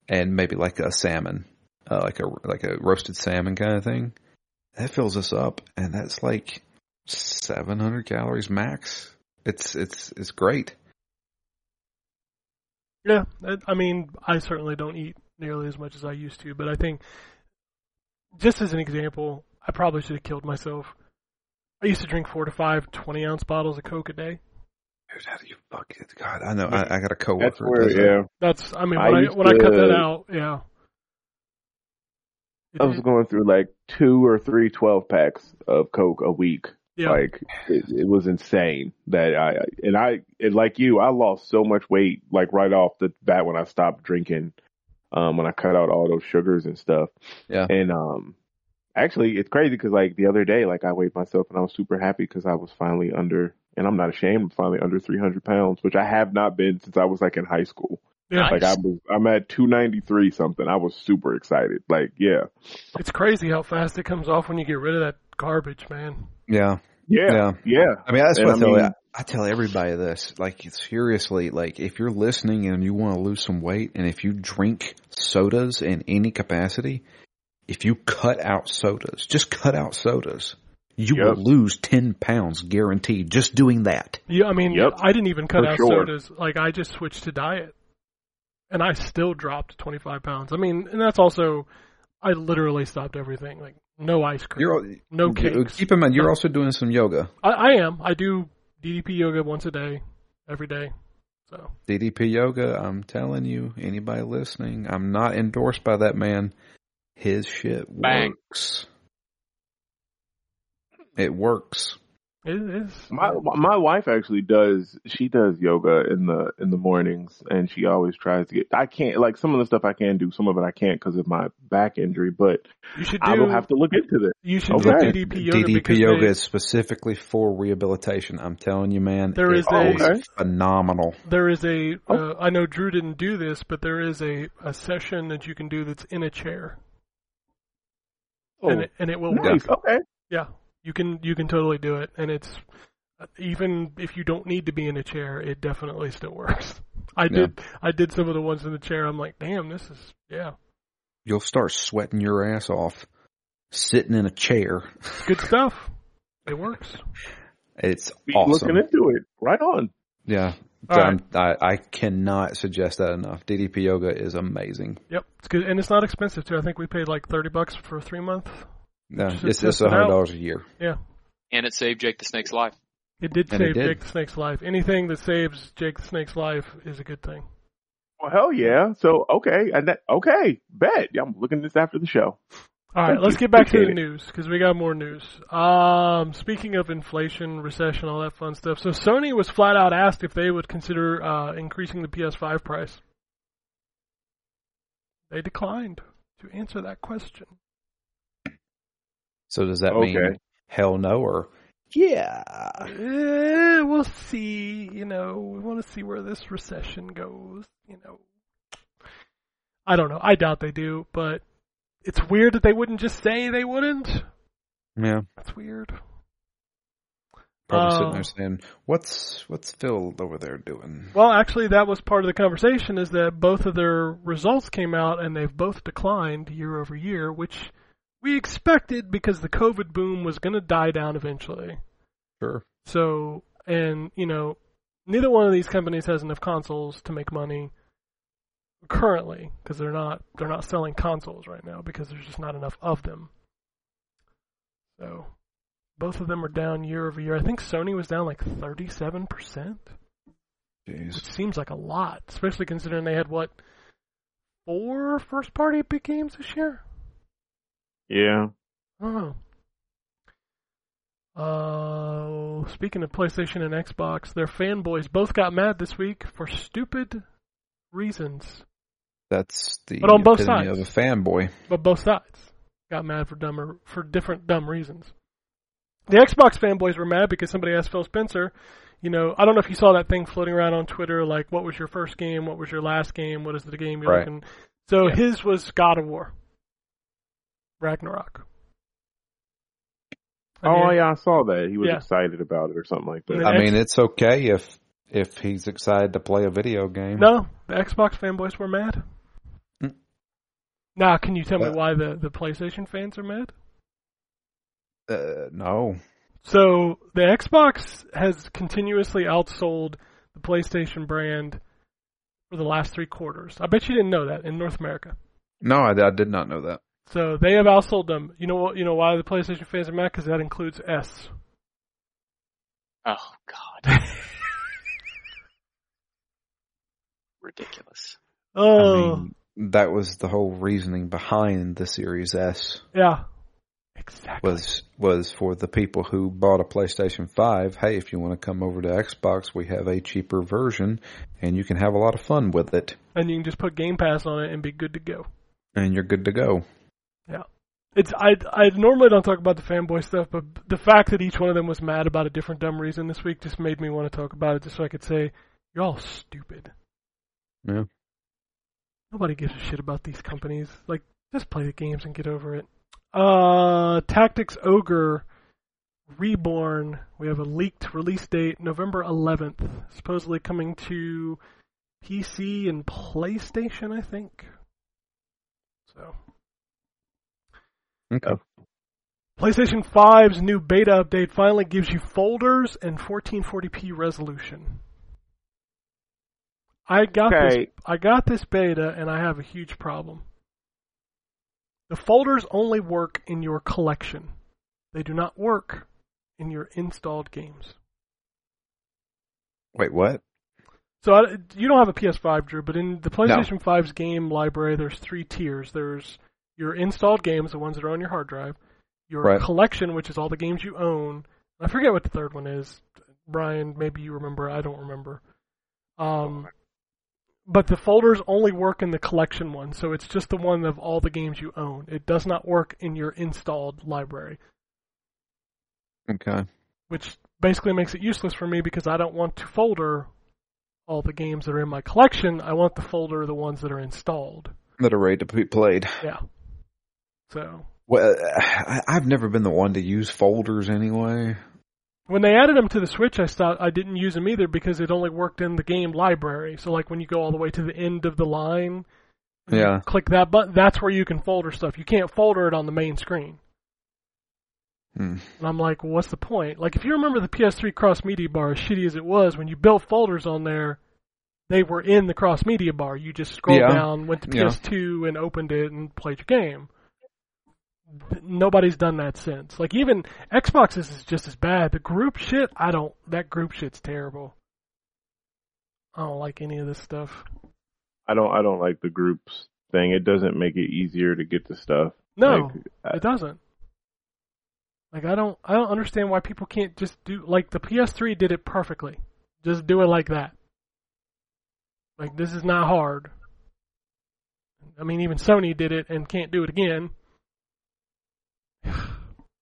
S6: and maybe like a salmon, uh, like a like a roasted salmon kind of thing. That fills us up, and that's like seven hundred calories max. It's it's it's great.
S5: Yeah, I- I mean, I certainly don't eat nearly as much as I used to, but I think, just as an example, I probably should have killed myself. I used to drink four to five 20 ounce bottles of Coke a day.
S6: dude, how do you fucking God? I know. I, I got a coworker.
S7: That's where,
S6: that-
S7: yeah.
S5: That's I mean
S7: I
S5: when I,
S7: used
S5: when I cut
S7: to-
S5: that out, yeah.
S7: I was going through like two or three 12 packs of Coke a week.
S5: yeah.
S7: Like it, it was insane that I and I and like you, I lost so much weight like right off the bat when I stopped drinking, um, when I cut out all those sugars and stuff.
S6: Yeah.
S7: And um, actually, it's crazy because like the other day, like I weighed myself and I was super happy because I was finally under, and I'm not ashamed, I'm finally under 300 pounds, which I have not been since I was like in high school.
S5: Yeah.
S7: Like I was, I'm at 293 something. I was super excited. Like yeah,
S5: It's crazy how fast it comes off when you get rid of that garbage, man.
S6: yeah,
S7: yeah, yeah.
S6: yeah. I mean, that's what I
S7: And I
S6: tell.
S7: mean-
S6: I, I tell everybody this. Like, seriously, like if you're listening and you want to lose some weight, and if you drink sodas in any capacity, if you cut out sodas, just cut out sodas, you
S7: Yep.
S6: will lose ten pounds guaranteed. Just doing that.
S5: Yeah, I mean
S7: Yep.
S5: I didn't even cut
S7: For
S5: out
S7: sure.
S5: sodas. Like I just switched to diet. And I still dropped twenty five pounds. I mean, and that's also I literally stopped everything. Like no ice cream.
S6: You're
S5: no cakes.
S6: Keep in mind, you're also doing some yoga,
S5: I, I am. I do DDP yoga once a day, every day. So
S6: DDP yoga. I'm telling you, anybody listening, I'm not endorsed by that man. His shit
S2: Bang.
S6: works. It works.
S5: it is.
S7: My my wife actually does. She does yoga in the in the mornings, and she always tries to get. I can't like some of the stuff I can do, some of it I can't because of my back injury. But
S5: you should do.
S7: I will have to look into this.
S5: you should
S7: Okay.
S5: do DDP yoga
S6: DDP
S5: because
S6: yoga
S5: they-
S6: is specifically for rehabilitation. I'm telling you, man,
S5: There
S6: it
S5: is a-
S7: Okay.
S6: phenomenal.
S5: there is a.
S7: Oh.
S5: Uh, I know Drew didn't do this, but there is a, a session that you can do that's in a chair,
S7: Oh,
S5: and it, and it will work.
S7: nice. Okay.
S5: Yeah, you can you can totally do it, and it's uh, even if you don't need to be in a chair, it definitely still works. I
S6: Yeah.
S5: did I did some of the ones in the chair. I'm like, damn, this is yeah,
S6: You'll start sweating your ass off sitting in a chair.
S5: good stuff. It works.
S6: It's
S7: Be
S6: awesome.
S7: Looking into it. Right on.
S6: Yeah.
S5: All right.
S6: I'm- I, I cannot suggest that enough. DDP yoga is amazing.
S5: Yep, it's good, and it's not expensive too. I think we paid like thirty bucks for three months.
S6: Yeah,
S5: Should
S6: it's
S5: test
S6: just
S5: it out.
S6: $100 a year.
S2: and it saved Jake the Snake's life.
S5: It did
S6: And it
S5: save
S6: did.
S5: Jake the Snake's life. Anything that saves Jake the Snake's life is a good thing.
S7: Well, hell yeah. So okay, and that okay, bet. Yeah, I'm looking this after the show.
S5: All right,
S7: Thank
S5: let's
S7: you.
S5: get back to the
S7: Appreciate
S5: news because we got more news. Um, speaking of inflation, recession, all that fun stuff. So Sony was flat out asked if they would consider uh, increasing the PS5 price. They declined to answer that question.
S6: So does that mean
S7: Okay.
S6: hell no or yeah?
S5: Eh, we'll see. You know, we want to see where this recession goes. You know, I don't know. I doubt they do, but it's weird that they wouldn't just say they wouldn't.
S6: Yeah.
S5: That's weird.
S6: Probably
S5: Uh,
S6: sitting there saying, what's, what's Phil over there doing?
S5: Well, actually, that was part of the conversation is that both of their results came out and they've both declined year over year, which we expected because the COVID boom was going to die down eventually.
S6: Sure.
S5: So, and, you know, neither one of these companies has enough consoles to make money currently because they're not they're not selling consoles right now because there's just not enough of them. So, both of them are down year over year. I think Sony was down like 37%.
S6: Jeez.
S5: Which seems like a lot, especially considering they had what four first party big games this year.
S7: Yeah.
S5: I don't know. Uh, speaking of PlayStation and Xbox, their fanboys both got mad this week for stupid reasons,
S6: That's the
S5: But on both
S6: epitome
S5: sides.
S6: of a fanboy.
S5: but both sides got mad for dumber for different dumb reasons. The Xbox fanboys were mad because somebody asked Phil Spencer, you know, I don't know if you saw that thing floating around on Twitter, like what was your first game, what was your last game, what is the game you're
S6: Right.
S5: looking. So his was God of War, Ragnarok. And
S7: Oh
S5: the-
S7: yeah, I saw that. He was
S5: Yeah.
S7: excited about it or something like
S5: And
S7: that.
S5: then-
S6: I
S5: Ex-
S6: mean, it's okay if if he's excited to play a video game.
S5: No, the Xbox fanboys were mad.
S6: Hmm.
S7: Mm.
S5: Now, can you tell me
S6: Well-
S5: why the, the PlayStation fans are mad?
S6: uh, no.
S5: So the Xbox has continuously outsold the PlayStation brand for the last three quarters. I bet you didn't know that in North America.
S6: No, I, I did not know that.
S5: So they have outsold them. You know what? You know why the PlayStation fans are mad? Because that includes S.
S2: Oh God.
S8: ridiculous.
S5: Oh,
S6: I mean, that was the whole reasoning behind the Series S
S5: yeah. Exactly.
S6: was was for the people who bought a PlayStation 5, hey, if you want to come over to Xbox, we have a cheaper version and you can have a lot of fun with it
S5: and you can just put Game Pass on it and be good to go.
S6: and you're good to go.
S5: It's I I normally don't talk about the fanboy stuff, but the fact that each one of them was mad about a different dumb reason this week just made me want to talk about it, just so I could say you're all stupid.
S6: Yeah.
S5: Nobody gives a shit about these companies. Like, just play the games and get over it. Uh, Tactics Ogre Reborn. We have a leaked release date, November 11th. Supposedly coming to PC and PlayStation, I think. So.
S6: Okay.
S5: PlayStation 5's new beta update finally gives you folders and 1440p resolution. I got this
S7: Okay.
S5: I got this beta and I have a huge problem. The folders only work in your collection. They do not work in your installed games.
S6: Wait, what?
S5: So I, you don't have a PS5, Drew, but in the PlayStation 5's game library, there's three tiers. There's your installed games, the ones that are on your hard drive, your
S6: Right.
S5: collection, which is all the games you own. I forget what the third one is. Brian, maybe you remember. I don't remember. Um, but the folders only work in the collection one, so it's just the one of all the games you own. It does not work in your installed library,
S6: Okay.
S5: which basically makes it useless for me because I don't want to folder all the games that are in my collection. I want to folder the ones that are installed.
S6: That are ready to be played.
S5: Yeah. So
S6: Well, I- I've never been the one to use folders anyway.
S5: when they added them to the Switch, I stopped. I didn't use them either because it only worked in the game library. So like when you go all the way to the end of the line, you
S6: Yeah.
S5: click that button. That's where you can folder stuff. You can't folder it on the main screen.
S6: Hmm.
S5: And I'm like, well, what's the point? Like if you remember the PS3 cross media bar, as shitty as it was, when you built folders on there, they were in the cross media bar. You just scrolled
S6: Yeah.
S5: down, um, went to
S6: Yeah.
S5: PS2 and opened it and played your game. Nobody's done that since. Like even Xboxes is just as bad. The group shit, I don't. That group shit's terrible. I don't like any of this stuff.
S7: I don't I don't like the groups thing. It doesn't make it easier to get the stuff.
S5: No,
S7: Like,
S5: it doesn't. Like I don't, I don't understand why people can't just do like the PS3 did it perfectly. Just do it like that. Like this is not hard. I mean, even Sony did it and can't do it again.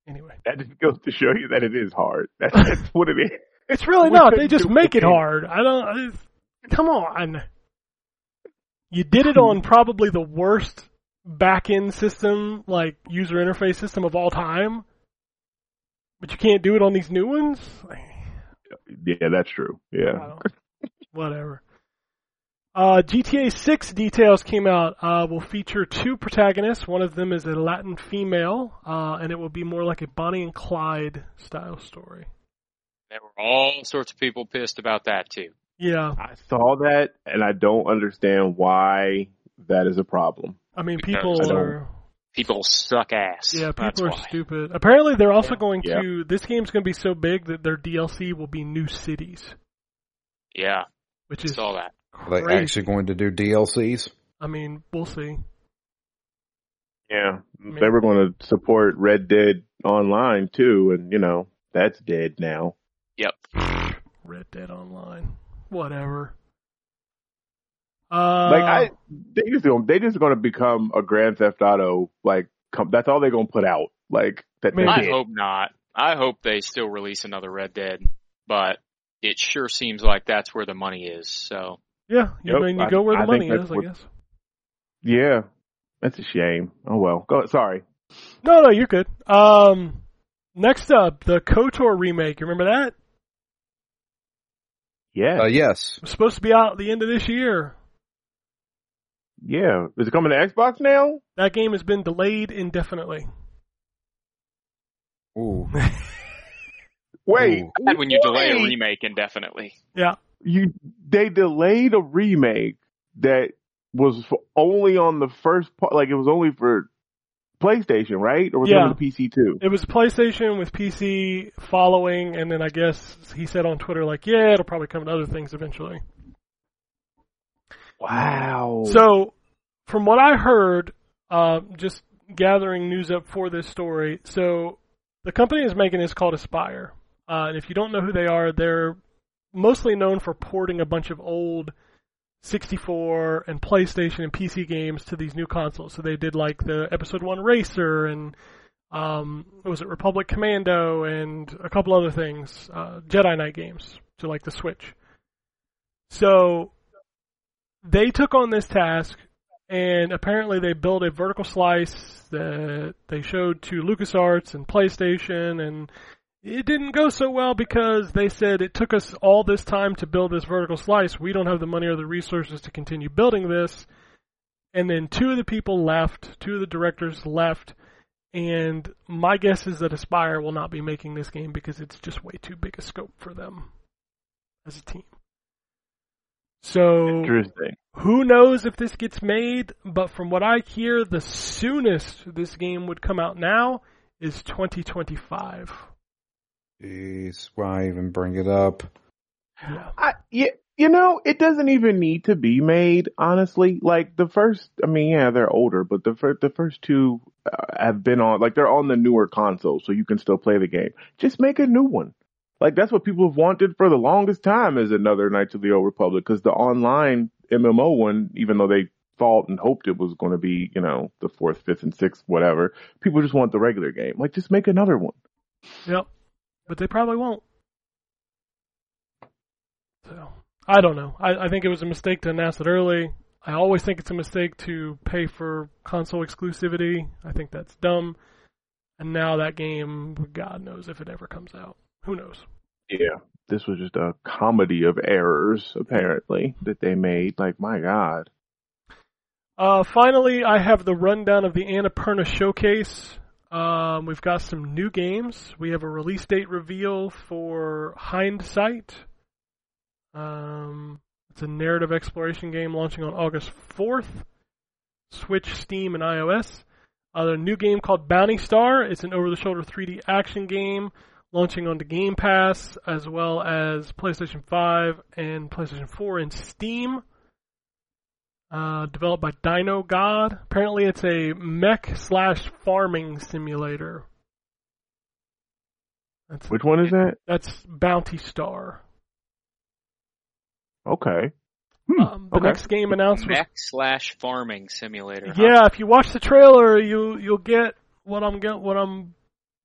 S5: anyway,
S7: that just goes to show you that it is hard. That's, that's what it is.
S5: it's really
S7: We
S5: not. They
S7: couldn't
S5: just
S7: do it
S5: make it
S7: again.
S5: hard. I don't. I just- come on. You did it on probably the worst back end system, like user interface system of all time. But you can't do it on these new ones?
S7: Yeah, that's true.
S5: I
S7: Yeah.
S5: don't- Whatever. Uh, GTA 6 details came out. Uh, will feature two protagonists. One of them is a Latin female, uh, and it will be more like a Bonnie and Clyde style story.
S2: There were all sorts of people pissed about that too.
S5: Yeah,
S7: I saw that and I don't understand why that is a problem.
S5: I mean,
S2: Because
S5: people
S7: I don't-
S5: are.
S2: People suck ass.
S5: Yeah,
S2: That's
S5: people are
S2: why.
S5: stupid. Apparently, they're also going
S7: Yeah.
S5: to. This game's going to be so big that their DLC will be new cities,
S2: Yeah,
S5: which
S2: I
S5: is
S2: saw that.
S6: Are they
S5: crazy.
S6: actually going to do DLCs?
S5: I mean, we'll see.
S7: Yeah.
S5: mean-
S7: They were going to support Red Dead Online too and you know, that's dead now.
S2: Yep.
S5: Red Dead Online, whatever. Uh,
S7: like I they just gonna, they just going to become a Grand Theft Auto like com- that's all they're going to put out. Like that
S5: Maybe.
S7: they
S2: I
S7: did.
S2: hope not. I hope they still release another Red Dead, but it sure seems like that's where the money is. So
S5: yeah, you,
S7: Yep,
S5: mean, you
S7: I-
S5: go where the
S7: I think
S5: money
S7: that's
S5: is, I
S7: what-
S5: guess.
S7: Yeah. That's a shame. Oh well. Go sorry.
S5: No, no, you're good. Um, next up, the Kotor remake. You remember that?
S7: Yeah.
S6: Uh, yes.
S5: It was supposed to be out at the end of this year.
S7: Yeah. Is it coming to Xbox now?
S5: That game has been delayed indefinitely.
S6: Ooh.
S7: Wait.
S6: Ooh.
S2: bad when you delay a
S7: wait.
S2: remake indefinitely.
S5: Yeah,
S7: you they delayed a remake that was for only on the first part, like it was only for PlayStation, right? Or was
S5: Yeah.
S7: it on the PC too?
S5: It was PlayStation with PC following, and then I guess he said on Twitter, like, yeah, it'll probably come to other things eventually.
S7: Wow.
S5: So, from what I heard, uh, just gathering news up for this story, so the company is making is called Aspire. Uh, and if you don't know who they are, they're mostly known for porting a bunch of old 64 and PlayStation and PC games to these new consoles. So they did like the Episode 1 Racer and um, what was it Republic Commando and a couple other things, uh, Jedi Knight games to like the Switch. So they took on this task and apparently they built a vertical slice that they showed to LucasArts and PlayStation and it didn't go so well because they said it took us all this time to build this vertical slice. We don't have the money or the resources to continue building this. And then two of the people left, two of the directors left, and my guess is that Aspire will not be making this game because it's just way too big a scope for them as a team. So
S7: Interesting.
S5: who knows if this gets made, but from what I hear, the soonest this game would come out now is 2025.
S6: Jeez, why even bring it up?
S5: Yeah.
S7: I, you, you know, it doesn't even need to be made, honestly. Like the first, I mean, yeah, they're older, but the first, the first two uh, have been on, like they're on the newer console, so you can still play the game. Just make a new one. Like that's what people have wanted for the longest time is another Knights of the Old Republic, because the online MMO one, even though they thought and hoped it was going to be, you know, the fourth, fifth, and sixth, whatever, people just want the regular game. Like just make another one.
S5: Yep. But they probably won't. So I don't know. I, I think it was a mistake to announce it early. I always think it's a mistake to pay for console exclusivity. I think that's dumb. And now that game, God knows if it ever comes out. Who knows?
S7: Yeah. This was just a comedy of errors, apparently, that they made. Like, my God.
S5: Uh, finally, I have the rundown of the Annapurna showcase. Um, we've got some new games. We have a release date reveal for Hindsight. Um, it's a narrative exploration game launching on August 4th. Switch, Steam, and iOS. Uh, a new game called Bounty Star. It's an over-the-shoulder 3D action game launching onto Game Pass as well as PlayStation 5 and PlayStation 4 and Steam uh, developed by Dino God. Apparently, it's a mech slash farming simulator. That's
S7: Which one is that?
S5: that's Bounty Star.
S7: Okay. Hmm.
S5: Um, the
S7: okay.
S5: next game announced was
S8: Mech slash farming simulator. huh?
S5: yeah. If you watch the trailer, you you'll get what I'm get what I'm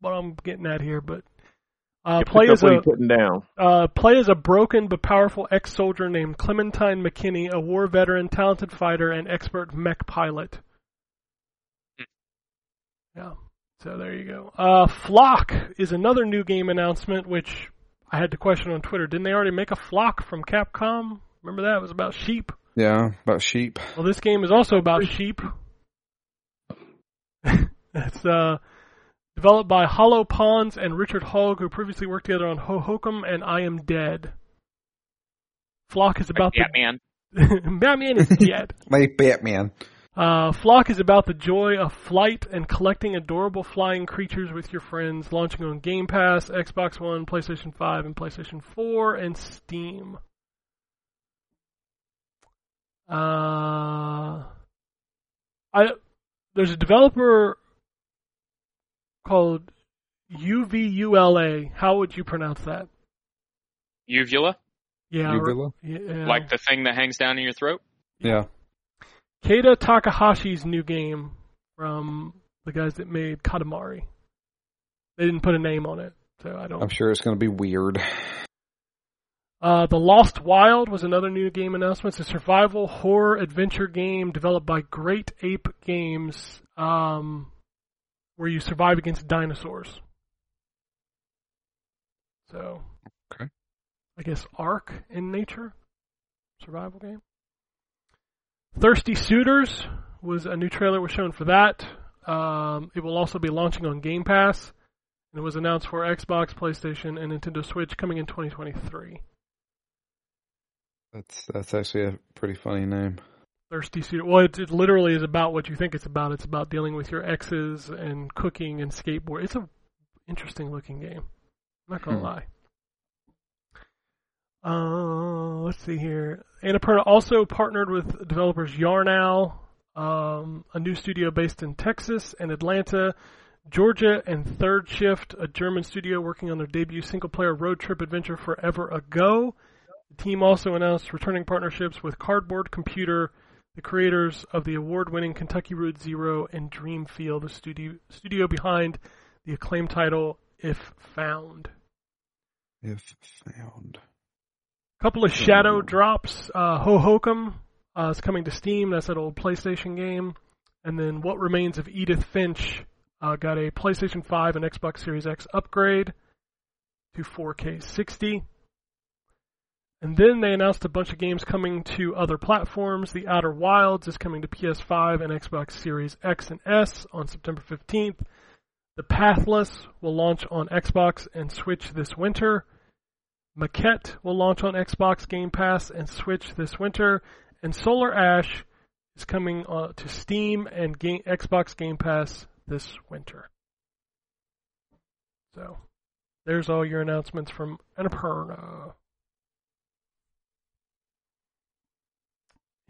S5: what I'm getting at here. But uh,
S7: You
S5: play
S7: picked
S5: as
S7: up what
S5: a
S7: you putting down.
S5: Uh, play as a broken but powerful ex-soldier named Clementine McKinney, a war veteran, talented fighter, and expert mech pilot. Yeah. So there you go. Uh, Flock is another new game announcement, which I had to question on Twitter. Didn't they already make a Flock from Capcom? Remember that? It was about sheep.
S6: Yeah, about sheep.
S5: Well, this game is also about sheep. it's uh, developed by Hollow Ponds and Richard Hogg, who previously worked together on Ho Hokum and I Am Dead. Flock is about
S8: yeah, man.
S5: the Batman is dead.
S6: Like Batman.
S5: Uh, Flock is about the joy of flight and collecting adorable flying creatures with your friends. Launching on Game Pass, Xbox One, PlayStation 5, and PlayStation 4, and Steam. Uh, I there's a developer called UVULA. How would you pronounce that?
S8: Uvula,
S5: Yeah,
S6: You
S5: or-
S6: Villa?
S5: yeah.
S8: like the thing that hangs down in your throat.
S6: Yeah.
S5: Keita Takahashi's new game from the guys that made Katamari. They didn't put a name on it, so I
S6: I'm
S5: don't.
S6: sure it's going to be weird.
S5: Uh, the Lost Wild was another new game announcement. It's a survival horror adventure game developed by Great Ape Games, um, where you survive against dinosaurs. So,
S6: Okay.
S5: I guess Ark in nature, survival game. Thirsty Suitors was a new trailer was shown for that. Um, it will also be launching on Game Pass, and it was announced for Xbox, PlayStation, and Nintendo Switch coming in 2023.
S6: That's that's actually a pretty funny name.
S5: Thirsty Suitor. Well, it, it literally is about what you think it's about. It's about dealing with your exes and cooking and skateboard. It's a interesting looking game. I'm not gonna
S6: Hmm.
S5: lie. Uh, let's see here. Annapurna also partnered with developers Yarnow, um, a new studio based in Texas and Atlanta, Georgia, and Third Shift, a German studio working on their debut single-player road trip adventure Forever Ago. The team also announced returning partnerships with Cardboard Computer, the creators of the award-winning Kentucky Route Zero and Dreamfield, the studio studio behind the acclaimed title If Found.
S6: If found.
S5: couple of shadow drops. Uh, Ho Hokum uh, is coming to Steam. That's that old PlayStation game. And then What Remains of Edith Finch uh, got a PlayStation 5 and Xbox Series X upgrade to 4K 60. And then they announced a bunch of games coming to other platforms. The Outer Wilds is coming to PS5 and Xbox Series X and S on September 15th. The Pathless will launch on Xbox and Switch this winter. Maquette will launch on Xbox Game Pass and Switch this winter, and Solar Ash is coming uh, to Steam and game, Xbox Game Pass this winter. So, there's all your announcements from Annapurna.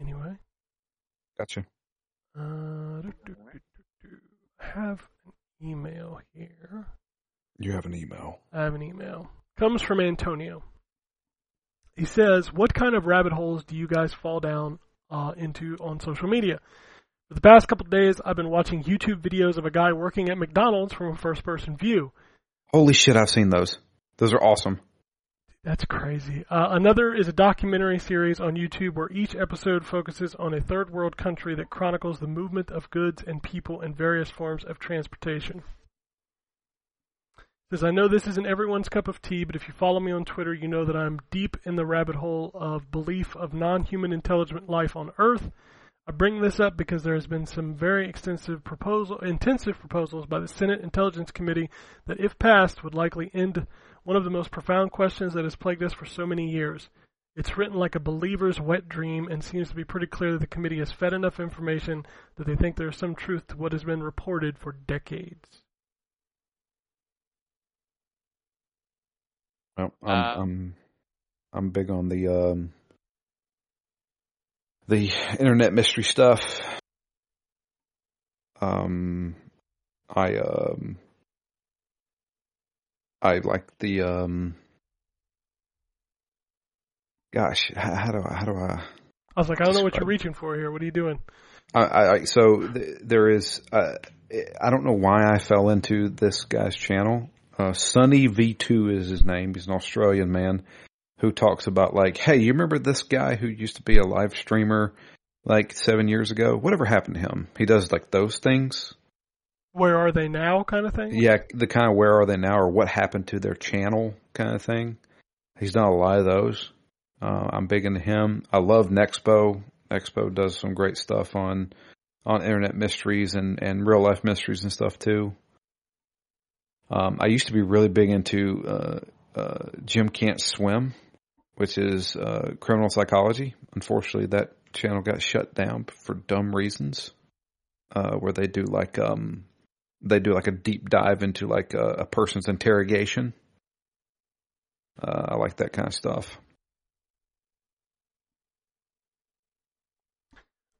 S5: Anyway,
S6: Gotcha.
S5: uh, do, do, do, do, do. I have an email here.
S6: You have an email.
S5: I have an email. Comes from Antonio. He says, "What kind of rabbit holes do you guys fall down uh, into on social media?" For the past couple of days, I've been watching YouTube videos of a guy working at McDonald's from a first-person view.
S6: Holy shit, I've seen those. Those are awesome.
S5: That's crazy. Uh, another is a documentary series on YouTube where each episode focuses on a third world country that chronicles the movement of goods and people in various forms of transportation. Says, I know this isn't everyone's cup of tea, but if you follow me on Twitter, you know that I'm deep in the rabbit hole of belief of non human intelligent life on Earth. I bring this up because there has been some very extensive proposal, intensive proposals by the Senate Intelligence Committee that, if passed, would likely end one of the most profound questions that has plagued us for so many years. It's written like a believer's wet dream and seems to be pretty clear that the committee has fed enough information that they think there is some truth to what has been reported for decades.
S6: Well, I'm,
S2: Uh,
S6: I'm I'm big on the um the internet mystery stuff. Um, I um I like the um. Gosh, h- how do I, how do I?
S5: I was like, I don't know what
S6: Describe.
S5: you're reaching for here. What are you doing?
S6: I, I, I so th- there is. Uh, I don't know why I fell into this guy's channel. Uh, Sunny V two is his name. He's an Australian man who talks about like, hey, you remember this guy who used to be a live streamer like seven years ago? Whatever happened to him? He does like those things.
S5: Where are they now? Kind of thing.
S6: Yeah, the kind of where are they now or what happened to their channel kind of thing. He's done a lot of those. Uh, I'm big into him. I love Nexpo. Expo does some great stuff on on internet mysteries and and real life mysteries and stuff too. Um, I used to be really big into uh, uh, Jim Can't Swim, which is uh, criminal psychology. Unfortunately, that channel got shut down for dumb reasons, uh, where they do like um, they do like a deep dive into like a, a person's interrogation. Uh, I like that kind of stuff.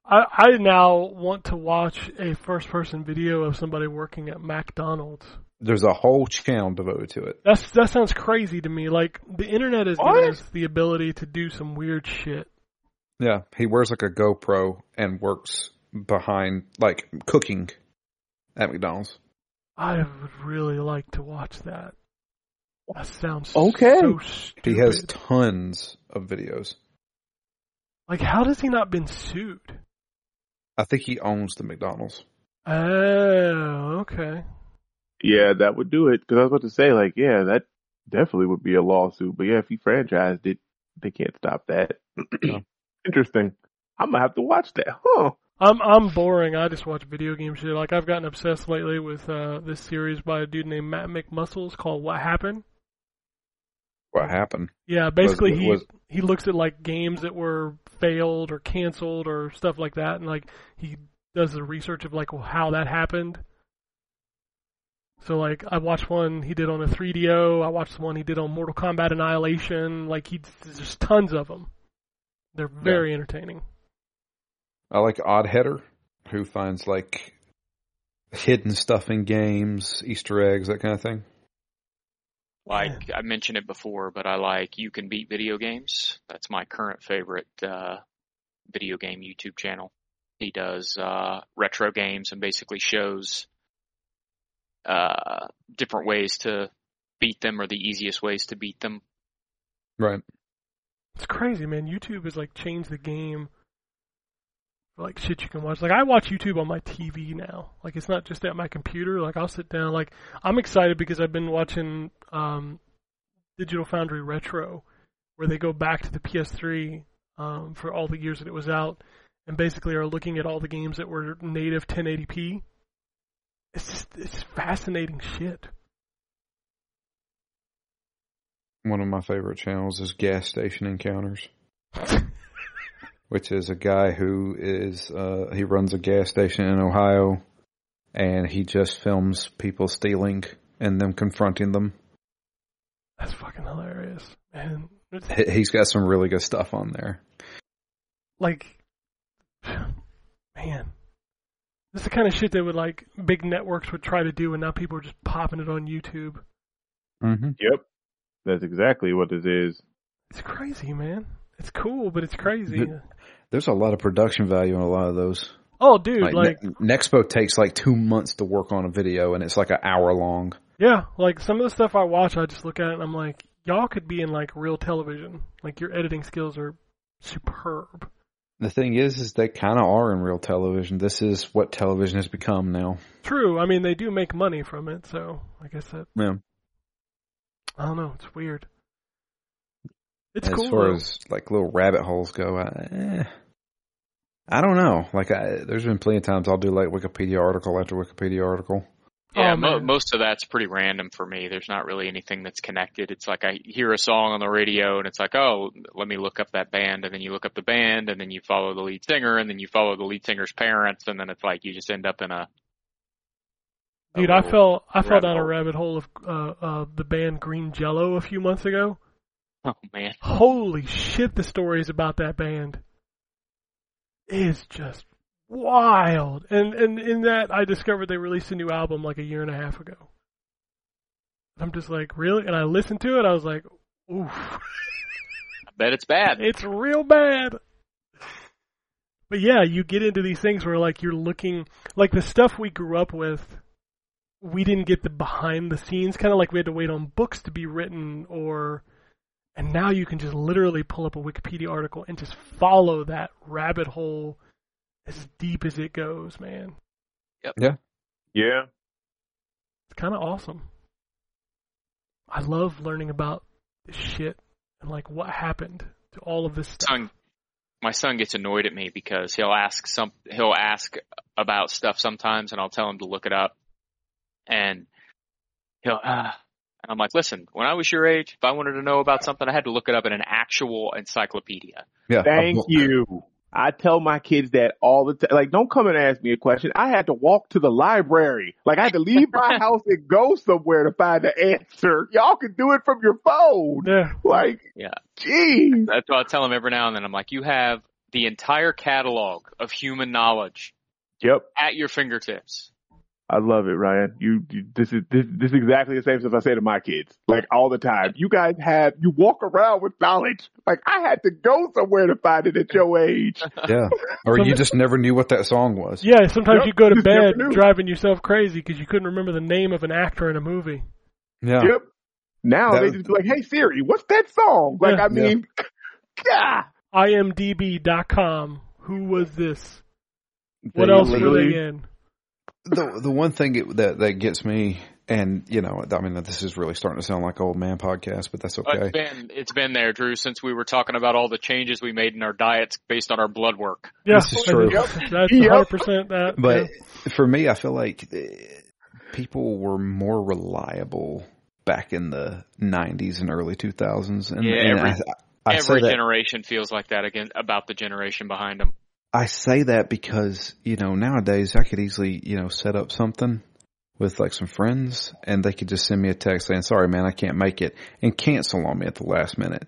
S5: I, I now want to watch a first-person video of somebody working at McDonald's.
S6: There's a whole channel devoted to it.
S5: That's that sounds crazy to me. Like the internet has given us the ability to do some weird shit.
S6: Yeah, he wears like a GoPro and works behind like cooking at McDonald's.
S5: I would really like to watch that. That sounds
S7: Okay.
S5: So stupid.
S6: He has tons of videos.
S5: like, how does he not been sued?
S6: I think he owns the McDonald's.
S5: Oh, okay.
S7: Yeah, that would do it. Because I was about to say, like, yeah, that definitely would be a lawsuit. But yeah, if he franchised it, they can't stop that.
S6: Yeah.
S7: Interesting. I'm gonna have to watch that, huh?
S5: I'm I'm boring. I just watch video game shit. Like I've gotten obsessed lately with uh, this series by a dude named Matt McMuscles called What Happened.
S6: What happened?
S5: Yeah, basically he
S6: was-
S5: he looks at like games that were failed or canceled or stuff like that, and like he does the research of like how that happened. So like I watched one he did on a 3DO. I watched the one he did on Mortal Kombat Annihilation. Like he there's tons of them. They're very entertaining.
S6: I like Odd Header, who finds like hidden stuff in games, Easter eggs, that kind of thing.
S2: Like I mentioned it before, but I like You Can Beat Video Games. That's my current favorite uh, video game YouTube channel. He does uh, retro games and basically shows uh, different ways to beat them or the easiest ways to beat them.
S6: Right.
S5: It's crazy, man. YouTube has like changed the game. for, Like shit you can watch. Like I watch YouTube on my TV now. Like it's not just at my computer. Like I'll sit down. Like I'm excited because I've been watching um, Digital Foundry Retro, where they go back to the PS3 um, for all the years that it was out, and basically are looking at all the games that were native 1080p. It's just, it's fascinating shit.
S6: One of my favorite channels is Gas Station Encounters, which is a guy who is uh, he runs a gas station in Ohio, and he just films people stealing and them confronting them.
S5: That's fucking hilarious, man. It's-
S6: He- He's got some really good stuff on there.
S5: like man this is the kind of shit that would like big networks would try to do and now people are just popping it on youtube
S6: Mm-hmm.
S7: Yep. That's exactly what this is.
S5: it's crazy man it's cool but it's crazy
S6: Th- There's a lot of production value in a lot of those.
S5: oh dude
S6: Like,
S5: like,
S6: Ne- Nexpo takes like two months to work on a video, and it's like an hour long.
S5: yeah like some of the stuff i watch i just look at it and i'm like y'all could be in like real television like your editing skills are superb
S6: The thing is, is they kind of are in real television. This is what television has become now.
S5: true i mean they do make money from it so i guess that
S6: Yeah.
S5: i don't know it's weird it's
S6: as
S5: cool
S6: far
S5: though.
S6: as like little rabbit holes go, I, eh, I don't know. Like, I, there's been plenty of times I'll do like Wikipedia article after Wikipedia article.
S2: Yeah,
S5: Oh,
S2: mo-
S5: man.
S2: most of that's pretty random for me. There's not really anything that's connected. It's like I hear a song on the radio and it's like, oh, let me look up that band. And then you look up the band and then you follow the lead singer and then you follow the lead singer's parents. And then it's like you just end up in a. a
S5: Dude, I
S2: little-
S5: fell I fell
S2: Oh, rabbit
S5: down a
S2: hole.
S5: rabbit hole of uh, uh, the band Green Jello a few months ago.
S2: Oh, man.
S5: Holy shit, the stories about that band is just wild. And and in that, I discovered they released a new album like a year and a half ago. I'm just like, really? And I listened to it. I was like, oof,
S2: I bet it's bad.
S5: it's real bad. But yeah, you get into these things where like you're looking like the stuff we grew up with we didn't get the behind the scenes kind of like we had to wait on books to be written or and now you can just literally pull up a wikipedia article and just follow that rabbit hole as deep as it goes man
S7: Yeah.
S5: it's kind of awesome i love learning about this shit and like what happened to all of this stuff
S2: Son, my son gets annoyed at me because he'll ask some, he'll ask about stuff sometimes and I'll tell him to look it up. And he'll, ah. And I'm like, listen, when I was your age, if I wanted to know about something, I had to look it up in an actual encyclopedia.
S6: Yeah. a
S7: Thank
S6: book.
S7: you. I tell my kids that all the time. Like, don't come and ask me a question. I had to walk to the library. Like, I had to leave my house and go somewhere to find the answer. Y'all can do it from your phone.
S5: yeah
S7: Like,
S2: Yeah.
S7: geez.
S2: That's what I tell him every now and then. I'm like, you have the entire catalog of human knowledge
S7: Yep.
S2: at your fingertips.
S7: I love it, Ryan. You, you this is this, this is exactly the same stuff I say to my kids, like all the time. You guys have you walk around with knowledge. Like I had to go somewhere to find it at your age.
S6: Yeah. Or
S5: So
S6: you
S5: the-
S6: just never knew what that song was.
S5: yeah sometimes
S7: Yep,
S5: you go to
S7: you never
S5: bed
S7: knew.
S5: driving yourself crazy because you couldn't remember the name of an actor in a movie
S6: Yeah.
S7: Yep. Now
S6: That
S7: they
S6: was-
S7: just be like, "Hey Siri, what's that song?" Like
S5: Yeah.
S7: I mean, God.
S5: imdb.com who was this What
S6: They
S5: else were
S6: literally-
S5: they in?
S6: the the one thing it- that that gets me, and you know, I mean, this is really starting to sound like old man podcast, but that's
S2: But
S6: okay.
S2: It's been it's been there, Drew, since we were talking about all the changes we made in our diets based on our blood work.
S5: Yeah,
S6: This is true.
S5: That's that's
S7: Yep.
S5: 100% that.
S6: But
S5: yeah.
S6: for me, I feel like eh, people were more reliable back in the '90s and early 2000s, and,
S2: Yeah,
S6: and
S2: every-
S6: I, I
S2: Every
S6: say that
S2: generation feels like that again about the generation behind them.
S6: I say that because you know nowadays I could easily you know set up something with like some friends and they could just send me a text saying, sorry, man, I can't make it and cancel on me at the last minute.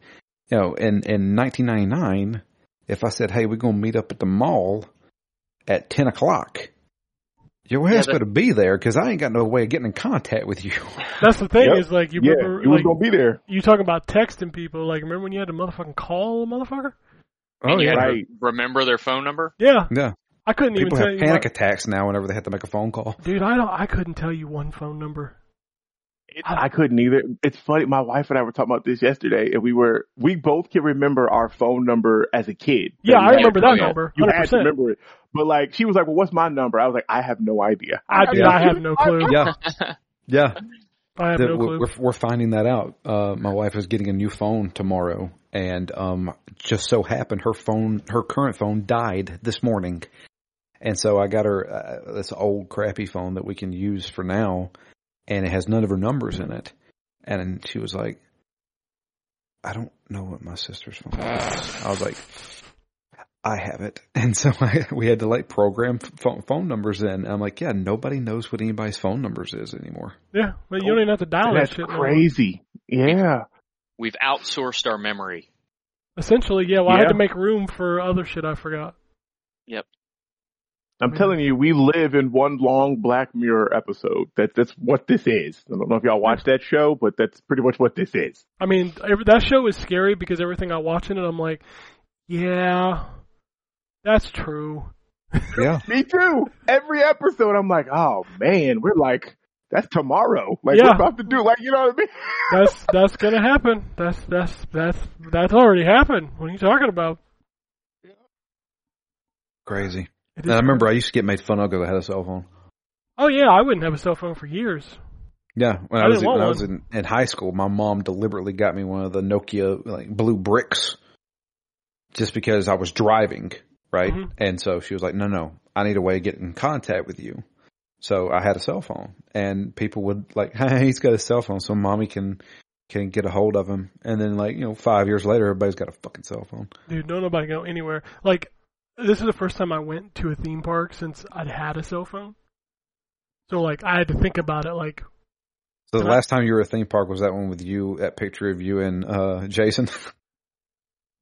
S6: You know, in, in 1999, if I said, Hey, we're going to meet up at the mall at 10 o'clock, your ass
S2: that-
S6: better be there because I ain't got no way of getting in contact with you.
S5: That's the thing
S7: Yep.
S5: is like you
S7: yeah,
S5: remember
S7: you was
S5: like
S7: gonna be there.
S5: you talking about texting people. Like remember when you had to motherfucking call a motherfucker?
S6: oh,
S2: you
S6: yeah.
S2: had to
S7: Right.
S2: remember their phone number?
S5: Yeah,
S6: Yeah.
S5: I couldn't even
S6: People
S5: tell
S6: have
S5: you.
S6: panic
S5: what-
S6: attacks now whenever they have to make a phone call.
S5: dude, I don't. I couldn't tell you one phone number.
S7: It, I couldn't either. It's funny. My wife and I were talking about this yesterday, and we were we both can remember our phone number as a kid.
S5: Yeah, I
S7: we had
S5: remember
S7: to
S5: that
S7: call.
S5: number.
S7: You had to
S5: 100%.
S7: remember it. But like, she was like, "Well, what's my number?" I was like, "I have no idea."
S5: I dude,
S6: Yeah.
S5: I have no clue.
S6: Yeah. Yeah.
S5: I have
S6: that
S5: no
S6: we're,
S5: clue.
S6: we're we're finding that out. Uh, my wife is getting a new phone tomorrow, and um, just so happened her phone, her current phone, died this morning, and so I got her uh, this old crappy phone that we can use for now, and it has none of her numbers in it, and she was like, "I don't know what my sister's phone is." I was like. I have it, and so I, we had to like program phone, phone numbers in. I'm like, yeah, nobody knows what anybody's phone numbers is anymore.
S5: Yeah, but you don't even have to dial
S7: That's
S5: that shit. no more.
S7: crazy. Yeah,
S2: We've outsourced our memory.
S5: Essentially, yeah. Well, I had
S7: Yeah.
S5: to make room for other shit I forgot. Mm-hmm.
S7: I'm telling you, we live in one long Black Mirror episode. That that's what this is. I don't know if y'all watch that show, but that's pretty much what this is.
S5: I mean, every, that show is scary because everything I watch in it, I'm like, yeah, that's true.
S6: Yeah.
S7: Me too. Every episode, I'm like, oh man, we're like, that's tomorrow. Like
S5: Yeah.
S7: we're about to do. Like you know what I mean?
S5: That's that's gonna happen. That's that's that's that's already happened. What are you talking about?
S6: Crazy.
S5: It is
S6: And I remember I used to get made fun of because I had a cell phone.
S5: Oh yeah, I wouldn't have a cell phone for years.
S6: Yeah, when
S5: I
S6: I, was
S5: didn't
S6: in,
S5: want
S6: when I was in, in high school, my mom deliberately got me one of the Nokia like blue bricks, just because I was driving, right?
S5: Mhm.
S6: And so she was like, "No, no, I need a way to get in contact with you." So I had a cell phone, and people would like, "Hey, he's got a cell phone, so mommy can can get a hold of him." And then like you know, five years later, everybody's got a fucking cell phone.
S5: Dude, don't nobody go anywhere. Like, this is the first time I went to a theme park since I'd had a cell phone. So like, I had to think about it. Like,
S6: So the
S5: Can I-
S6: last time you were at a theme park was that one with you, that picture of you and uh, Jason.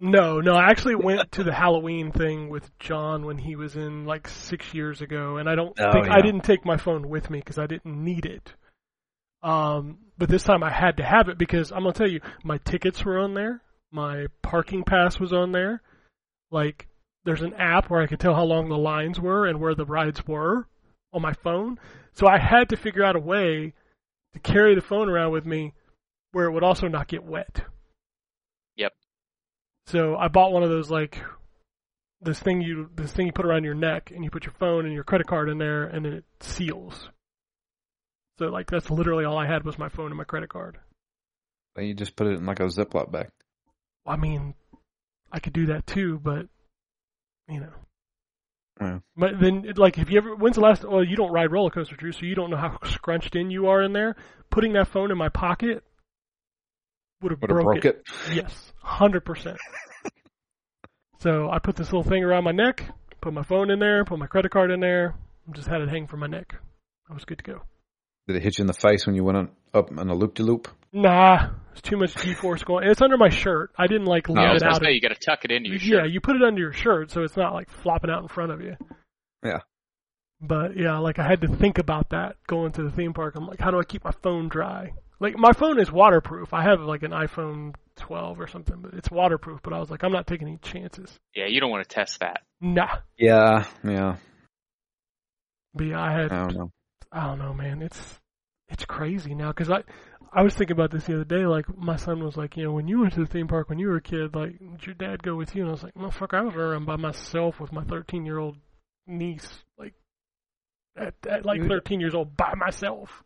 S5: no, no, I actually went to the Halloween thing with John when he was in like six years ago, and I don't
S6: Oh,
S5: think I
S6: yeah.
S5: didn't take my phone with me because I didn't need it. Um, but this time I had to have it because I'm gonna tell you, my tickets were on there, my parking pass was on there, like there's an app where I could tell how long the lines were and where the rides were on my phone. So I had to figure out a way to carry the phone around with me where it would also not get wet.
S2: Yep.
S5: So I bought one of those like this thing you this thing you put around your neck and you put your phone and your credit card in there and then it seals. So like that's literally all I had was my phone and my credit card.
S6: and you just put it in like a Ziploc bag.
S5: I mean, I could do that too, but you know.
S6: Yeah.
S5: But then, it- like, if you ever, when's the last? Well, you don't ride roller coaster, Drew, so you don't know how scrunched in you are in there. Putting that phone in my pocket would have
S6: Would have
S5: broke,
S6: broke it.
S5: Yes, hundred percent. So I put this little thing around my neck, put my phone in there, put my credit card in there, and just had it hang from my neck. I was good to go.
S6: Did it hit you in the face when you went on, up on a loop de loop?
S5: Nah, it's too much G-force going. It's under my shirt. I didn't like leave
S6: No,
S2: I
S5: it
S2: was
S5: out.
S2: gonna
S5: of-
S2: say you got to tuck it into your
S5: yeah,
S2: shirt.
S5: you put it under your shirt so it's not like flopping out in front of you.
S6: Yeah.
S5: But yeah, like I had to think about that going to the theme park. I'm like, how do I keep my phone dry? Like my phone is waterproof. I have like an iPhone 12 or something, but it's waterproof. But I was like, I'm not taking any chances.
S2: Yeah, you don't want to test that.
S5: Nah.
S6: Yeah, yeah.
S5: But yeah, I
S6: I
S5: had
S6: don't know.
S5: I don't know, man. It's it's crazy now because I I was thinking about this the other day. Like my son was like, you know, when you went to the theme park when you were a kid, like did your dad go with you? And I was like, motherfucker, I was around by myself with my 13 year old niece, like at, at like
S6: Dude.
S5: 13 years old by myself.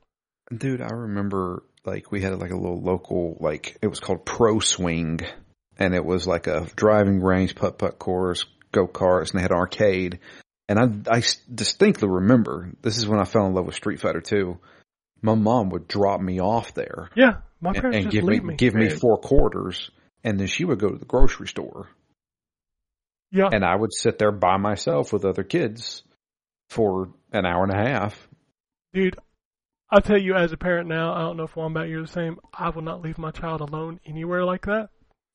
S6: Dude, I remember like we had like a little local like it was called Pro Swing and it was like a driving range, putt putt course, go karts, and they had an arcade. And I, I distinctly remember this is when I fell in love with Street Fighter Two. My mom would drop me off there
S5: Yeah, my
S6: and,
S5: parents
S6: and
S5: just
S6: give me,
S5: leave me.
S6: give me
S5: Dude.
S6: four quarters, and then she would go to the grocery store
S5: Yeah,
S6: and I would sit there by myself with other kids for an hour and a half.
S5: dude. I'll tell you as a parent now, I don't know if Wombat you're the same, I will not leave my child alone anywhere like that.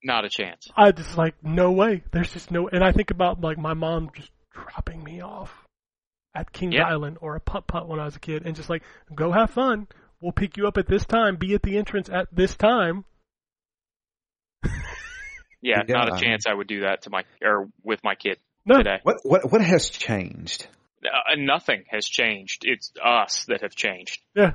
S2: Not a chance.
S5: I just like no way. There's just no, and I think about like my mom just dropping me off at Kings
S2: Yeah.
S5: Island or a putt putt when I was a kid, and just like go have fun. We'll pick you up at this time. Be at the entrance at this time.
S2: Yeah,
S9: Yeah,
S2: not
S9: I-
S2: a chance. I would do that to my or with my kid
S5: No.
S2: today.
S9: What what what has changed?
S2: Uh, nothing has changed. It's us that have changed.
S5: Yeah,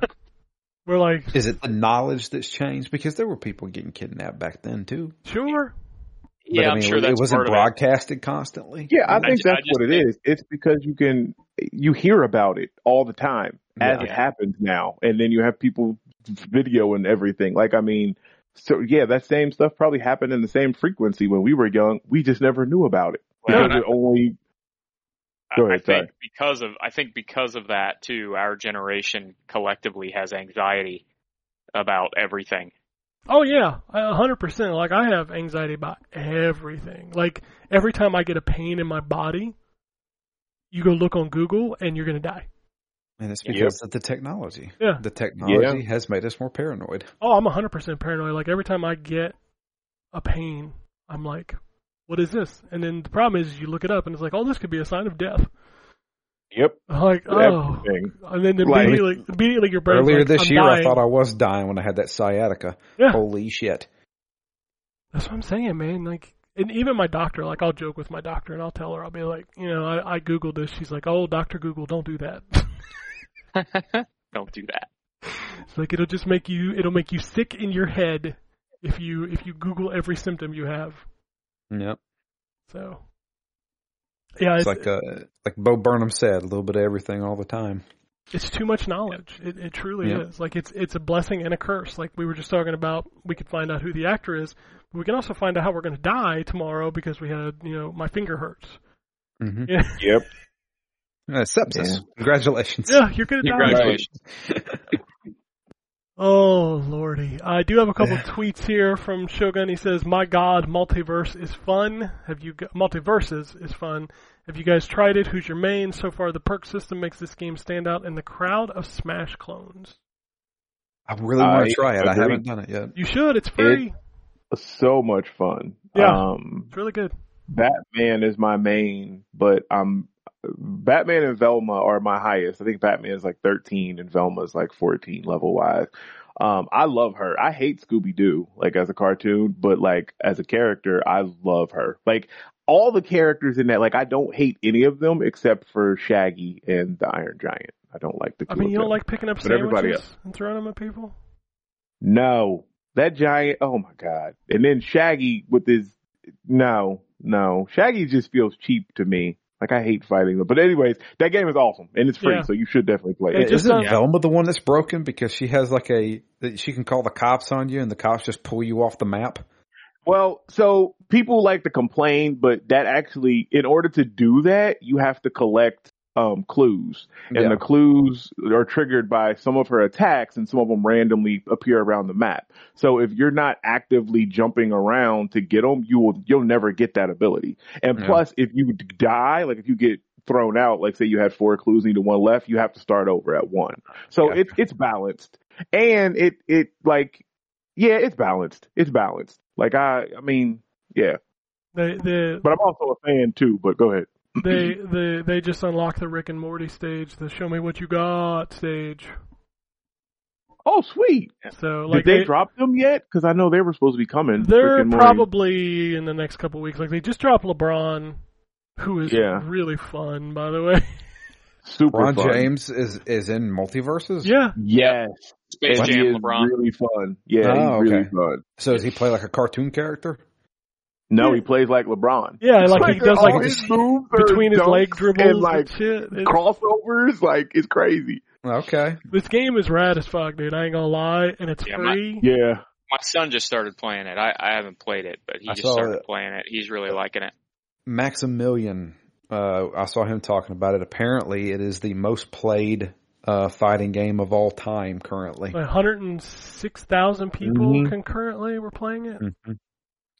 S5: we're like
S9: Is it the knowledge that's changed? Because there were people getting kidnapped back then too.
S5: sure.
S9: But,
S2: Yeah,
S9: I
S2: I'm
S9: mean,
S2: sure that's
S9: it wasn't
S2: part of it.
S9: broadcasted constantly.
S7: Yeah, I think
S2: ju- I
S7: that's
S2: just
S7: what it
S2: think-
S7: is. It's because you can you hear about it all the time as it
S2: Yeah.
S7: happens now, and then you have people video and everything. Like, I mean, so yeah, that same stuff probably happened in the same frequency when we were young. We just never knew about it
S2: Well,
S7: because
S2: and I-
S7: it only
S2: I-
S7: Go
S2: I
S7: ahead,
S2: think
S7: sorry.
S2: because of I think because of that too, our generation collectively has anxiety about everything.
S5: Oh yeah, a hundred percent. Like I have anxiety about everything. Like every time I get a pain in my body, you go look on Google and you're gonna die.
S9: And it's
S7: Yep.
S9: because of the technology.
S5: Yeah.
S9: The technology has made us more paranoid.
S5: Oh, I'm 100% paranoid. Like every time I get a pain, I'm like, what is this? And then the problem is you look it up and it's like, oh, this could be a sign of death.
S7: yep
S5: I'm like, oh.
S7: everything.
S5: And then
S7: Like-
S5: immediately, immediately your brain's
S9: Earlier
S5: like,
S9: this
S5: I'm
S9: year,
S5: dying.
S9: I thought I was dying when I had that sciatica.
S5: Yeah.
S9: Holy shit!
S5: That's what I'm saying, man. Like, and even my doctor, like, I'll joke with my doctor and I'll tell her, I'll be like, you know, I, I Googled this. She's like, oh, Dr. Google, don't do that.
S2: Don't do that.
S5: It's like it'll just make you, it'll make you sick in your head if you if you Google every symptom you have.
S9: Yep.
S5: So, yeah,
S9: It's like uh, like Bo Burnham said, a little bit of everything all the time.
S5: it's too much knowledge. It, it truly
S9: Yeah.
S5: is. Like it's it's a blessing and a curse. Like we were just talking about, we could find out who the actor is, but we can also find out how we're going to die tomorrow because we had you know my finger hurts.
S9: Mm-hmm.
S5: Yeah,
S7: Yep.
S9: Uh, sepsis.
S7: Yeah.
S9: Congratulations.
S5: yeah, you're going to die.
S2: Congratulations.
S5: Oh lordy, I do have a couple tweets here from Shogun. He says, "My God, multiverse is fun. Have you g- multiverses is fun? Have you guys tried it? Who's your main? So far, the perk system makes this game stand out in the crowd of Smash clones.
S9: I really want
S7: I
S9: to try it. I
S7: agree.
S9: haven't done it yet.
S5: You should. It's free.
S7: So much fun.
S5: Yeah.
S7: Um,
S5: it's really good.
S7: Batman is my main, but I'm Batman and Velma are my highest. I think Batman is like 13 and Velma is like 14 level wise. Um, I love her. I hate Scooby Doo, like as a cartoon, but like as a character, I love her. Like all the characters in that, like I don't hate any of them except for Shaggy and the Iron Giant. I don't like the two
S5: I mean,
S7: of
S5: you don't
S7: them.
S5: like picking up
S7: But everybody
S5: sandwiches and throwing them at people?
S7: No, that giant. Oh my god! And then Shaggy with his no, no. Shaggy just feels cheap to me. Like I hate fighting them. But anyways, that game is awesome and it's free,
S5: Yeah.
S7: so you should definitely play
S5: They
S7: it.
S5: just
S9: Isn't
S5: don't-
S9: Velma the one that's broken because she has like a that she can call the cops on you and the cops just pull you off the map?
S7: Well, so people like to complain, but that actually, in order to do that, you have to collect um clues, and
S9: Yeah.
S7: the clues are triggered by some of her attacks, and some of them randomly appear around the map. So if you're not actively jumping around to get them, you will you'll never get that ability. And
S9: Yeah.
S7: plus, if you d- die, like if you get thrown out, like say you had four clues and you need one left, you have to start over at one. So
S9: Gotcha.
S7: it's it's balanced, and it it like yeah, it's balanced. It's balanced. Like I, I mean, yeah.
S5: They they
S7: But I'm also a fan too. But go ahead.
S5: they they they just unlocked the Rick and Morty stage, the Show Me What You Got stage.
S7: Oh, sweet.
S5: So like
S7: Did they, drop them yet? Because I know they were supposed to be coming.
S5: They're
S7: Rick and Morty.
S5: probably in the next couple weeks. Like they just dropped LeBron, who is
S7: Yeah.
S5: really fun, by the way.
S7: super
S9: Ron
S7: fun.
S9: James is is in multiverses.
S5: yeah,
S7: Yes,
S2: Space
S7: and he
S2: Jam
S7: is
S2: LeBron.
S7: really fun. Yeah,
S9: Oh,
S7: he's really
S9: okay.
S7: fun.
S9: So does he play like a cartoon character?
S7: No,
S5: Yeah.
S7: he plays like LeBron.
S5: yeah. Like he
S7: Like,
S5: does
S7: all
S5: like
S7: his moves are
S5: between his
S7: dunks
S5: leg dribbles
S7: and
S5: and,
S7: like
S5: shit. It's-
S7: crossovers. Like it's crazy.
S9: Okay.
S5: this game is rad as fuck, dude. I ain't gonna lie, and it's
S2: Yeah, my-
S5: free.
S7: Yeah,
S2: My son just started playing it. I, I haven't played it, but he
S9: I
S2: just
S9: saw
S2: started
S9: it.
S2: playing it. He's really liking it.
S9: Maximilian. Uh, I saw him talking about it. Apparently, it is the most played uh, fighting game of all time currently.
S5: Like 106,000 people
S7: Mhm.
S5: concurrently were playing it.
S9: Mm-hmm.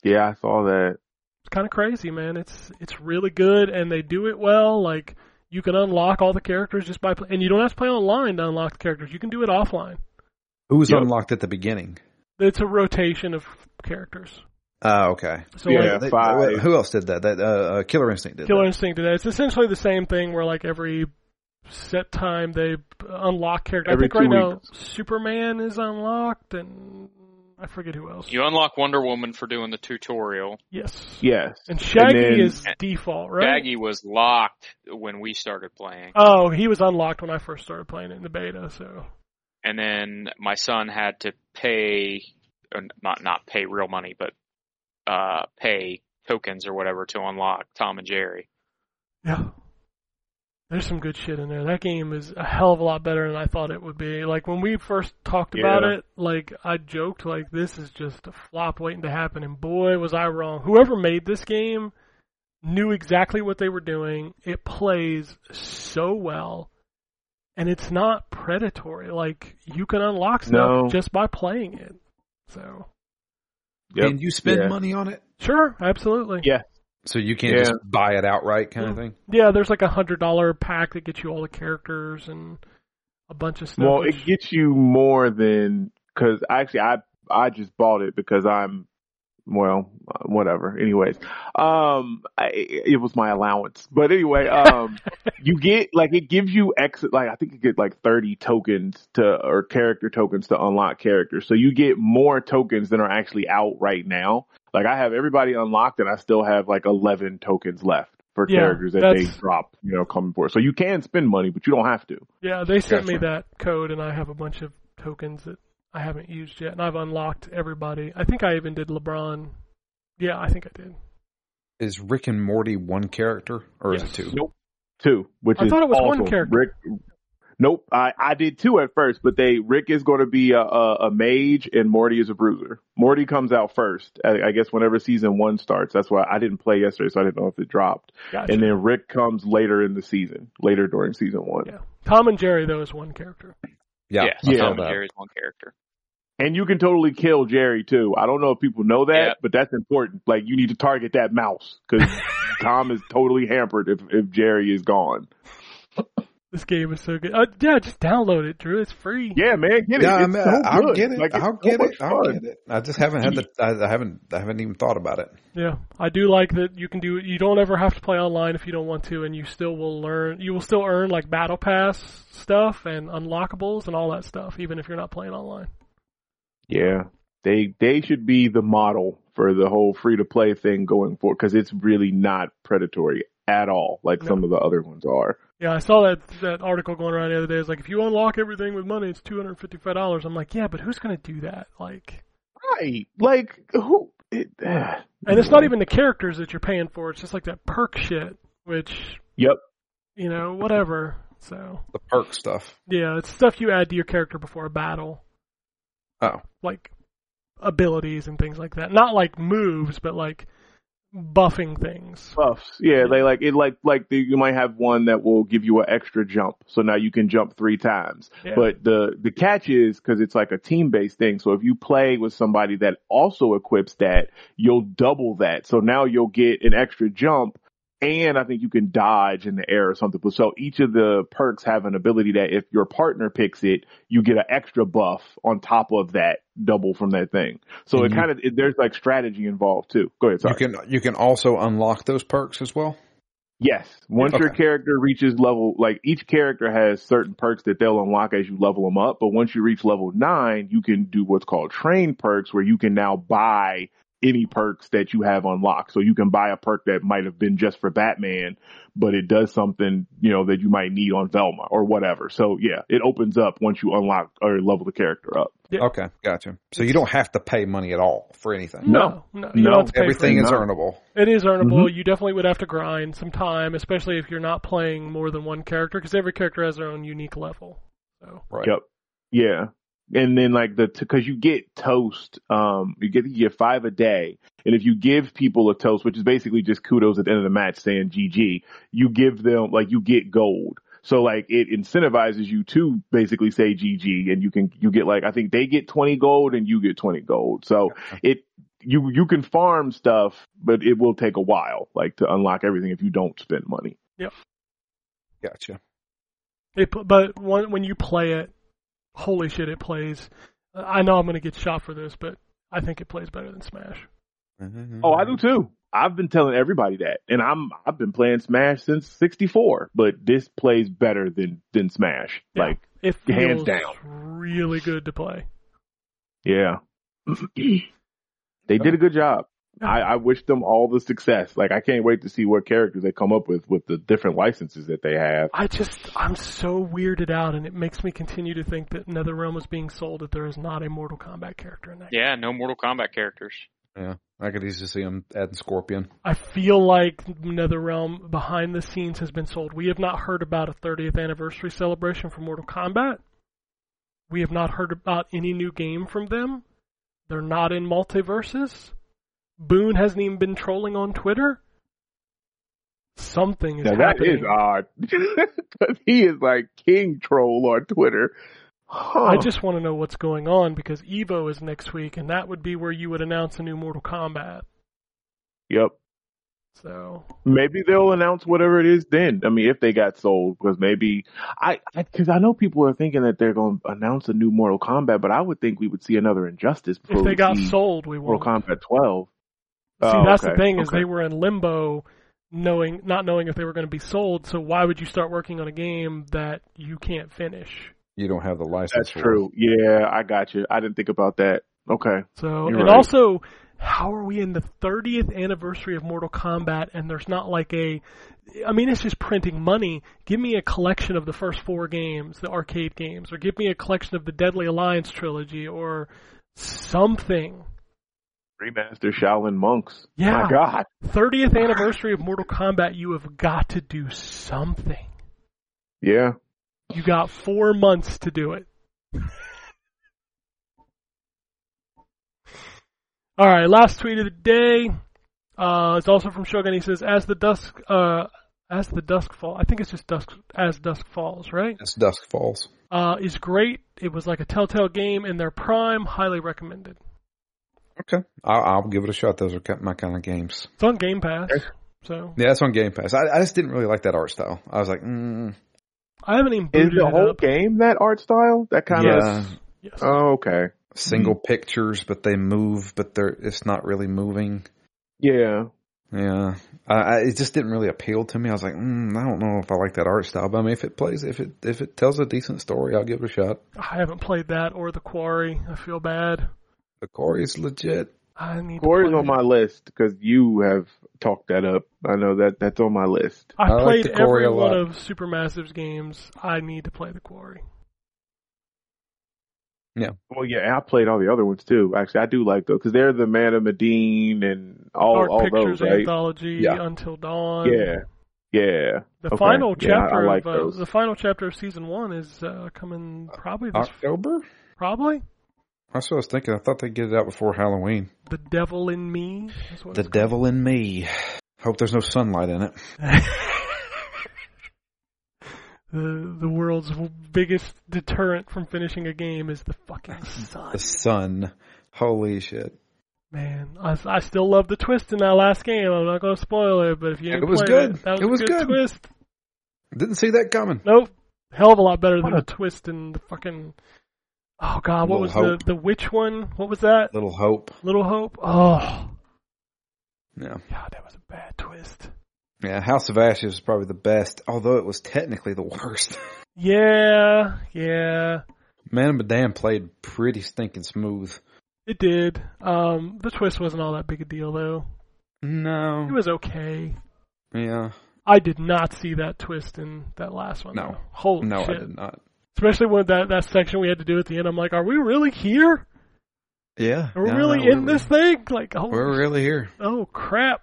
S7: yeah, I saw that.
S5: It's kind of crazy, man. It's it's really good, and they do it well. Like You can unlock all the characters just by, pl- and you don't have to play online to unlock the characters. You can do it offline.
S9: Who was
S7: Yep.
S9: unlocked at the beginning?
S5: It's a rotation of characters.
S9: Oh, okay.
S5: So
S7: Yeah.
S5: like,
S9: They-
S7: five.
S9: Who else did that? That uh, uh, Killer Instinct did.
S5: Killer
S9: that.
S5: Instinct did that. It's essentially the same thing where like every set time they unlock characters.
S7: Every
S5: I think right
S7: two
S5: now
S7: weeks.
S5: Superman is unlocked and I forget who else.
S2: You unlock Wonder Woman for doing the tutorial.
S5: Yes.
S7: Yes.
S5: And Shaggy
S7: And then-
S5: is default, right?
S2: Shaggy was locked when we started playing.
S5: Oh, he was unlocked when I first started playing it in the beta, so
S2: and then my son had to pay or not not pay real money but uh pay tokens or whatever to unlock Tom and Jerry.
S5: yeah. There's some good shit in there. That game is a hell of a lot better than I thought it would be. Like when we first talked about
S7: Yeah.
S5: it, like I joked like this is just a flop waiting to happen and boy was I wrong. Whoever made this game knew exactly what they were doing. It plays so well. And it's not predatory. Like you can unlock stuff
S7: No.
S5: just by playing it. So
S7: Yep.
S9: And you spend
S7: Yeah.
S9: money on it,
S5: sure, absolutely.
S7: Yeah.
S9: so you can't
S7: Yeah.
S9: just buy it outright, kind of
S5: Mm.
S9: thing.
S5: Yeah, there's like a hundred dollar pack that gets you all the characters and a bunch of stuff.
S7: Well,
S5: which-
S7: it gets you more than because actually I I just bought it because I'm well whatever. Anyways, um, I, it was my allowance, but anyway, um, you get like it gives you exit like I think you get like thirty tokens to or character tokens to unlock characters, so you get more tokens than are actually out right now. Like I have everybody unlocked, and I still have like eleven tokens left for
S5: Yeah,
S7: characters that they
S5: that's-
S7: drop, you know, coming for. So you can spend money, but you don't have to.
S5: yeah, they sent me
S7: Gotcha.
S5: that code, and I have a bunch of tokens that I haven't used yet, and I've unlocked everybody. I think I even did LeBron. Yeah, I think I did.
S9: Is Rick and Morty one character or is
S5: Yes.
S9: it two?
S7: Nope. Two, which
S5: I
S7: is
S5: thought it was one
S7: awesome.
S5: character.
S7: Rick, nope, I, I did two at first, but they Rick is going to be a, a, a mage and Morty is a bruiser. Morty comes out first, I, I guess. Whenever season one starts, that's why I didn't play yesterday, so I didn't know if it dropped.
S5: Gotcha.
S7: And then Rick comes later in the season, later during season one.
S5: yeah, Tom and Jerry though is one character.
S9: Yeah,
S2: Yes,
S9: I
S7: Yeah.
S9: saw
S2: Tom and
S9: that.
S2: Jerry's one character.
S7: And you can totally kill Jerry too. I don't know if people know that,
S2: Yeah.
S7: but that's important. Like you need to target that mouse because Tom is totally hampered if if Jerry is gone.
S5: This game is so good. Uh, yeah, just download it, Drew. It's free.
S7: Yeah, man, get it.
S9: Yeah, I
S7: It's
S9: mean,
S7: so
S9: I'll
S7: good.
S9: get it.
S7: Like, it's
S9: I'll
S7: so
S9: get
S7: much
S9: it. I'll
S7: fun.
S9: get it. I just haven't had the. I, I haven't. I haven't even thought about it.
S5: Yeah, I do like that you can do. You don't ever have to play online if you don't want to, and you still will learn. You will still earn like battle pass stuff and unlockables and all that stuff, even if you're not playing online.
S7: Yeah, they they should be the model for the whole free to play thing going forward because it's really not predatory at all, like
S5: No.
S7: some of the other ones are.
S5: Yeah, I saw that that article going around the other day. It's like if you unlock everything with money, it's two hundred fifty five dollars. I'm like, yeah, but who's gonna do that? Like,
S7: Right? Like who? It, ah.
S5: and it's not even the characters that you're paying for. It's just like that perk shit, which
S7: Yep.
S5: you know, whatever. So
S9: The perk stuff.
S5: yeah, it's stuff you add to your character before a battle.
S9: Oh.
S5: like abilities and things like that. Not like moves, but like buffing things.
S7: Buffs, yeah, they like it. Like, like the, you might have one that will give you an extra jump, so now you can jump three times.
S5: Yeah.
S7: But the the catch is because it's like a team based thing. So if you play with somebody that also equips that, you'll double that. So now you'll get an extra jump, and I think you can dodge in the air or something. But so each of the perks have an ability that if your partner picks it, you get an extra buff on top of that double from that thing. So
S9: And
S7: it
S9: you-
S7: kind of it, there's like strategy involved too. Go ahead, sorry.
S9: You can. You can also unlock those perks as well.
S7: Yes. Once your
S9: Okay.
S7: character reaches level, like each character has certain perks that they'll unlock as you level them up. But once you reach level nine, you can do what's called train perks where you can now buy any perks that you have unlocked. So you can buy a perk that might have been just for Batman, but it does something, you know, that you might need on Velma or whatever. So yeah, it opens up once you unlock or level the character up.
S5: Yeah.
S9: Okay, gotcha. So you don't have to pay money at all for anything.
S5: No, no, you
S7: No.
S5: don't have to pay for
S9: Everything
S5: it.
S9: is
S7: No.
S9: earnable.
S5: It is earnable.
S7: Mm-hmm.
S5: You definitely would have to grind some time, especially if you're not playing more than one character, because every character has their own unique level. So
S9: Right.
S7: Yep. Yeah. And then like the, t- cause you get toast, um, you get, you get five a day. And if you give people a toast, which is basically just kudos at the end of the match saying GG, you give them, like you get gold. So like it incentivizes you to basically say GG and you can, you get like, I think they get 20 gold and you get 20 gold. So it, you, you can farm stuff, but it will take a while, like to unlock everything if you don't spend money.
S6: Gotcha.
S5: It, pl- but when when you play it, holy shit, it plays. Uh, I know I'm gonna get shot for this, but I think it plays better than Smash.
S9: Mm-hmm.
S7: Oh, I do too. I've been telling everybody that, and I'm I've been playing Smash since '64, but this plays better than than Smash.
S5: Yeah.
S7: Like,
S5: It feels
S7: Hands down.
S5: really good to play.
S7: yeah, they did a good job. I, I wish them all the success. Like, I can't wait to see what characters they come up with with the different licenses that they have.
S5: I just I'm so weirded out, and it makes me continue to think that NetherRealm is being sold that there is not a Mortal Kombat character in that. game.
S2: Yeah, no Mortal Kombat characters.
S6: I could easily see him adding Scorpion.
S5: I feel like NetherRealm behind the scenes has been sold. We have not heard about a 30th anniversary celebration for Mortal Kombat. We have not heard about any new game from them. They're not in multiverses. Boone hasn't even been trolling on Twitter. Something is
S7: Now that
S5: happening.
S7: is odd because he is like king troll on Twitter.
S5: I
S7: Huh.
S5: just want to know what's going on because Evo is next week, and that would be where you would announce a new Mortal Kombat.
S7: yep.
S5: So
S7: Maybe they'll announce whatever it is then. I mean, if they got sold, because maybe I, because I, know people are thinking that they're going to announce a new Mortal Kombat, but I would think we would see another Injustice before
S5: if they
S7: we
S5: got
S7: see
S5: sold, we won't.
S7: Mortal Kombat 12.
S5: See,
S7: Oh,
S5: that's the
S7: okay,
S5: thing is
S7: okay.
S5: they were in limbo, knowing not knowing if they were going to be sold. So why would you start working on a game that you can't finish?
S6: You don't have the license.
S7: That's
S6: for it.
S7: true. Yeah, I got you. I didn't think about that. Okay.
S5: So
S7: You're
S5: and
S7: right.
S5: also, how are we in the 30th anniversary of Mortal Kombat and there's not like a, I mean it's just printing money. Give me a collection of the first four games, the arcade games, or give me a collection of the Deadly Alliance trilogy or something.
S7: Remaster Shaolin Monks.
S5: Yeah.
S7: My God.
S5: 30th anniversary of Mortal Kombat, you have got to do something.
S7: Yeah.
S5: You got four months to do it. All right, last tweet of the day. Uh, it's also from Shogun. He says, "As the dusk, uh, as the dusk falls. I think it's just dusk. As dusk falls, right?
S6: It's Dusk Falls.
S5: Uh, is great. It was like a Telltale game in their prime. Highly recommended.
S6: Okay, I'll, I'll give it a shot. Those are ki- my kind of games.
S5: It's on Game Pass. So
S6: Yeah, that's on Game Pass. I, I just didn't really like that art style. I was like, mm,
S5: I haven't even
S7: Is
S5: booted
S7: the
S5: it
S7: whole
S5: up.
S7: game that art style? That kind of.
S6: yeah,
S5: Yes.
S7: Oh, okay.
S6: single pictures, but they move, but they're it's not really moving.
S7: Yeah.
S6: Yeah, I, I, it just didn't really appeal to me. I was like, mm, I don't know if I like that art style, but I mean, if it plays, if it if it tells a decent story, I'll give it a shot.
S5: I haven't played that or The Quarry. I feel bad.
S6: The core is legit.
S5: I need.
S7: Corey's
S5: to play
S7: on
S5: it.
S7: my list because you have talked that up. I know that that's on my list.
S5: I,
S6: I like
S5: played
S6: the
S5: every
S6: quarry a
S5: one
S6: lot.
S5: of Supermassive's games. I need to play the quarry.
S7: Well, yeah, and I played all the other ones too. Actually, I do like those because they're the Man of Medine and all
S5: Dark
S7: all
S5: Pictures
S7: those, right?
S5: Anthology,
S6: Yeah.
S5: Until Dawn.
S7: Yeah, yeah.
S5: The
S7: Okay.
S5: final
S7: Yeah, I- I
S5: chapter
S7: like
S5: of uh,
S7: those.
S5: the final chapter of season one is uh, coming probably
S7: Uh,
S5: this
S6: October.
S5: probably
S6: That's what I was thinking. I thought they'd get it out before Halloween.
S5: the Devil in Me. Is what
S6: The
S5: it's called.
S6: Devil in Me. Hope there's no sunlight in it.
S5: the the world's biggest deterrent from finishing a game is the fucking sun.
S6: The sun. Holy shit!
S5: Man, I, I still love the twist in that last game. I'm not gonna spoil it, but if you
S6: It
S5: ain't
S6: was
S5: played
S6: good.
S5: it, that was
S6: It
S5: a
S6: was
S5: good,
S6: good.
S5: twist.
S6: Didn't see that coming.
S5: Nope. Hell of a lot better than
S7: What
S5: the
S7: a-
S5: twist and the fucking. Oh god, what
S6: Little
S5: was
S6: Hope.
S5: the the witch one? What was that?
S6: Little hope.
S5: Little Hope. Oh
S6: Yeah.
S5: god, that was a bad twist.
S6: Yeah. House of Ashes is probably the best, although it was technically the worst.
S5: Yeah, yeah,
S6: Man and Madame played pretty stinking smooth.
S5: it did. Um, the twist wasn't all that big a deal though.
S6: No.
S5: It was okay.
S6: yeah.
S5: I did not see that twist in that last one.
S6: No.
S5: though. holy
S6: No, I
S5: shit!
S6: did not.
S5: Especially when that that section we had to do at the end. I'm like, are we really here?
S6: Yeah.
S5: Are we
S6: no,
S5: really
S6: no,
S5: in
S6: we're-
S5: this thing? Like, holy
S6: We're really here.
S5: Oh crap!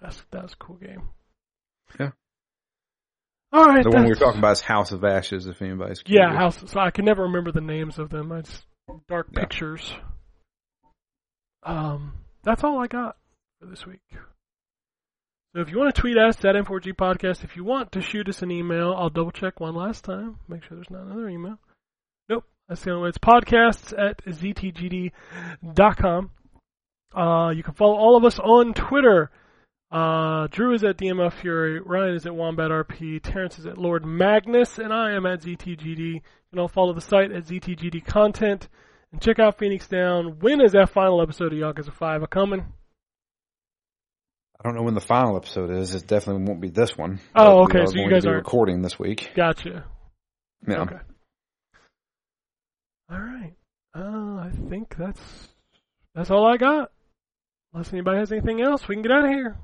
S5: That's that's a cool game.
S6: Yeah.
S5: All right.
S6: The one we were
S5: that's-
S6: talking about is House of Ashes, if anybody's
S5: Yeah,
S6: curious.
S5: House. So I can never remember the names of them. It's Dark
S6: Yeah.
S5: Pictures. Um, that's all I got for this week. So if you want to tweet us at M4G Podcast, if you want to shoot us an email, I'll double check one last time, make sure there's not another email. Nope, that's the only way. It's podcasts at ztgd.com. Uh, you can follow all of us on Twitter. Uh, Drew is at DMF Fury. Ryan is at Wombat RP. Terrence is at Lord Magnus, and I am at ZTGD. You can all follow the site at ZTGD Content and check out Phoenix Down. When is that final episode of Yakuza Five a coming?
S6: I don't know when the final episode is. It definitely won't be this one.
S5: Oh,
S6: but we
S5: okay,
S6: are
S5: so you
S6: going to
S5: guys
S6: be
S5: aren't-
S6: recording this week.
S5: Gotcha.
S6: Yeah.
S5: Okay. All right. Uh, I think that's that's all I got. Unless anybody has anything else, we can get out of here.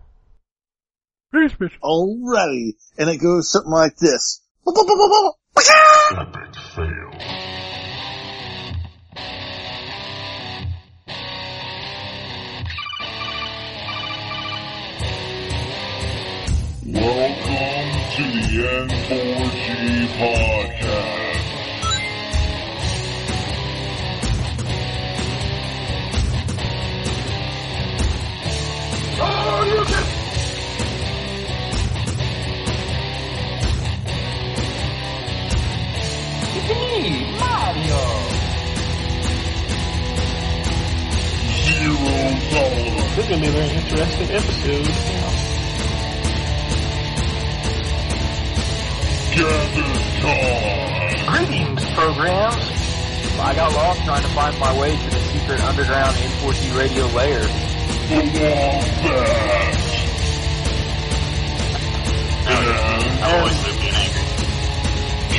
S5: Peace, bitch.
S10: Alrighty. And it goes something like this.
S3: Welcome to the N4G podcast. Oh,
S11: This is gonna be a very interesting episode.
S1: Greetings, programs. I got lost trying to find my way to the secret underground N4G radio layer. I always lived in anger.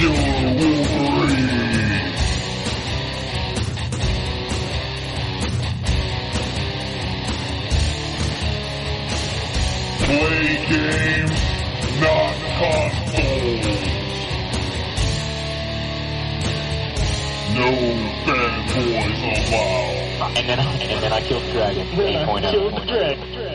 S3: Play games, not consoles. No fanboys allowed.
S1: And then, and then I killed the dragon. 8.0.
S11: Kill the dragon.